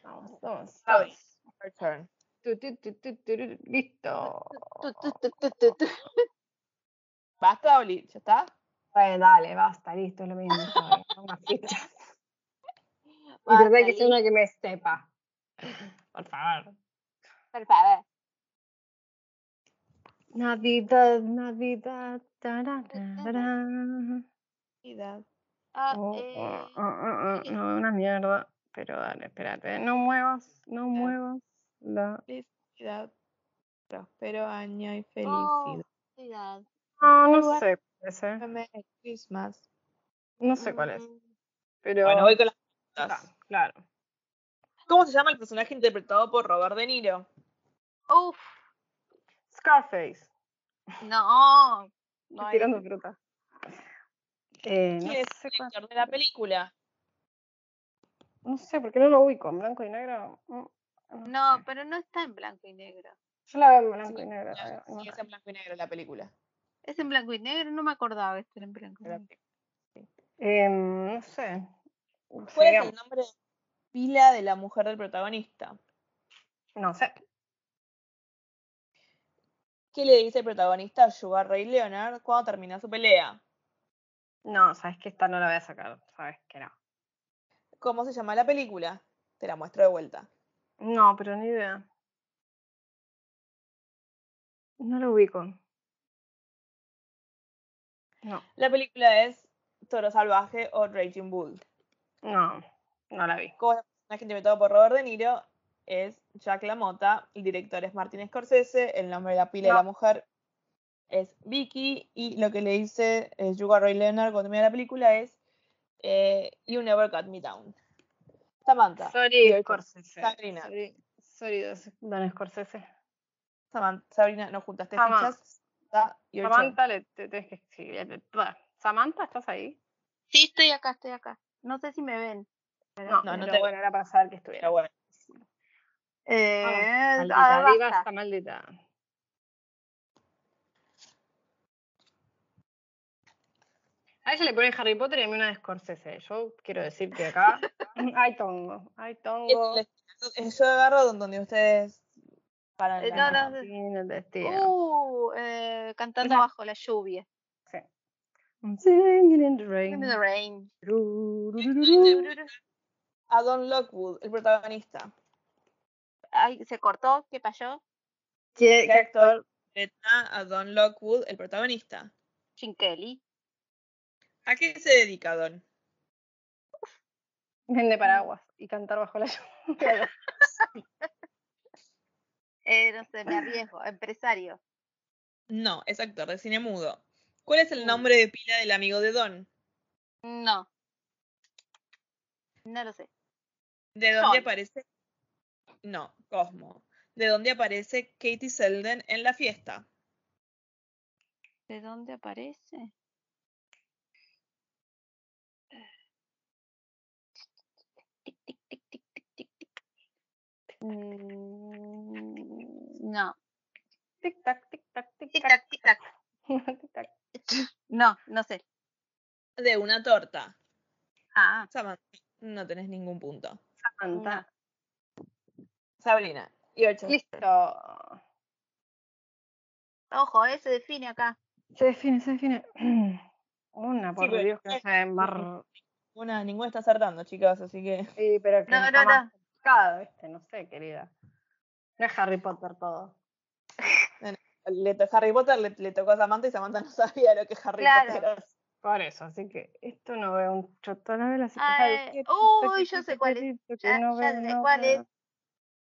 S4: Vamos, vamos.
S1: Ah,
S4: vamos.
S1: bien. Her turn.
S4: Tu, tu, tu, tu, tu, tu, Listo.
S5: Tu, tu, tu, tu, tu, tu.
S1: ¿Basta, Oli? ¿Ya está?
S4: Bueno, dale, basta, listo, es lo mismo. ya, Una ficha. Y
S5: Basta,
S4: traté que sea
S5: listo.
S4: una que me sepa. Por favor.
S5: Por favor.
S4: Navidad, Navidad. tarara, tarara.
S5: Ah,
S4: Oh,
S5: eh,
S4: oh, oh, oh, oh, No, una mierda. Pero dale, espérate. No muevas, no muevas la
S1: Felicidad. Próspero año y
S5: oh,
S1: felicidad.
S5: cuidado.
S4: No, no
S1: Igual.
S4: sé, parece.
S1: Merry Christmas.
S4: No sé cuál es.
S5: Mm,
S4: Pero.
S1: Bueno, voy con las
S4: Ah,
S1: preguntas.
S4: claro.
S1: ¿Cómo se llama el personaje interpretado por Robert De Niro?
S5: Uf,
S4: Scarface.
S5: no. no
S4: Estoy
S5: es.
S4: tirando fruta. Eh, no,
S1: ¿Quién es
S4: sé
S1: el
S5: Ah.
S4: cuál-
S1: director de la película?
S4: no sé, porque no lo ubico en blanco y negro. mm,
S5: No, pero no está en blanco y negro.
S4: Yo la veo en blanco
S1: Sí,
S4: y negro.
S1: ya,
S5: Ah,
S4: eh, no
S1: sí, es
S4: sé.
S1: en blanco y negro la película.
S5: Es en blanco y negro, no me acordaba que era en blanco y
S1: La
S5: negro.
S1: película.
S4: Em, no sé.
S1: ¿Cuál es
S4: Sería-
S1: el nombre de pila de la mujer del protagonista?
S4: No sé.
S1: ¿Qué le dice el protagonista a Sugar Ray Leonard cuando termina su pelea?
S4: No, sabes que esta no la voy a sacar. Sabes que no.
S1: ¿Cómo se llama la película? Te la muestro de vuelta.
S4: No, pero ni idea. No lo ubico. No,
S1: La película es Toro Salvaje o Raging Bull.
S4: no, no la vi.
S1: Como el personaje interpretado por Robert De Niro es Jack LaMotta, el director es Martin Scorsese, el nombre de la pila
S4: No.
S1: de la mujer es Vicky y lo que le dice eh, Sugar Ray Leonard cuando termina la película es eh, You Never Cut Me Down. Samantha.
S4: Sorry,
S1: Dios,
S4: Scorsese.
S1: Sabrina.
S4: Sorry, sorry, dos- Don Scorsese.
S1: Saman- Sabrina, no juntaste
S4: Samantha.
S1: fichas. Da, your turn.
S4: Samantha, le te tenés que escribir. Samantha, ¿estás ahí?
S5: Sí, estoy acá, estoy acá. No sé si me ven.
S4: No,
S1: no, no
S4: pero
S1: te-
S4: bueno, era para saber que estuviera.
S1: Pero bueno.
S5: Eh,
S4: Ah, Maldita,
S5: ah,
S4: diga
S5: basta.
S4: esta maldita. A ella le pone Harry Potter y a mí una de Scorsese. Yo quiero decir que acá hay tongo, hay tongo
S1: Es- es- Yo agarro donde- donde ustedes paran.
S5: Eh,
S1: la-
S5: no, no,
S4: en el destino.
S5: Uh, eh, cantando
S4: Hola.
S5: bajo la lluvia.
S4: Singing in the
S5: In
S4: rain.
S5: the rain.
S4: Ru, ru, ru, ru.
S1: A Don Lockwood, el protagonista.
S5: Ay, se cortó, ¿qué pasó?
S4: ¿Qué, qué actor?
S1: Interpreta a Don Lockwood, el protagonista.
S5: Jim Kelly.
S1: ¿A qué se dedica Don?
S4: Vende paraguas y cantar bajo la lluvia.
S5: Eh, no sé, me arriesgo. Empresario.
S1: No, es actor de cine mudo. ¿Cuál es el nombre de pila del amigo de Don?
S5: No. No lo sé.
S1: ¿De dónde
S5: Sean.
S1: aparece? No, Cosmo. ¿De dónde aparece Katie Selden en la fiesta?
S5: ¿De dónde aparece? Tic, tic, tic, tic, tic, tic, tic. Mm, No.
S4: Tic tac, tic tac, tic
S5: Tic
S4: tac.
S5: tac, tic tac.
S4: Tic tac.
S5: No, no sé.
S1: De una torta.
S5: Ah,
S1: Samantha, no tenés ningún punto.
S4: Samantha.
S1: Sabrina, your turn.
S4: Listo.
S5: ojo, eh, se define acá.
S4: Se define, se define. Una, por
S5: pues,
S1: pero-
S4: Dios, que
S5: eh,
S4: no se embarra.
S1: Una, ninguna está acertando, chicas, así que.
S4: Sí, pero que
S5: No,
S4: no,
S5: no,
S4: está más complicado, ¿viste? No sé, querida. No es Harry Potter todo.
S1: Le to- Harry Potter le, le tocó a Samantha y Samantha no sabía lo que Harry
S4: Claro.
S1: Potter era.
S4: Por eso, así que esto no veo un choto. No veo la
S5: Ay,
S4: Ay,
S5: Ah, uy, yo sé cuál es, ya- ya sé cuál es.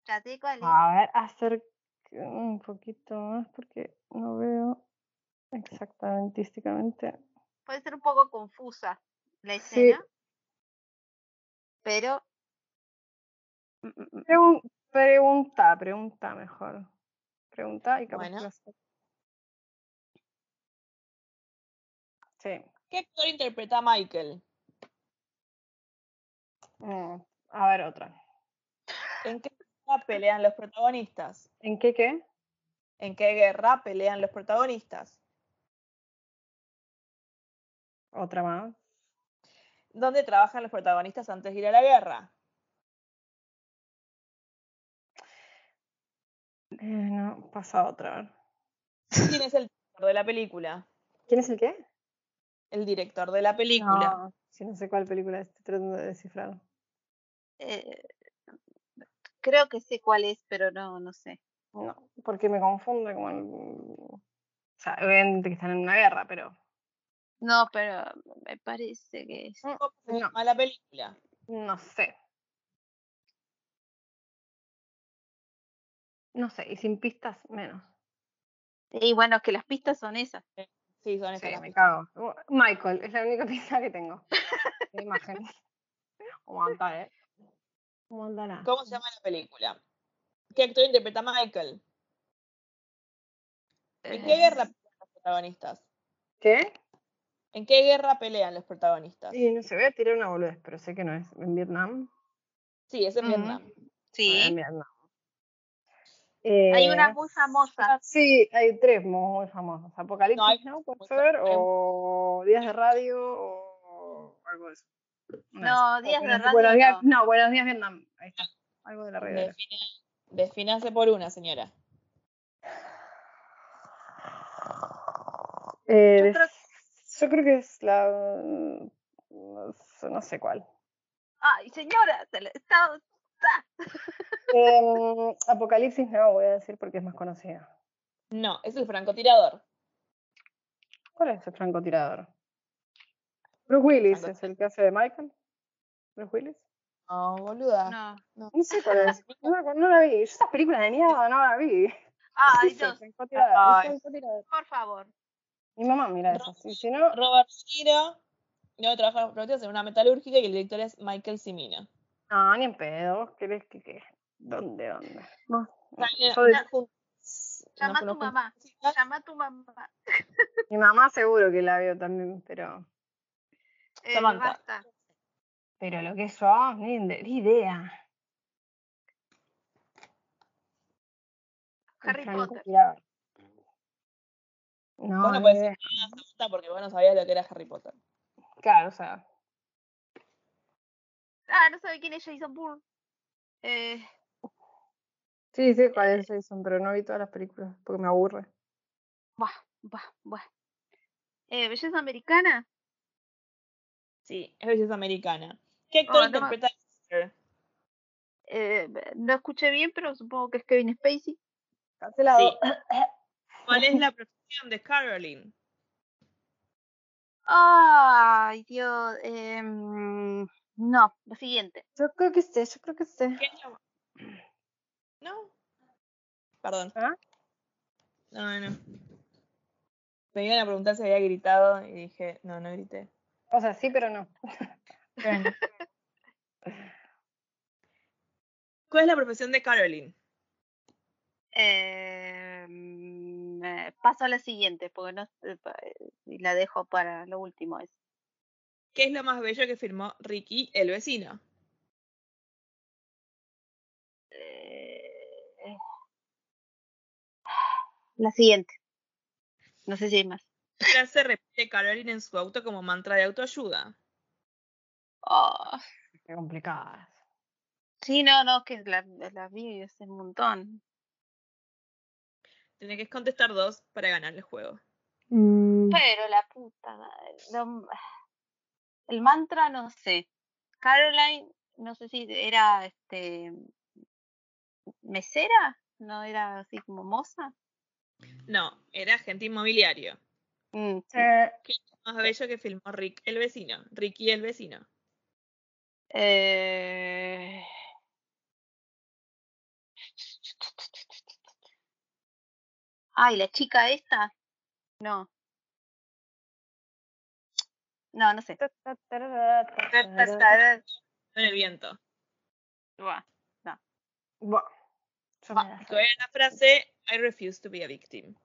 S5: Ya sé cuál es.
S4: A ver, hacer un poquito más porque no veo exactamente.
S5: Puede ser un poco confusa la
S4: Sí.
S5: escena, pero
S4: Mm, Pregun- pregunta, pregunta mejor. Pregunta y capaz que
S1: Bueno.
S4: lo sé. Sí.
S1: ¿Qué actor interpreta a Michael?
S4: mm, A ver, otra.
S1: ¿En qué guerra pelean los protagonistas?
S4: ¿En qué qué?
S1: ¿En qué guerra pelean los protagonistas?
S4: Otra más.
S1: ¿Dónde trabajan los protagonistas antes de ir a la guerra?
S4: Eh, no, pasa otra. a ver.
S1: ¿Quién es el director de la película?
S4: ¿Quién es el qué?
S1: El director de la película.
S4: No, sí, no sé cuál película estoy tratando de descifrar.
S5: eh, creo que sé cuál es, pero no, no sé.
S4: No, porque me confunde como... el- O sea, obviamente que están en una guerra, pero...
S5: No, pero me parece que es.
S1: ¿Cómo se
S4: No.
S1: llama la película?
S4: No sé. No sé, y sin pistas menos.
S5: Ah, Y bueno, que las pistas son esas.
S1: Sí, son
S4: Sí,
S1: esas las
S4: me
S1: pistas.
S4: cago. Bu- Michael, es la única pista que tengo. De imagen. Aguanta, eh. Aguantará.
S1: ¿Cómo se llama la película? ¿Qué actor interpreta a Michael? ¿En qué
S5: Eh,
S1: guerra pelean los protagonistas?
S4: ¿Qué?
S1: ¿En qué guerra pelean los protagonistas?
S4: Y no sé, voy a tirar una boludez, pero sé que no es. ¿En Vietnam?
S1: Sí, es en
S5: Ujú.
S1: Vietnam.
S4: En
S5: Sí.
S4: Vietnam.
S5: Hay
S4: Eh,
S5: una muy famosa.
S4: Sí, hay tres muy muy famosos. Apocalipsis, ¿no? Puede
S1: muy
S4: ser,
S1: famosos.
S4: o Días de Radio, o algo de eso. Una de
S5: No,
S4: esas. O
S5: Días de
S4: Buenos-
S5: Radio
S4: Buenos días,
S5: no.
S4: no, Buenos días Vietnam. Ahí está. Algo de la radio. era.
S1: Defina, definase por una, señora.
S4: Eh,
S5: Yo creo-
S4: des- yo creo que es la... No sé, no sé cuál.
S5: Ay, señora, se le está.
S4: Em, Apocalipsis no voy a decir porque es más conocida.
S1: No, es el francotirador.
S4: ¿Cuál es el francotirador? Bruce Willis
S1: Francotirador.
S4: es el que hace de Michael. Bruce Willis.
S1: No, boluda.
S5: No.
S4: No sé cuál es. No, la- no la vi. Yo esas películas de mierda no la vi.
S5: Ay,
S4: Eso,
S5: Dios,
S4: francotirador,
S5: Ah.
S1: Ay.
S4: francotirador.
S5: por favor.
S4: Mi mamá mira eso. Si, si no,
S1: Robert Giro no trabaja los protagonistas en una metalúrgica y el director es Michael Cimino.
S4: no, ni en pedo. ¿Vos querés que qué? ¿Dónde, dónde? No, no,
S1: También-
S4: yo de-
S1: no juntas- no
S5: Llama a tu
S1: conozco-
S5: mamá. Llama a tu mamá.
S4: mi mamá seguro que la vio también, pero.
S5: Eh,
S1: Samantha.
S5: basta.
S4: Pero lo que es yo, ni, de- ni idea. El
S5: Harry Potter.
S4: francotirador. No,
S1: Vos no
S4: ni
S1: podés
S4: idea.
S1: Samantha, porque vos no sabías lo que era Harry Potter.
S4: Claro, o sea.
S5: Ah, no sabe quién es Jason Bourne. Eh,
S4: Sí, sí, cuál es Jason, pero no vi todas las películas porque me aburre.
S5: buah, buah, buah. Eh, ¿Belleza americana?
S1: Sí, es belleza americana. ¿Qué actor
S5: Ah, no me-
S1: interpreta a Caesar?
S5: Eh, no escuché bien, pero supongo que es Kevin Spacey.
S4: Cancelado.
S1: Sí. ¿Cuál es la profesión de Caroline?
S5: Ay, Dios. eh, mm, no, lo siguiente.
S4: Yo creo que sé, yo creo que sé.
S1: ¿Qué es lo- ¿No? Perdón.
S4: ¿Ah?
S1: No, no. Me iban a preguntar si había gritado y dije, no, no grité.
S4: O sea, sí, pero no.
S1: ¿Cuál es la profesión de Caroline?
S5: Eh, mm, eh, paso a la siguiente, porque no eh, pa- eh, y la dejo para lo último. Es.
S1: ¿Qué es lo más bello que firmó Ricky, el vecino?
S5: eh, la siguiente. No sé si hay más.
S1: ¿Qué frase repite Caroline en su auto como mantra de autoayuda?
S5: Oh,
S4: Qué complicadas.
S5: sí, no, no, que la, la vi hace un montón.
S1: Tiene que contestar dos para ganar el juego.
S4: Mm.
S5: Pero la puta madre. no- el mantra, no sé. Caroline, no sé si era este mesera. ¿No era así como moza?
S1: No, era agente inmobiliario.
S5: Mm, sí.
S4: Eh,
S1: Más bello que filmó Rick el vecino. Ricky el vecino.
S5: Eh, Ay, la chica esta. No. No, no sé.
S4: ta, ta, tarara, ta, tarara.
S1: En el viento.
S5: Buah.
S4: Buah, yo me la
S1: Que era la frase I refuse to be a victim.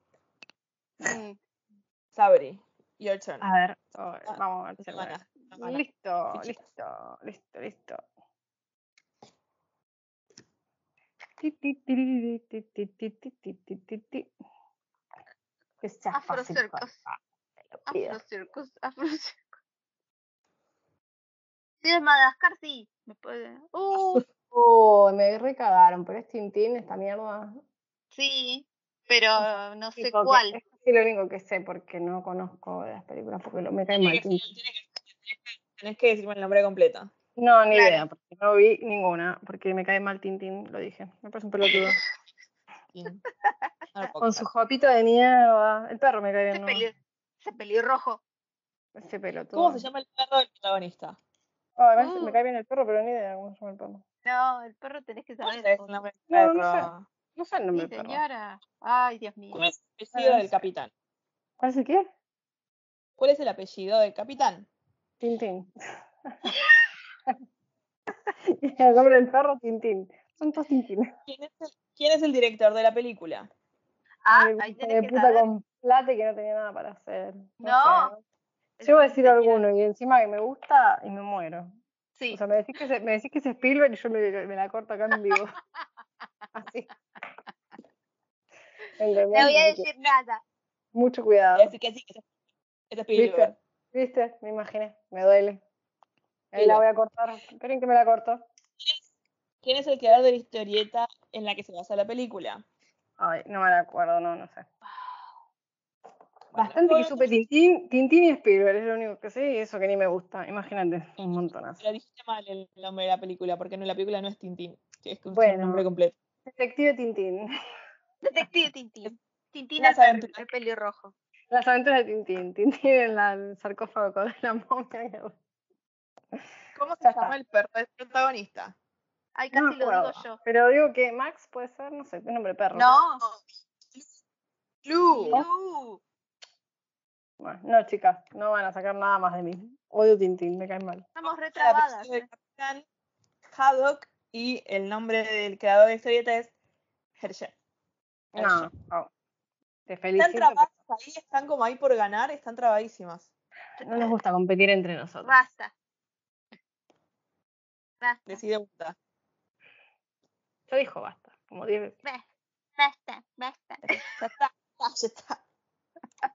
S5: Mm.
S1: Sabri, your turn.
S4: A ver, a ver, vamos a ver si
S1: Está
S4: acuerdo.
S1: mala, está mala.
S4: Listo,
S1: Sí,
S4: listo, listo, listo. Ti, ti, tiriri, ti, ti, ti, ti, ti, ti, ti, ti. Que sea
S5: Afro
S4: fácil,
S5: Circus.
S4: porfa, te lo pido.
S5: Afro Circus, Afro Circus. Sí, es Madagascar, sí. Me puede... Uh,
S4: Uy, me recagaron, pero es Tintín esta mierda.
S5: sí, pero no
S4: Sí,
S5: sé
S4: porque
S5: cuál.
S4: Es casi lo único que sé porque no conozco las películas porque lo, me cae mal.
S1: Tiene que-
S4: Tintín.
S1: tiene que- Tenés que decirme el nombre completo.
S4: No, ni
S5: Claro.
S4: idea, porque no vi ninguna, porque me cae mal Tintín, lo dije. Me parece un pelotudo.
S1: Tim. No lo puedo
S4: Con
S1: creer.
S4: su jopito de mierda. El perro me cae
S5: Ese,
S4: bien, ¿no?
S5: peli- ese pelirrojo.
S4: Ese pelotudo.
S1: ¿Cómo se llama el perro del protagonista?
S4: Oh, además, me
S5: Mm.
S4: cae bien el perro, pero ni idea cómo se llama el perro.
S5: No, el perro tenés que
S1: ¿Cuál
S5: saber.
S1: es el
S5: porque-
S1: nombre del
S4: No, no
S1: perro?
S4: No sé el nombre
S5: Sí,
S4: del perro.
S5: señora. Ay, Dios mío.
S1: ¿Cuál es el apellido del capitán?
S4: ¿Cuál es el ¿Ah, qué?
S1: ¿Cuál es el apellido del capitán?
S4: Tintín. el nombre del perro, Tintín. Son todos Tintín.
S1: ¿Quién es el, quién es el director de la película?
S5: Ah,
S4: Hijo
S5: ahí
S4: de
S5: tenés que
S4: puta
S5: saber.
S4: con plata y que no tenía nada para hacer.
S5: No.
S4: sé. Yo voy a decir
S5: Señora.
S4: alguno y encima que me gusta y me muero.
S5: Sí.
S4: O sea, me decís que, se- me decís que es Spielberg y yo me, me la corto acá en vivo. Así. ¿Entendés?
S5: No voy a
S4: Así que
S5: decir nada.
S4: Mucho
S1: Voy a
S4: cuidado.
S1: decir que sí, que es- es
S4: ¿Viste?
S1: Spielberg.
S4: ¿Viste? Me imaginé. Me duele. Ahí
S1: Dile.
S4: la voy a cortar. Esperen que me la corto.
S1: ¿Quién es el creador de la historieta en la que se basa la película?
S4: Ay, no me la acuerdo, no, no sé. Bastante que
S1: bueno,
S4: supe Tintín, Tintín y Spielberg, es lo único que sé y eso que ni me gusta. Imagínate, un montonazo.
S1: Pero dijiste mal el nombre de la película, porque no, la película no es Tintín, es que es un
S4: Bueno.
S1: nombre completo.
S4: Detective Tintín.
S5: Detective Tintín. Tintín
S1: Las
S5: es el,
S1: aventuras.
S5: el pelirrojo.
S4: Las aventuras de Tintín. Tintín en la- el sarcófago con la momia. que-
S1: ¿Cómo se
S4: Ya está.
S1: llama el perro del protagonista?
S5: Ay,
S4: No
S5: casi
S4: me
S5: lo
S4: acuerdo.
S5: digo yo.
S4: Pero digo que Max puede ser, no sé, un nombre de perro.
S5: No.
S1: Lu.
S5: Lu.
S4: Bueno, no, chicas, no van a sacar nada más de mí. Odio Tintín, me cae mal.
S5: Estamos
S1: El apellido
S5: retrabadas.
S1: del capitán Haddock y el nombre del creador de historieta es Hergé.
S4: No, no. Te
S1: Están
S4: felicito.
S1: trabadas ahí, están como ahí por ganar, están trabadísimas.
S4: pero No nos gusta competir entre nosotros.
S5: Basta. Basta.
S1: Decide una.
S4: Yo dijo basta, como 10 veces.
S5: Basta. Basta.
S1: Ya está, ya está.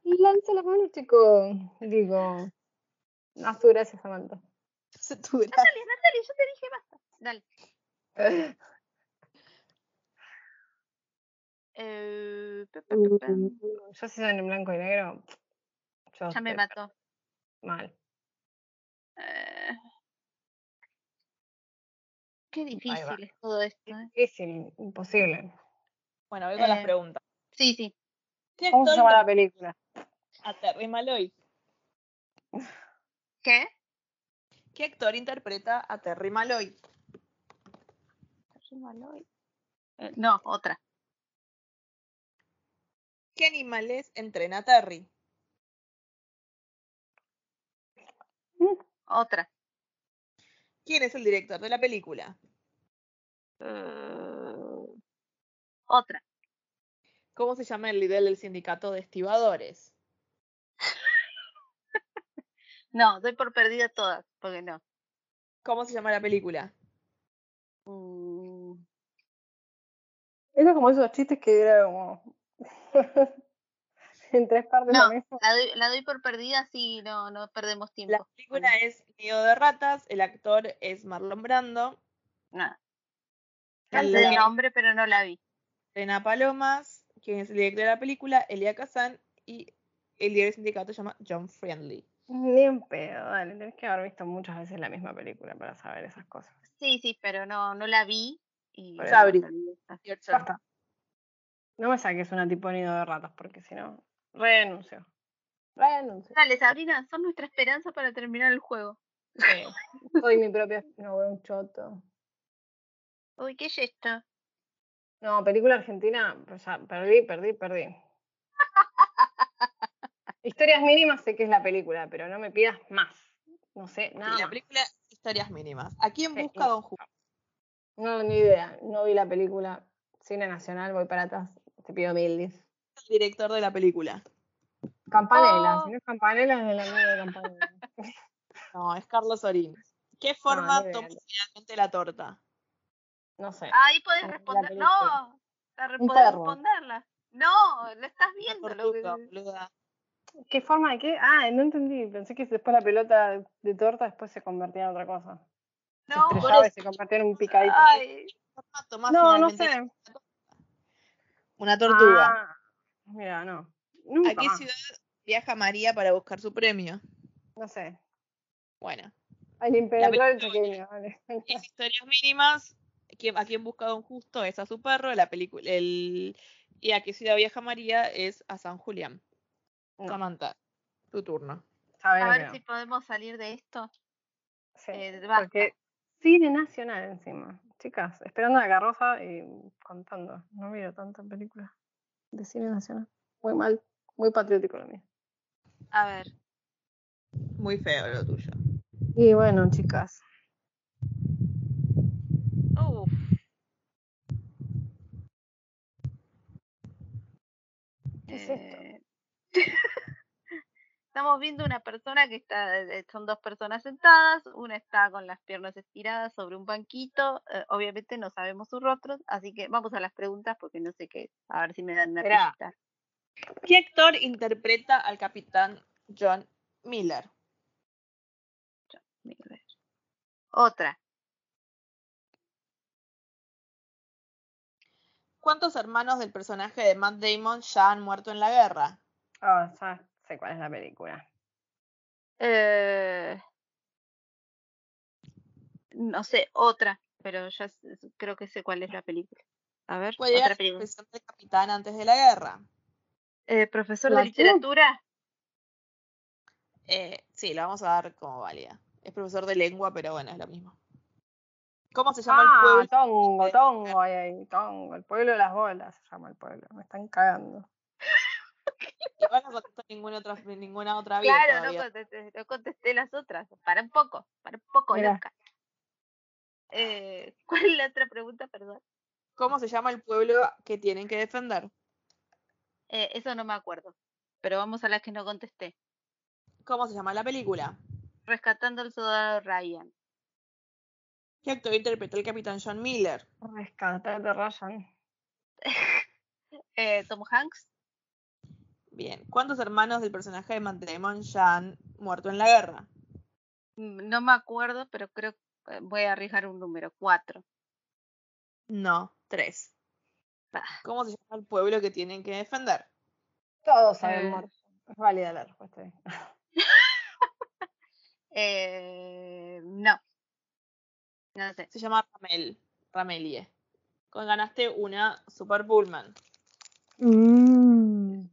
S4: Lanza la mano, chico. Digo. Haz tu gracias, Samantha.
S1: Se tuve.
S5: Natalia, Natalia, yo te dije basta. Dale. Eh, pe, pe, pe, pe.
S4: Mm. Yo si son en blanco y negro. Yo
S5: Ya me
S4: estoy
S5: mató.
S4: Mal.
S5: Eh, Qué
S4: va.
S5: difícil es todo esto. ¿eh?
S4: Difícil, imposible.
S1: Bueno, voy con las
S5: Eh,
S1: preguntas.
S5: Sí, sí.
S1: ¿Qué
S4: ¿Cómo se llama la
S1: actor
S4: película?
S1: a Ah, Terry Malloy?
S5: ¿Qué?
S1: ¿Qué actor interpreta a Terry Malloy?
S5: Eh, No, otra.
S1: ¿Qué animales entrena Terry?
S5: Otra.
S1: ¿Quién es el director de la película? Ah.
S5: Eh, Otra.
S1: ¿Cómo se llama el líder del sindicato de estibadores?
S5: No, doy por perdida todas, porque no.
S1: ¿Cómo se llama la película?
S5: Mm,
S4: Eso es como esos chistes que era como. en tres partes
S5: No.
S4: lo mismo.
S5: La doy, la doy por perdida si no, no perdemos
S1: La
S5: tiempo.
S1: película es Nido de Ratas, el actor es Marlon Brando,
S5: Nada.
S1: la
S5: sé el nombre, pero no la vi.
S1: entrena Palomas, quien es el director de la película, Elia Kazan, y el líder del sindicato se llama John Friendly.
S4: Ni en pedo, dale. Tenés que haber visto muchas veces la misma película para saber esas cosas.
S5: Sí, sí, pero no, no la vi. Y
S4: Por
S1: Sabri.
S5: no la vi.
S1: Your turn.
S4: Basta. No me saques una tipo nido de ratas, porque si no, renuncio. Renuncio.
S5: Dale, Sabrina, son nuestra esperanza para terminar el juego.
S1: Sí.
S4: Soy mi propia. No, veo un choto.
S5: Uy, ¿qué es esto?
S4: Eh, No, película argentina, pues ya, perdí, perdí, perdí. Historias mínimas sé que es la película, pero no me pidas más. No sé, nada.
S1: Y la
S4: más.
S1: película Historias Mínimas. ¿A quién
S4: Sí,
S1: busca
S4: y-
S1: Don Juan?
S4: No, ni idea. No vi la película. Cine Nacional, voy para atrás. Te pido mil dis.
S1: El director de la película.
S4: Campanela,
S5: Oh.
S4: si no es campanela, es el amigo de campanela.
S1: No, es Carlos Orín. ¿Qué forma
S4: Ah, ni idea.
S1: toma finalmente la torta?
S4: No sé.
S5: Ahí podés
S4: La
S5: responder.
S4: película.
S5: No, la re-
S4: Un
S5: podés
S4: perro.
S5: responderla. No, la estás
S1: La
S5: viendo. lo que-
S1: tortuga, boluda.
S4: ¿Qué forma de qué? Ah, no entendí. Pensé que después la pelota de torta después se convertía en otra cosa. Se
S5: No,
S4: estrellaba
S5: por Ah,
S4: y se convertía en un picadito.
S5: Ay,
S1: forma toma
S4: no, no
S1: finalmente
S4: sé.
S1: una tortuga?
S4: Ah, mira, no. Nunca
S1: ¿A qué
S4: más.
S1: ciudad viaja María para buscar su premio?
S4: No sé.
S1: Bueno,
S4: Al
S1: La
S4: emperador
S1: película-
S4: pequeño, vale.
S1: en historias mínimas, ¿quién- ¿a quién busca Don Justo? Es a su perro, la película, el... y a qué ciudad viaja María es a San Julián.
S4: No.
S1: Samantha, tu turno.
S4: Sabe
S5: a
S4: lo que
S5: ver
S4: no.
S5: si podemos salir de esto.
S4: Sí,
S5: eh,
S4: porque cine nacional encima. Chicas, esperando la carroza y contando. No miro tanta película de cine nacional. Muy mal, muy patriótico lo mío.
S5: A ver,
S1: Muy feo lo tuyo.
S4: Y bueno, chicas,
S5: Uf,
S4: ¿qué es esto?
S5: eh, Estamos viendo una persona que está, eh, son dos personas sentadas, una está con las piernas estiradas sobre un banquito, eh, obviamente no sabemos sus rostros, así que vamos a las preguntas porque no sé qué, es. a ver si me dan una
S4: Esperá.
S5: pista.
S1: ¿Qué actor interpreta al capitán John Miller?
S5: Mira, a ver. Otra,
S1: ¿Cuántos hermanos del personaje de Matt Damon ya han muerto en la guerra?
S4: Ah, ya sé cuál es la película.
S5: eh, no sé, otra, pero ya s- creo que sé cuál es la película. A ver,
S1: ¿Cuál era
S5: otra
S1: la
S5: película.
S4: pues,
S1: profesión del capitán antes de la guerra?
S5: Eh, profesor
S4: ¿La
S5: de
S4: tú?
S5: literatura,
S1: Eh, sí, la vamos a dar como válida. Es profesor de lengua, pero bueno, es lo mismo. ¿Cómo se llama el
S4: Ah,
S1: pueblo?
S4: Tongo, Tongo, ay, ay, Tongo, el pueblo de las bolas se llama el pueblo, me están cagando.
S1: Igual no contestó ninguna otra, ninguna otra vida
S5: Claro, no
S1: todavía.
S5: contesté, no contesté las otras. Para un poco, para un poco,
S4: Mirá.
S5: loca. Eh, ¿Cuál es la otra pregunta, perdón?
S1: ¿Cómo se llama el pueblo que tienen que defender?
S5: Eh, eso no me acuerdo. Pero vamos a las que no contesté.
S1: ¿Cómo se llama la película?
S5: Rescatando al soldado Ryan.
S1: ¿Qué actor interpretó el capitán John Miller?
S4: Rescatate, Ryan.
S5: Eh, Tom Hanks,
S1: Bien. ¿Cuántos hermanos del personaje de Matt Damon ya han muerto en la guerra?
S5: mm, no me acuerdo, pero creo que voy a arriesgar un número, cuatro.
S1: No, tres.
S5: Ah.
S1: ¿Cómo se llama el pueblo que tienen que defender?
S4: Todos sabemos,
S5: Eh.
S4: es válida la respuesta. ahí.
S5: Eh, no. No sé.
S1: Se llama Ramel, Ramelie. Con ganaste una Super Pullman.
S5: Mm.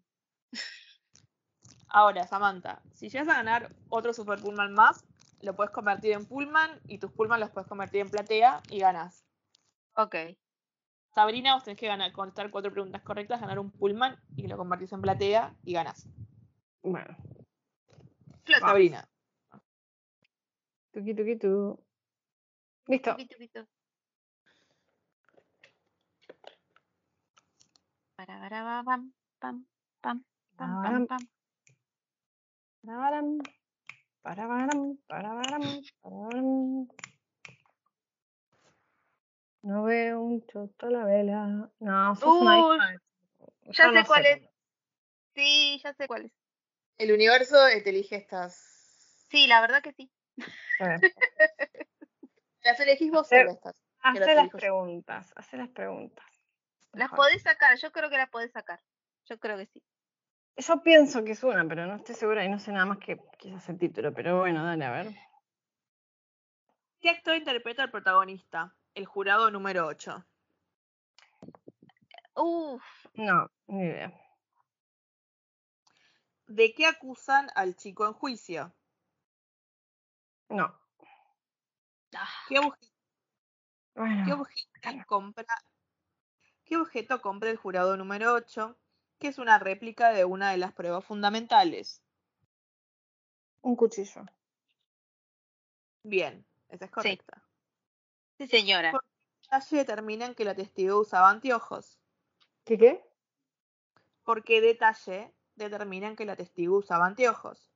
S1: Ahora, Samantha, si llegas a ganar otro Super Pullman más, lo puedes convertir en Pullman y tus Pullman los puedes convertir en platea y ganas.
S5: Ok.
S1: Sabrina, vos tenés que ganar, contestar cuatro preguntas correctas, ganar un Pullman y lo convertís en platea y ganás.
S4: Bueno,
S5: Flota.
S1: Sabrina,
S4: tuqui, tuqui, tu. Listo.
S5: Tuquito, tuquito. Para, para, ba, bam, pam, pam, pam, pam,
S4: Ahora-
S5: pam.
S4: Parabaram, parabaram, parabaram, parabaram. No veo un choto a la vela. No, sos una
S5: Uy,
S4: hija de-
S5: ya
S4: Yo
S5: sé
S4: no
S5: cuál es. Sí, ya sé cuál es.
S1: el universo eh, te elige estas.
S5: Sí, la verdad que sí.
S4: cuál es.
S1: Las elegís vos
S4: Pero-
S1: sola estas. Pero
S4: Hacé
S1: te
S4: las
S1: dijo yo.
S4: preguntas, hacé las preguntas. por
S5: Las
S4: favor.
S5: podés sacar, yo creo que las podés sacar. Yo creo que sí.
S4: Yo pienso que es una, pero no estoy segura y no sé nada más que quizás el título, pero bueno, dale, a ver.
S1: ¿Qué actor interpreta al protagonista? El jurado número 8.
S5: Uf,
S4: No, ni idea.
S1: ¿De qué acusan al chico en juicio?
S4: No.
S5: ah,
S1: ¿Qué, obje-
S4: Bueno,
S1: qué objeto compra? ¿Qué objeto compra el jurado número 8? Que es una réplica de una de las pruebas fundamentales.
S4: un cuchillo.
S1: Bien, esa es correcta.
S5: sí señora.
S1: Por- Detalle determinan que la testigo usaba anteojos.
S4: ¿Qué qué?
S1: ¿Por qué detalle determinan que la testigo usaba anteojos?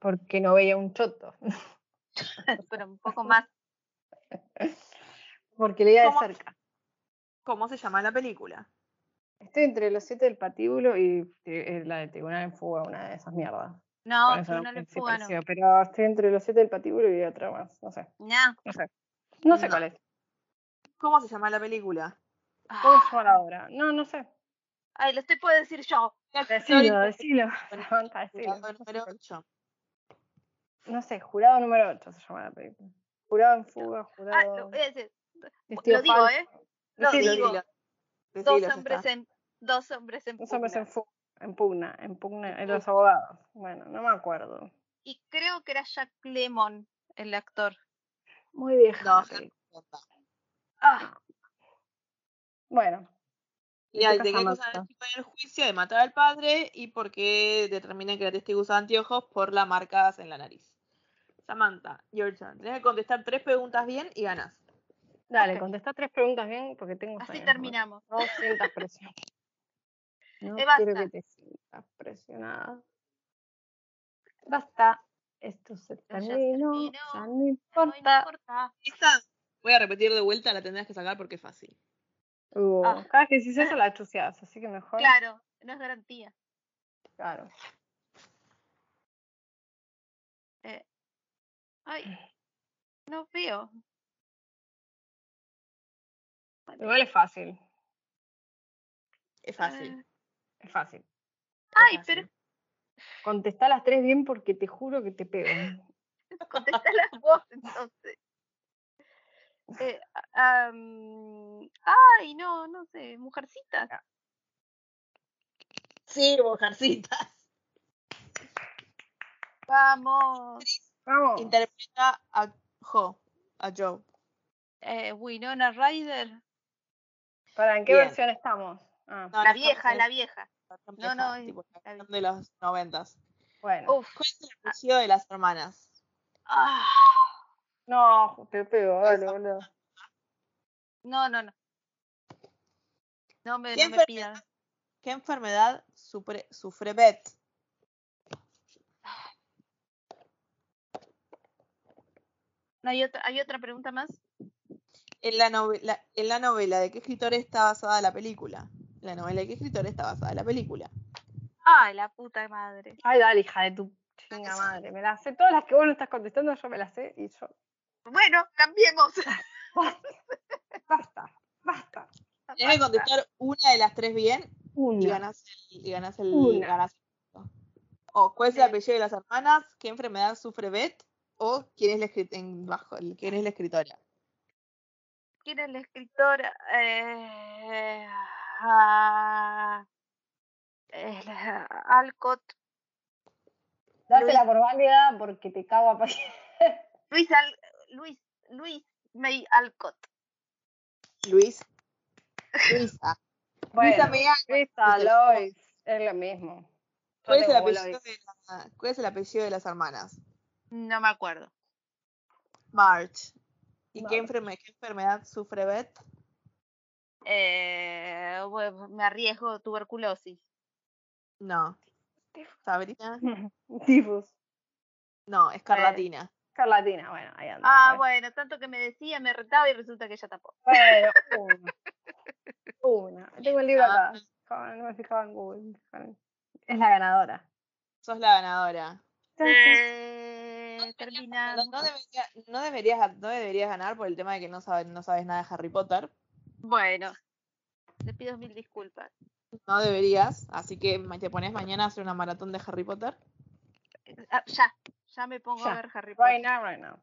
S4: Porque no veía un choto.
S5: Pero un poco más.
S4: Porque leía de
S1: ¿Cómo?
S4: cerca.
S1: ¿Cómo se llama la película?
S4: Estoy entre los siete del patíbulo y eh, la de Tribunal en Fuga, una de esas mierdas.
S5: No,
S4: Con eso
S5: no le
S4: sé si
S5: fuga, no.
S4: pareció, Pero estoy entre los siete del patíbulo y otra más. No sé,
S5: Nah,
S4: no sé. No sé
S5: No.
S4: cuál es.
S1: ¿Cómo se llama la película?
S4: ¿Cómo
S5: ah,
S4: se llama la obra? No, no sé.
S5: Ay, lo estoy puedo decir yo.
S4: Decilo, decilo. Samantha, decilo.
S1: Jurado número 8.
S4: No sé, jurado número 8 se llama la película. Jurado en fuga,
S5: Ah,
S4: jurado.
S5: lo voy a decir.
S4: vestido
S5: lo digo,
S4: falso.
S5: ¿eh? Lo
S4: Decilo,
S5: digo.
S4: decilo.
S5: Dos hombres en dos hombres en,
S4: Dos hombres en,
S5: pugna.
S4: fu- en pugna, en pugna, en los abogados. Bueno, no me acuerdo.
S5: Y creo que era Jack Lemon el actor.
S4: Muy vieja.
S1: No,
S4: la película.
S5: Ah,
S4: Bueno,
S1: Y al de qué
S4: Nunca jamás
S1: acusan al
S4: pasó.
S1: chico en el juicio de matar al padre y por qué determinan que la testigo usa anteojos por las marcas en la nariz. Samantha, your turn. Tenés que contestar tres preguntas bien y ganas.
S4: dale,
S5: Ok.
S4: contesta tres preguntas bien porque tengo
S5: así
S4: sueño,
S5: terminamos.
S4: No, no sientas presión. No
S5: Eh,
S4: quiero que
S5: basta.
S4: te sientas presionada. Basta. Esto se
S5: ya se
S4: terminó.
S5: terminó.
S4: Ya no
S5: Ay, no
S4: importa.
S5: importa. Ah.
S1: Esta voy a repetir de vuelta, la tendrás que sacar porque es fácil.
S4: Uh,
S5: Ah.
S4: Cada vez que dices eso la chuseas, así que mejor.
S5: Claro, no es garantía.
S4: claro.
S5: Ay, no veo. Vale.
S4: Igual es fácil.
S1: Es fácil.
S4: Es fácil.
S5: Eh, Ay,
S1: es
S5: pero
S1: fácil.
S4: Contestá las tres bien porque te juro que te pego.
S1: Eh,
S5: contesta las vos entonces. Eh, a- am, ay, no, no sé, mujercitas.
S1: Sí, mojarcitas.
S5: Vamos.
S4: Vamos.
S1: Interpreta a Jo, a Joe.
S5: Eh, Winona Ryder.
S4: ¿Para en qué
S1: Bien.
S4: versión estamos? Ah,
S1: No,
S5: La
S1: no estamos
S5: vieja,
S1: en
S5: la vieja.
S1: versión
S5: no,
S1: vieja,
S5: no, es
S1: tipo,
S5: la
S1: la versión de los noventas.
S4: bueno.
S5: Uf.
S1: ¿Cuál es el apellido de las hermanas?
S5: ah,
S4: No, te pego, dale, boludo.
S5: no, no, no. No me,
S1: ¿Qué
S5: no me pidan.
S1: ¿Qué enfermedad supre- sufre Beth?
S5: ¿No hay otra, hay otra pregunta más?
S1: En la, novela, en la novela de qué escritor está basada la película. La novela de qué escritor está basada la película.
S5: Ay, la puta madre.
S4: Ay, dale, hija de tu chinga madre. Me las sé. Todas las que vos no estás contestando, yo me las sé y yo.
S5: Bueno, cambiemos.
S4: Basta, basta.
S1: Tienes que contestar una de las tres bien y
S4: Una.
S1: ganas el. Y ganás el
S4: Una.
S1: ganás el punto. o cuál es el
S5: Sí.
S1: apellido de las hermanas, qué enfermedad sufre Beth o quién es la, escrit- en bajo, el- quién es la escritora.
S5: ¿Quién es la escritora? Eh, ah, es la- Alcott.
S4: Dátela por válida porque te cago a parir.
S5: Luis, Al- Luis, Luis May Alcott.
S1: Luis. Luisa. Luisa
S4: Bueno,
S1: Meano.
S4: Luisa, Lois, es lo mismo. Yo
S1: ¿Cuál es, el
S4: tengo
S1: apellido
S4: Lois.
S1: de la- ¿Cuál es el apellido de las hermanas?
S5: No me acuerdo.
S1: March. ¿Y qué,
S4: March.
S1: enferme- qué enfermedad sufre Beth?
S5: Eh, bueno, me arriesgo tuberculosis.
S1: No. ¿Sabrina?
S4: Tifus.
S1: No,
S4: Eh,
S1: escarlatina.
S4: Carlatina, bueno, ahí anda.
S5: Ah, bueno, tanto que me decía, me retaba y resulta que ella tampoco.
S4: Bueno, una. Una. Tengo el libro
S1: Ah.
S4: acá. Joder, No me fijaba en Google. Joder. Es la ganadora.
S1: Sos la ganadora.
S5: Ah. Eh,
S1: No,
S5: terminamos.
S1: no debería- no deberías, no deberías ganar por el tema de que no sabes, no sabes nada de Harry Potter.
S5: Bueno, te pido mil disculpas.
S1: No deberías. Así que ma- te pones mañana a hacer una maratón de Harry Potter.
S5: Ah, ya, Ya me pongo
S4: Ya.
S5: a ver Harry Potter.
S4: Right now, right now.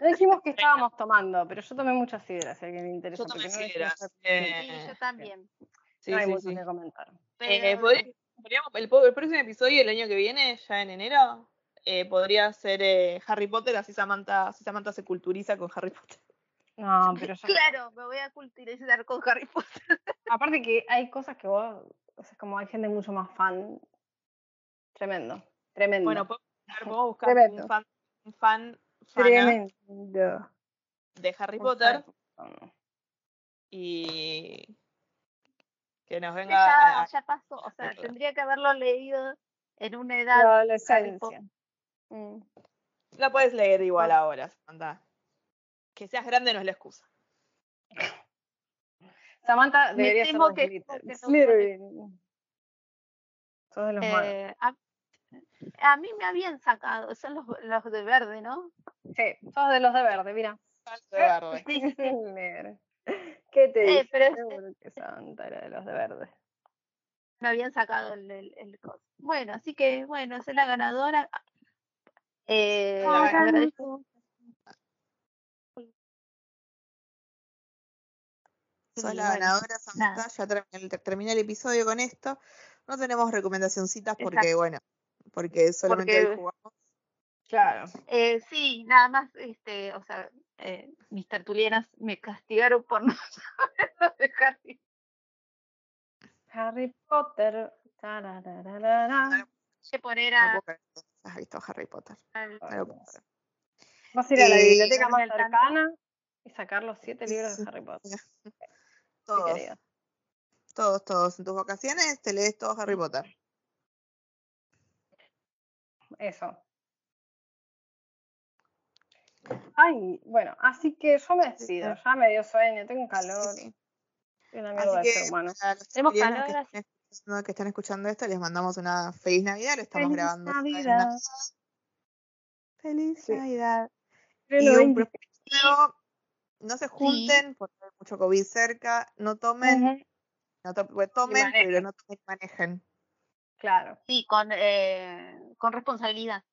S4: No dijimos que estábamos tomando, pero yo tomé muchas sidras, si a alguien le interesa.
S1: Yo también
S4: porque no
S1: sidra,
S4: dijimos-
S1: así que-
S5: Sí, yo también.
S1: Sí,
S4: no hay
S1: sí,
S4: mucho
S1: sí.
S4: que comentar.
S5: Pero
S1: Eh, podría- podríamos- el, po- el próximo episodio, el año que viene, ya en enero, eh, podría ser eh, Harry Potter, así Samantha, así Samantha se culturiza con Harry Potter.
S4: No, pero ya.
S5: Claro, me voy a culturizar con Harry Potter.
S4: Aparte que hay cosas que vos. O sea, como hay gente mucho más fan. Tremendo. Tremendo.
S1: Bueno, pues, podemos buscar, podemos buscar
S4: Tremendo.
S1: un fan, un fan fana
S4: tremendo.
S1: de Harry
S4: Por
S1: Potter
S4: favor.
S1: y que nos venga a-
S5: Ya,
S1: a-
S5: ya pasó. O sea,
S1: Harry Potter.
S5: tendría que haberlo leído en una edad.
S4: La
S5: Harry Potter.
S4: adolescencia.
S5: mm,
S1: La puedes leer igual ahora, Samantha. Que seas grande no es la excusa.
S4: Samantha
S5: Me
S4: debería
S5: temo
S4: ser
S5: que-
S4: de Slytherin.
S5: que no
S4: Slytherin. Sos de los malos.
S5: eh, a, a mí me habían sacado, son los, los de verde, ¿no?
S4: Sí, sos de los de verde, mira.
S1: Salto de verde.
S5: Sí, sí.
S4: Negro. ¿Qué te
S5: Eh,
S4: dije?
S5: pero este-
S4: Seguro que Samantha era de los de verde.
S5: me habían sacado el, el, el coso. Bueno, así que bueno, soy la ganadora. Eh,
S1: La
S5: les agradezco.
S1: Sos
S5: Y
S1: la
S5: bueno,
S1: ganadora, Samantha.
S5: nada.
S1: Ya terminé el, terminé el episodio con esto. No tenemos recomendacioncitas porque,
S5: Exacto.
S1: bueno, porque solamente
S5: Porque-
S1: hoy jugamos.
S4: Claro.
S5: Eh, sí, nada más, este, o sea, eh, mis tertulianas me castigaron por no saberlo de Harry.
S4: Harry Potter. tarararara.
S5: Hay que poner
S1: No
S5: a,
S1: puedo creer que has visto Harry Potter.
S5: al-
S1: No lo puedo creer.
S4: Vas a ir a la
S1: Eh,
S4: biblioteca más
S5: ponerme al tanto.
S4: cercana y sacar los siete libros
S1: Sí.
S4: de Harry Potter. sí,
S1: Todos,
S4: querida.
S1: todos, todos. En tus vacaciones te lees todo Harry Potter.
S4: Eso. Ay, bueno, así que yo me despido. Ya me dio sueño, tengo calor.
S1: Sí, sí.
S4: Soy una mierda
S1: Así
S4: de ser
S1: que
S4: humano.
S1: a los
S4: Tenemos
S1: chilenos
S4: calor,
S1: que, están
S4: así-
S1: escuchando, que están escuchando esto, les mandamos una feliz Navidad. Lo estamos
S4: Feliz
S1: grabando. en
S4: Navidad.
S1: Feliz
S4: Sí.
S1: Navidad.
S4: Pero
S1: Y
S4: no
S1: un
S4: veinte-
S1: Luego, no se junten porque hay mucho COVID cerca, no tomen,
S4: Ujú,
S1: no to- bueno, tomen,
S4: manejen.
S1: pero no tomen y manejen.
S4: Claro,
S5: sí, con, eh, con responsabilidad.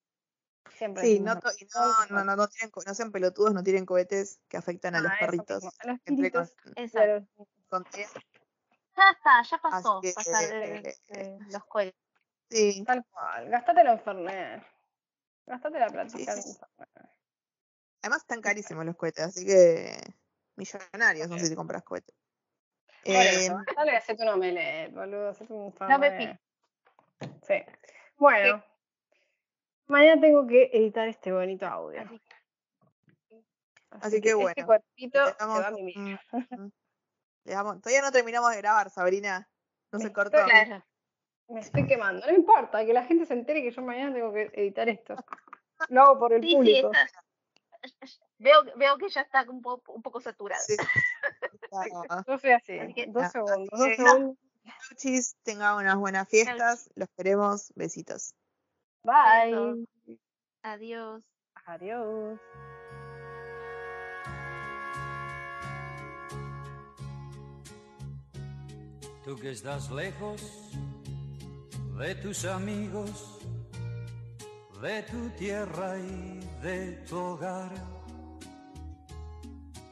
S4: siempre.
S1: Sí,
S4: decimos
S1: no,
S4: lo
S1: to- y no, no, no, no tiren co- no sean pelotudos, no tiren cohetes que afectan a
S4: mismo.
S1: los
S4: Ah, eso
S1: perritos.
S4: mismo, A los
S1: Siempre con,
S4: piritos.
S5: Exacto.
S4: Claro.
S1: con- eh,
S5: Ya está, ya pasó.
S1: que,
S5: pasar de,
S1: eh,
S5: de los cohetes.
S1: sí,
S4: Tal cual. Gastate la enfermedad. Gastate la plática
S1: sí,
S4: de
S1: sí.
S4: Infernet.
S1: además están carísimos los cohetes, así que millonarios, no sé si te compras cohetes.
S4: Por
S1: Eh,
S4: eso, dale, hacete un omelette, boludo, hacete un
S5: No me
S4: fernet. Sí. Bueno. Mañana tengo que editar este bonito audio.
S5: Así
S4: Así,
S1: Así
S4: que,
S1: que
S4: este
S1: bueno,
S4: cuerpito
S1: le
S4: se
S1: damos
S4: va a mimir.
S1: un- un- le damos- todavía no terminamos de grabar, Sabrina. No se
S4: Me
S1: cortó.
S4: estoy- Me estoy quemando. No importa, que la gente se entere que yo mañana tengo que editar esto. Lo hago por el
S5: Sí, sí,
S4: público.
S5: está- Veo, veo que ya está un poco, un poco saturado.
S1: Sí. Está-
S4: Yo soy así.
S5: Así que-
S4: Dos
S1: Ah,
S4: segundos.
S1: así
S4: Dos
S1: que-
S4: segundos.
S1: noches, tengan unas buenas fiestas, los queremos, besitos.
S4: Bye.
S5: Adiós.
S4: Adiós.
S2: Tú que estás lejos de tus amigos, de tu tierra y de tu hogar.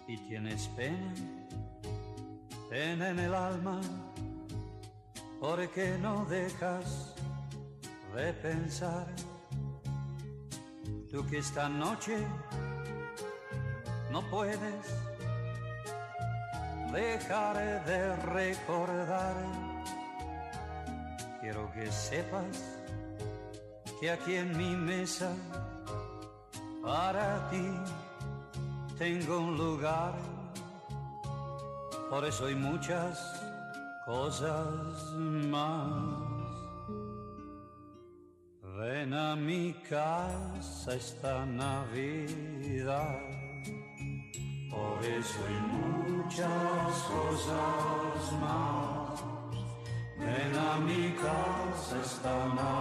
S2: Y tienes pena, pena en el alma, porque no dejas de pensar. Tú que esta noche no puedes dejaré de recordar. Quiero que sepas que aquí en mi mesa para ti tengo un lugar. Por eso hay muchas cosas más. Ven a mi casa esta Navidad. Por eso hay muchas cosas más. Ven a mi casa esta noche.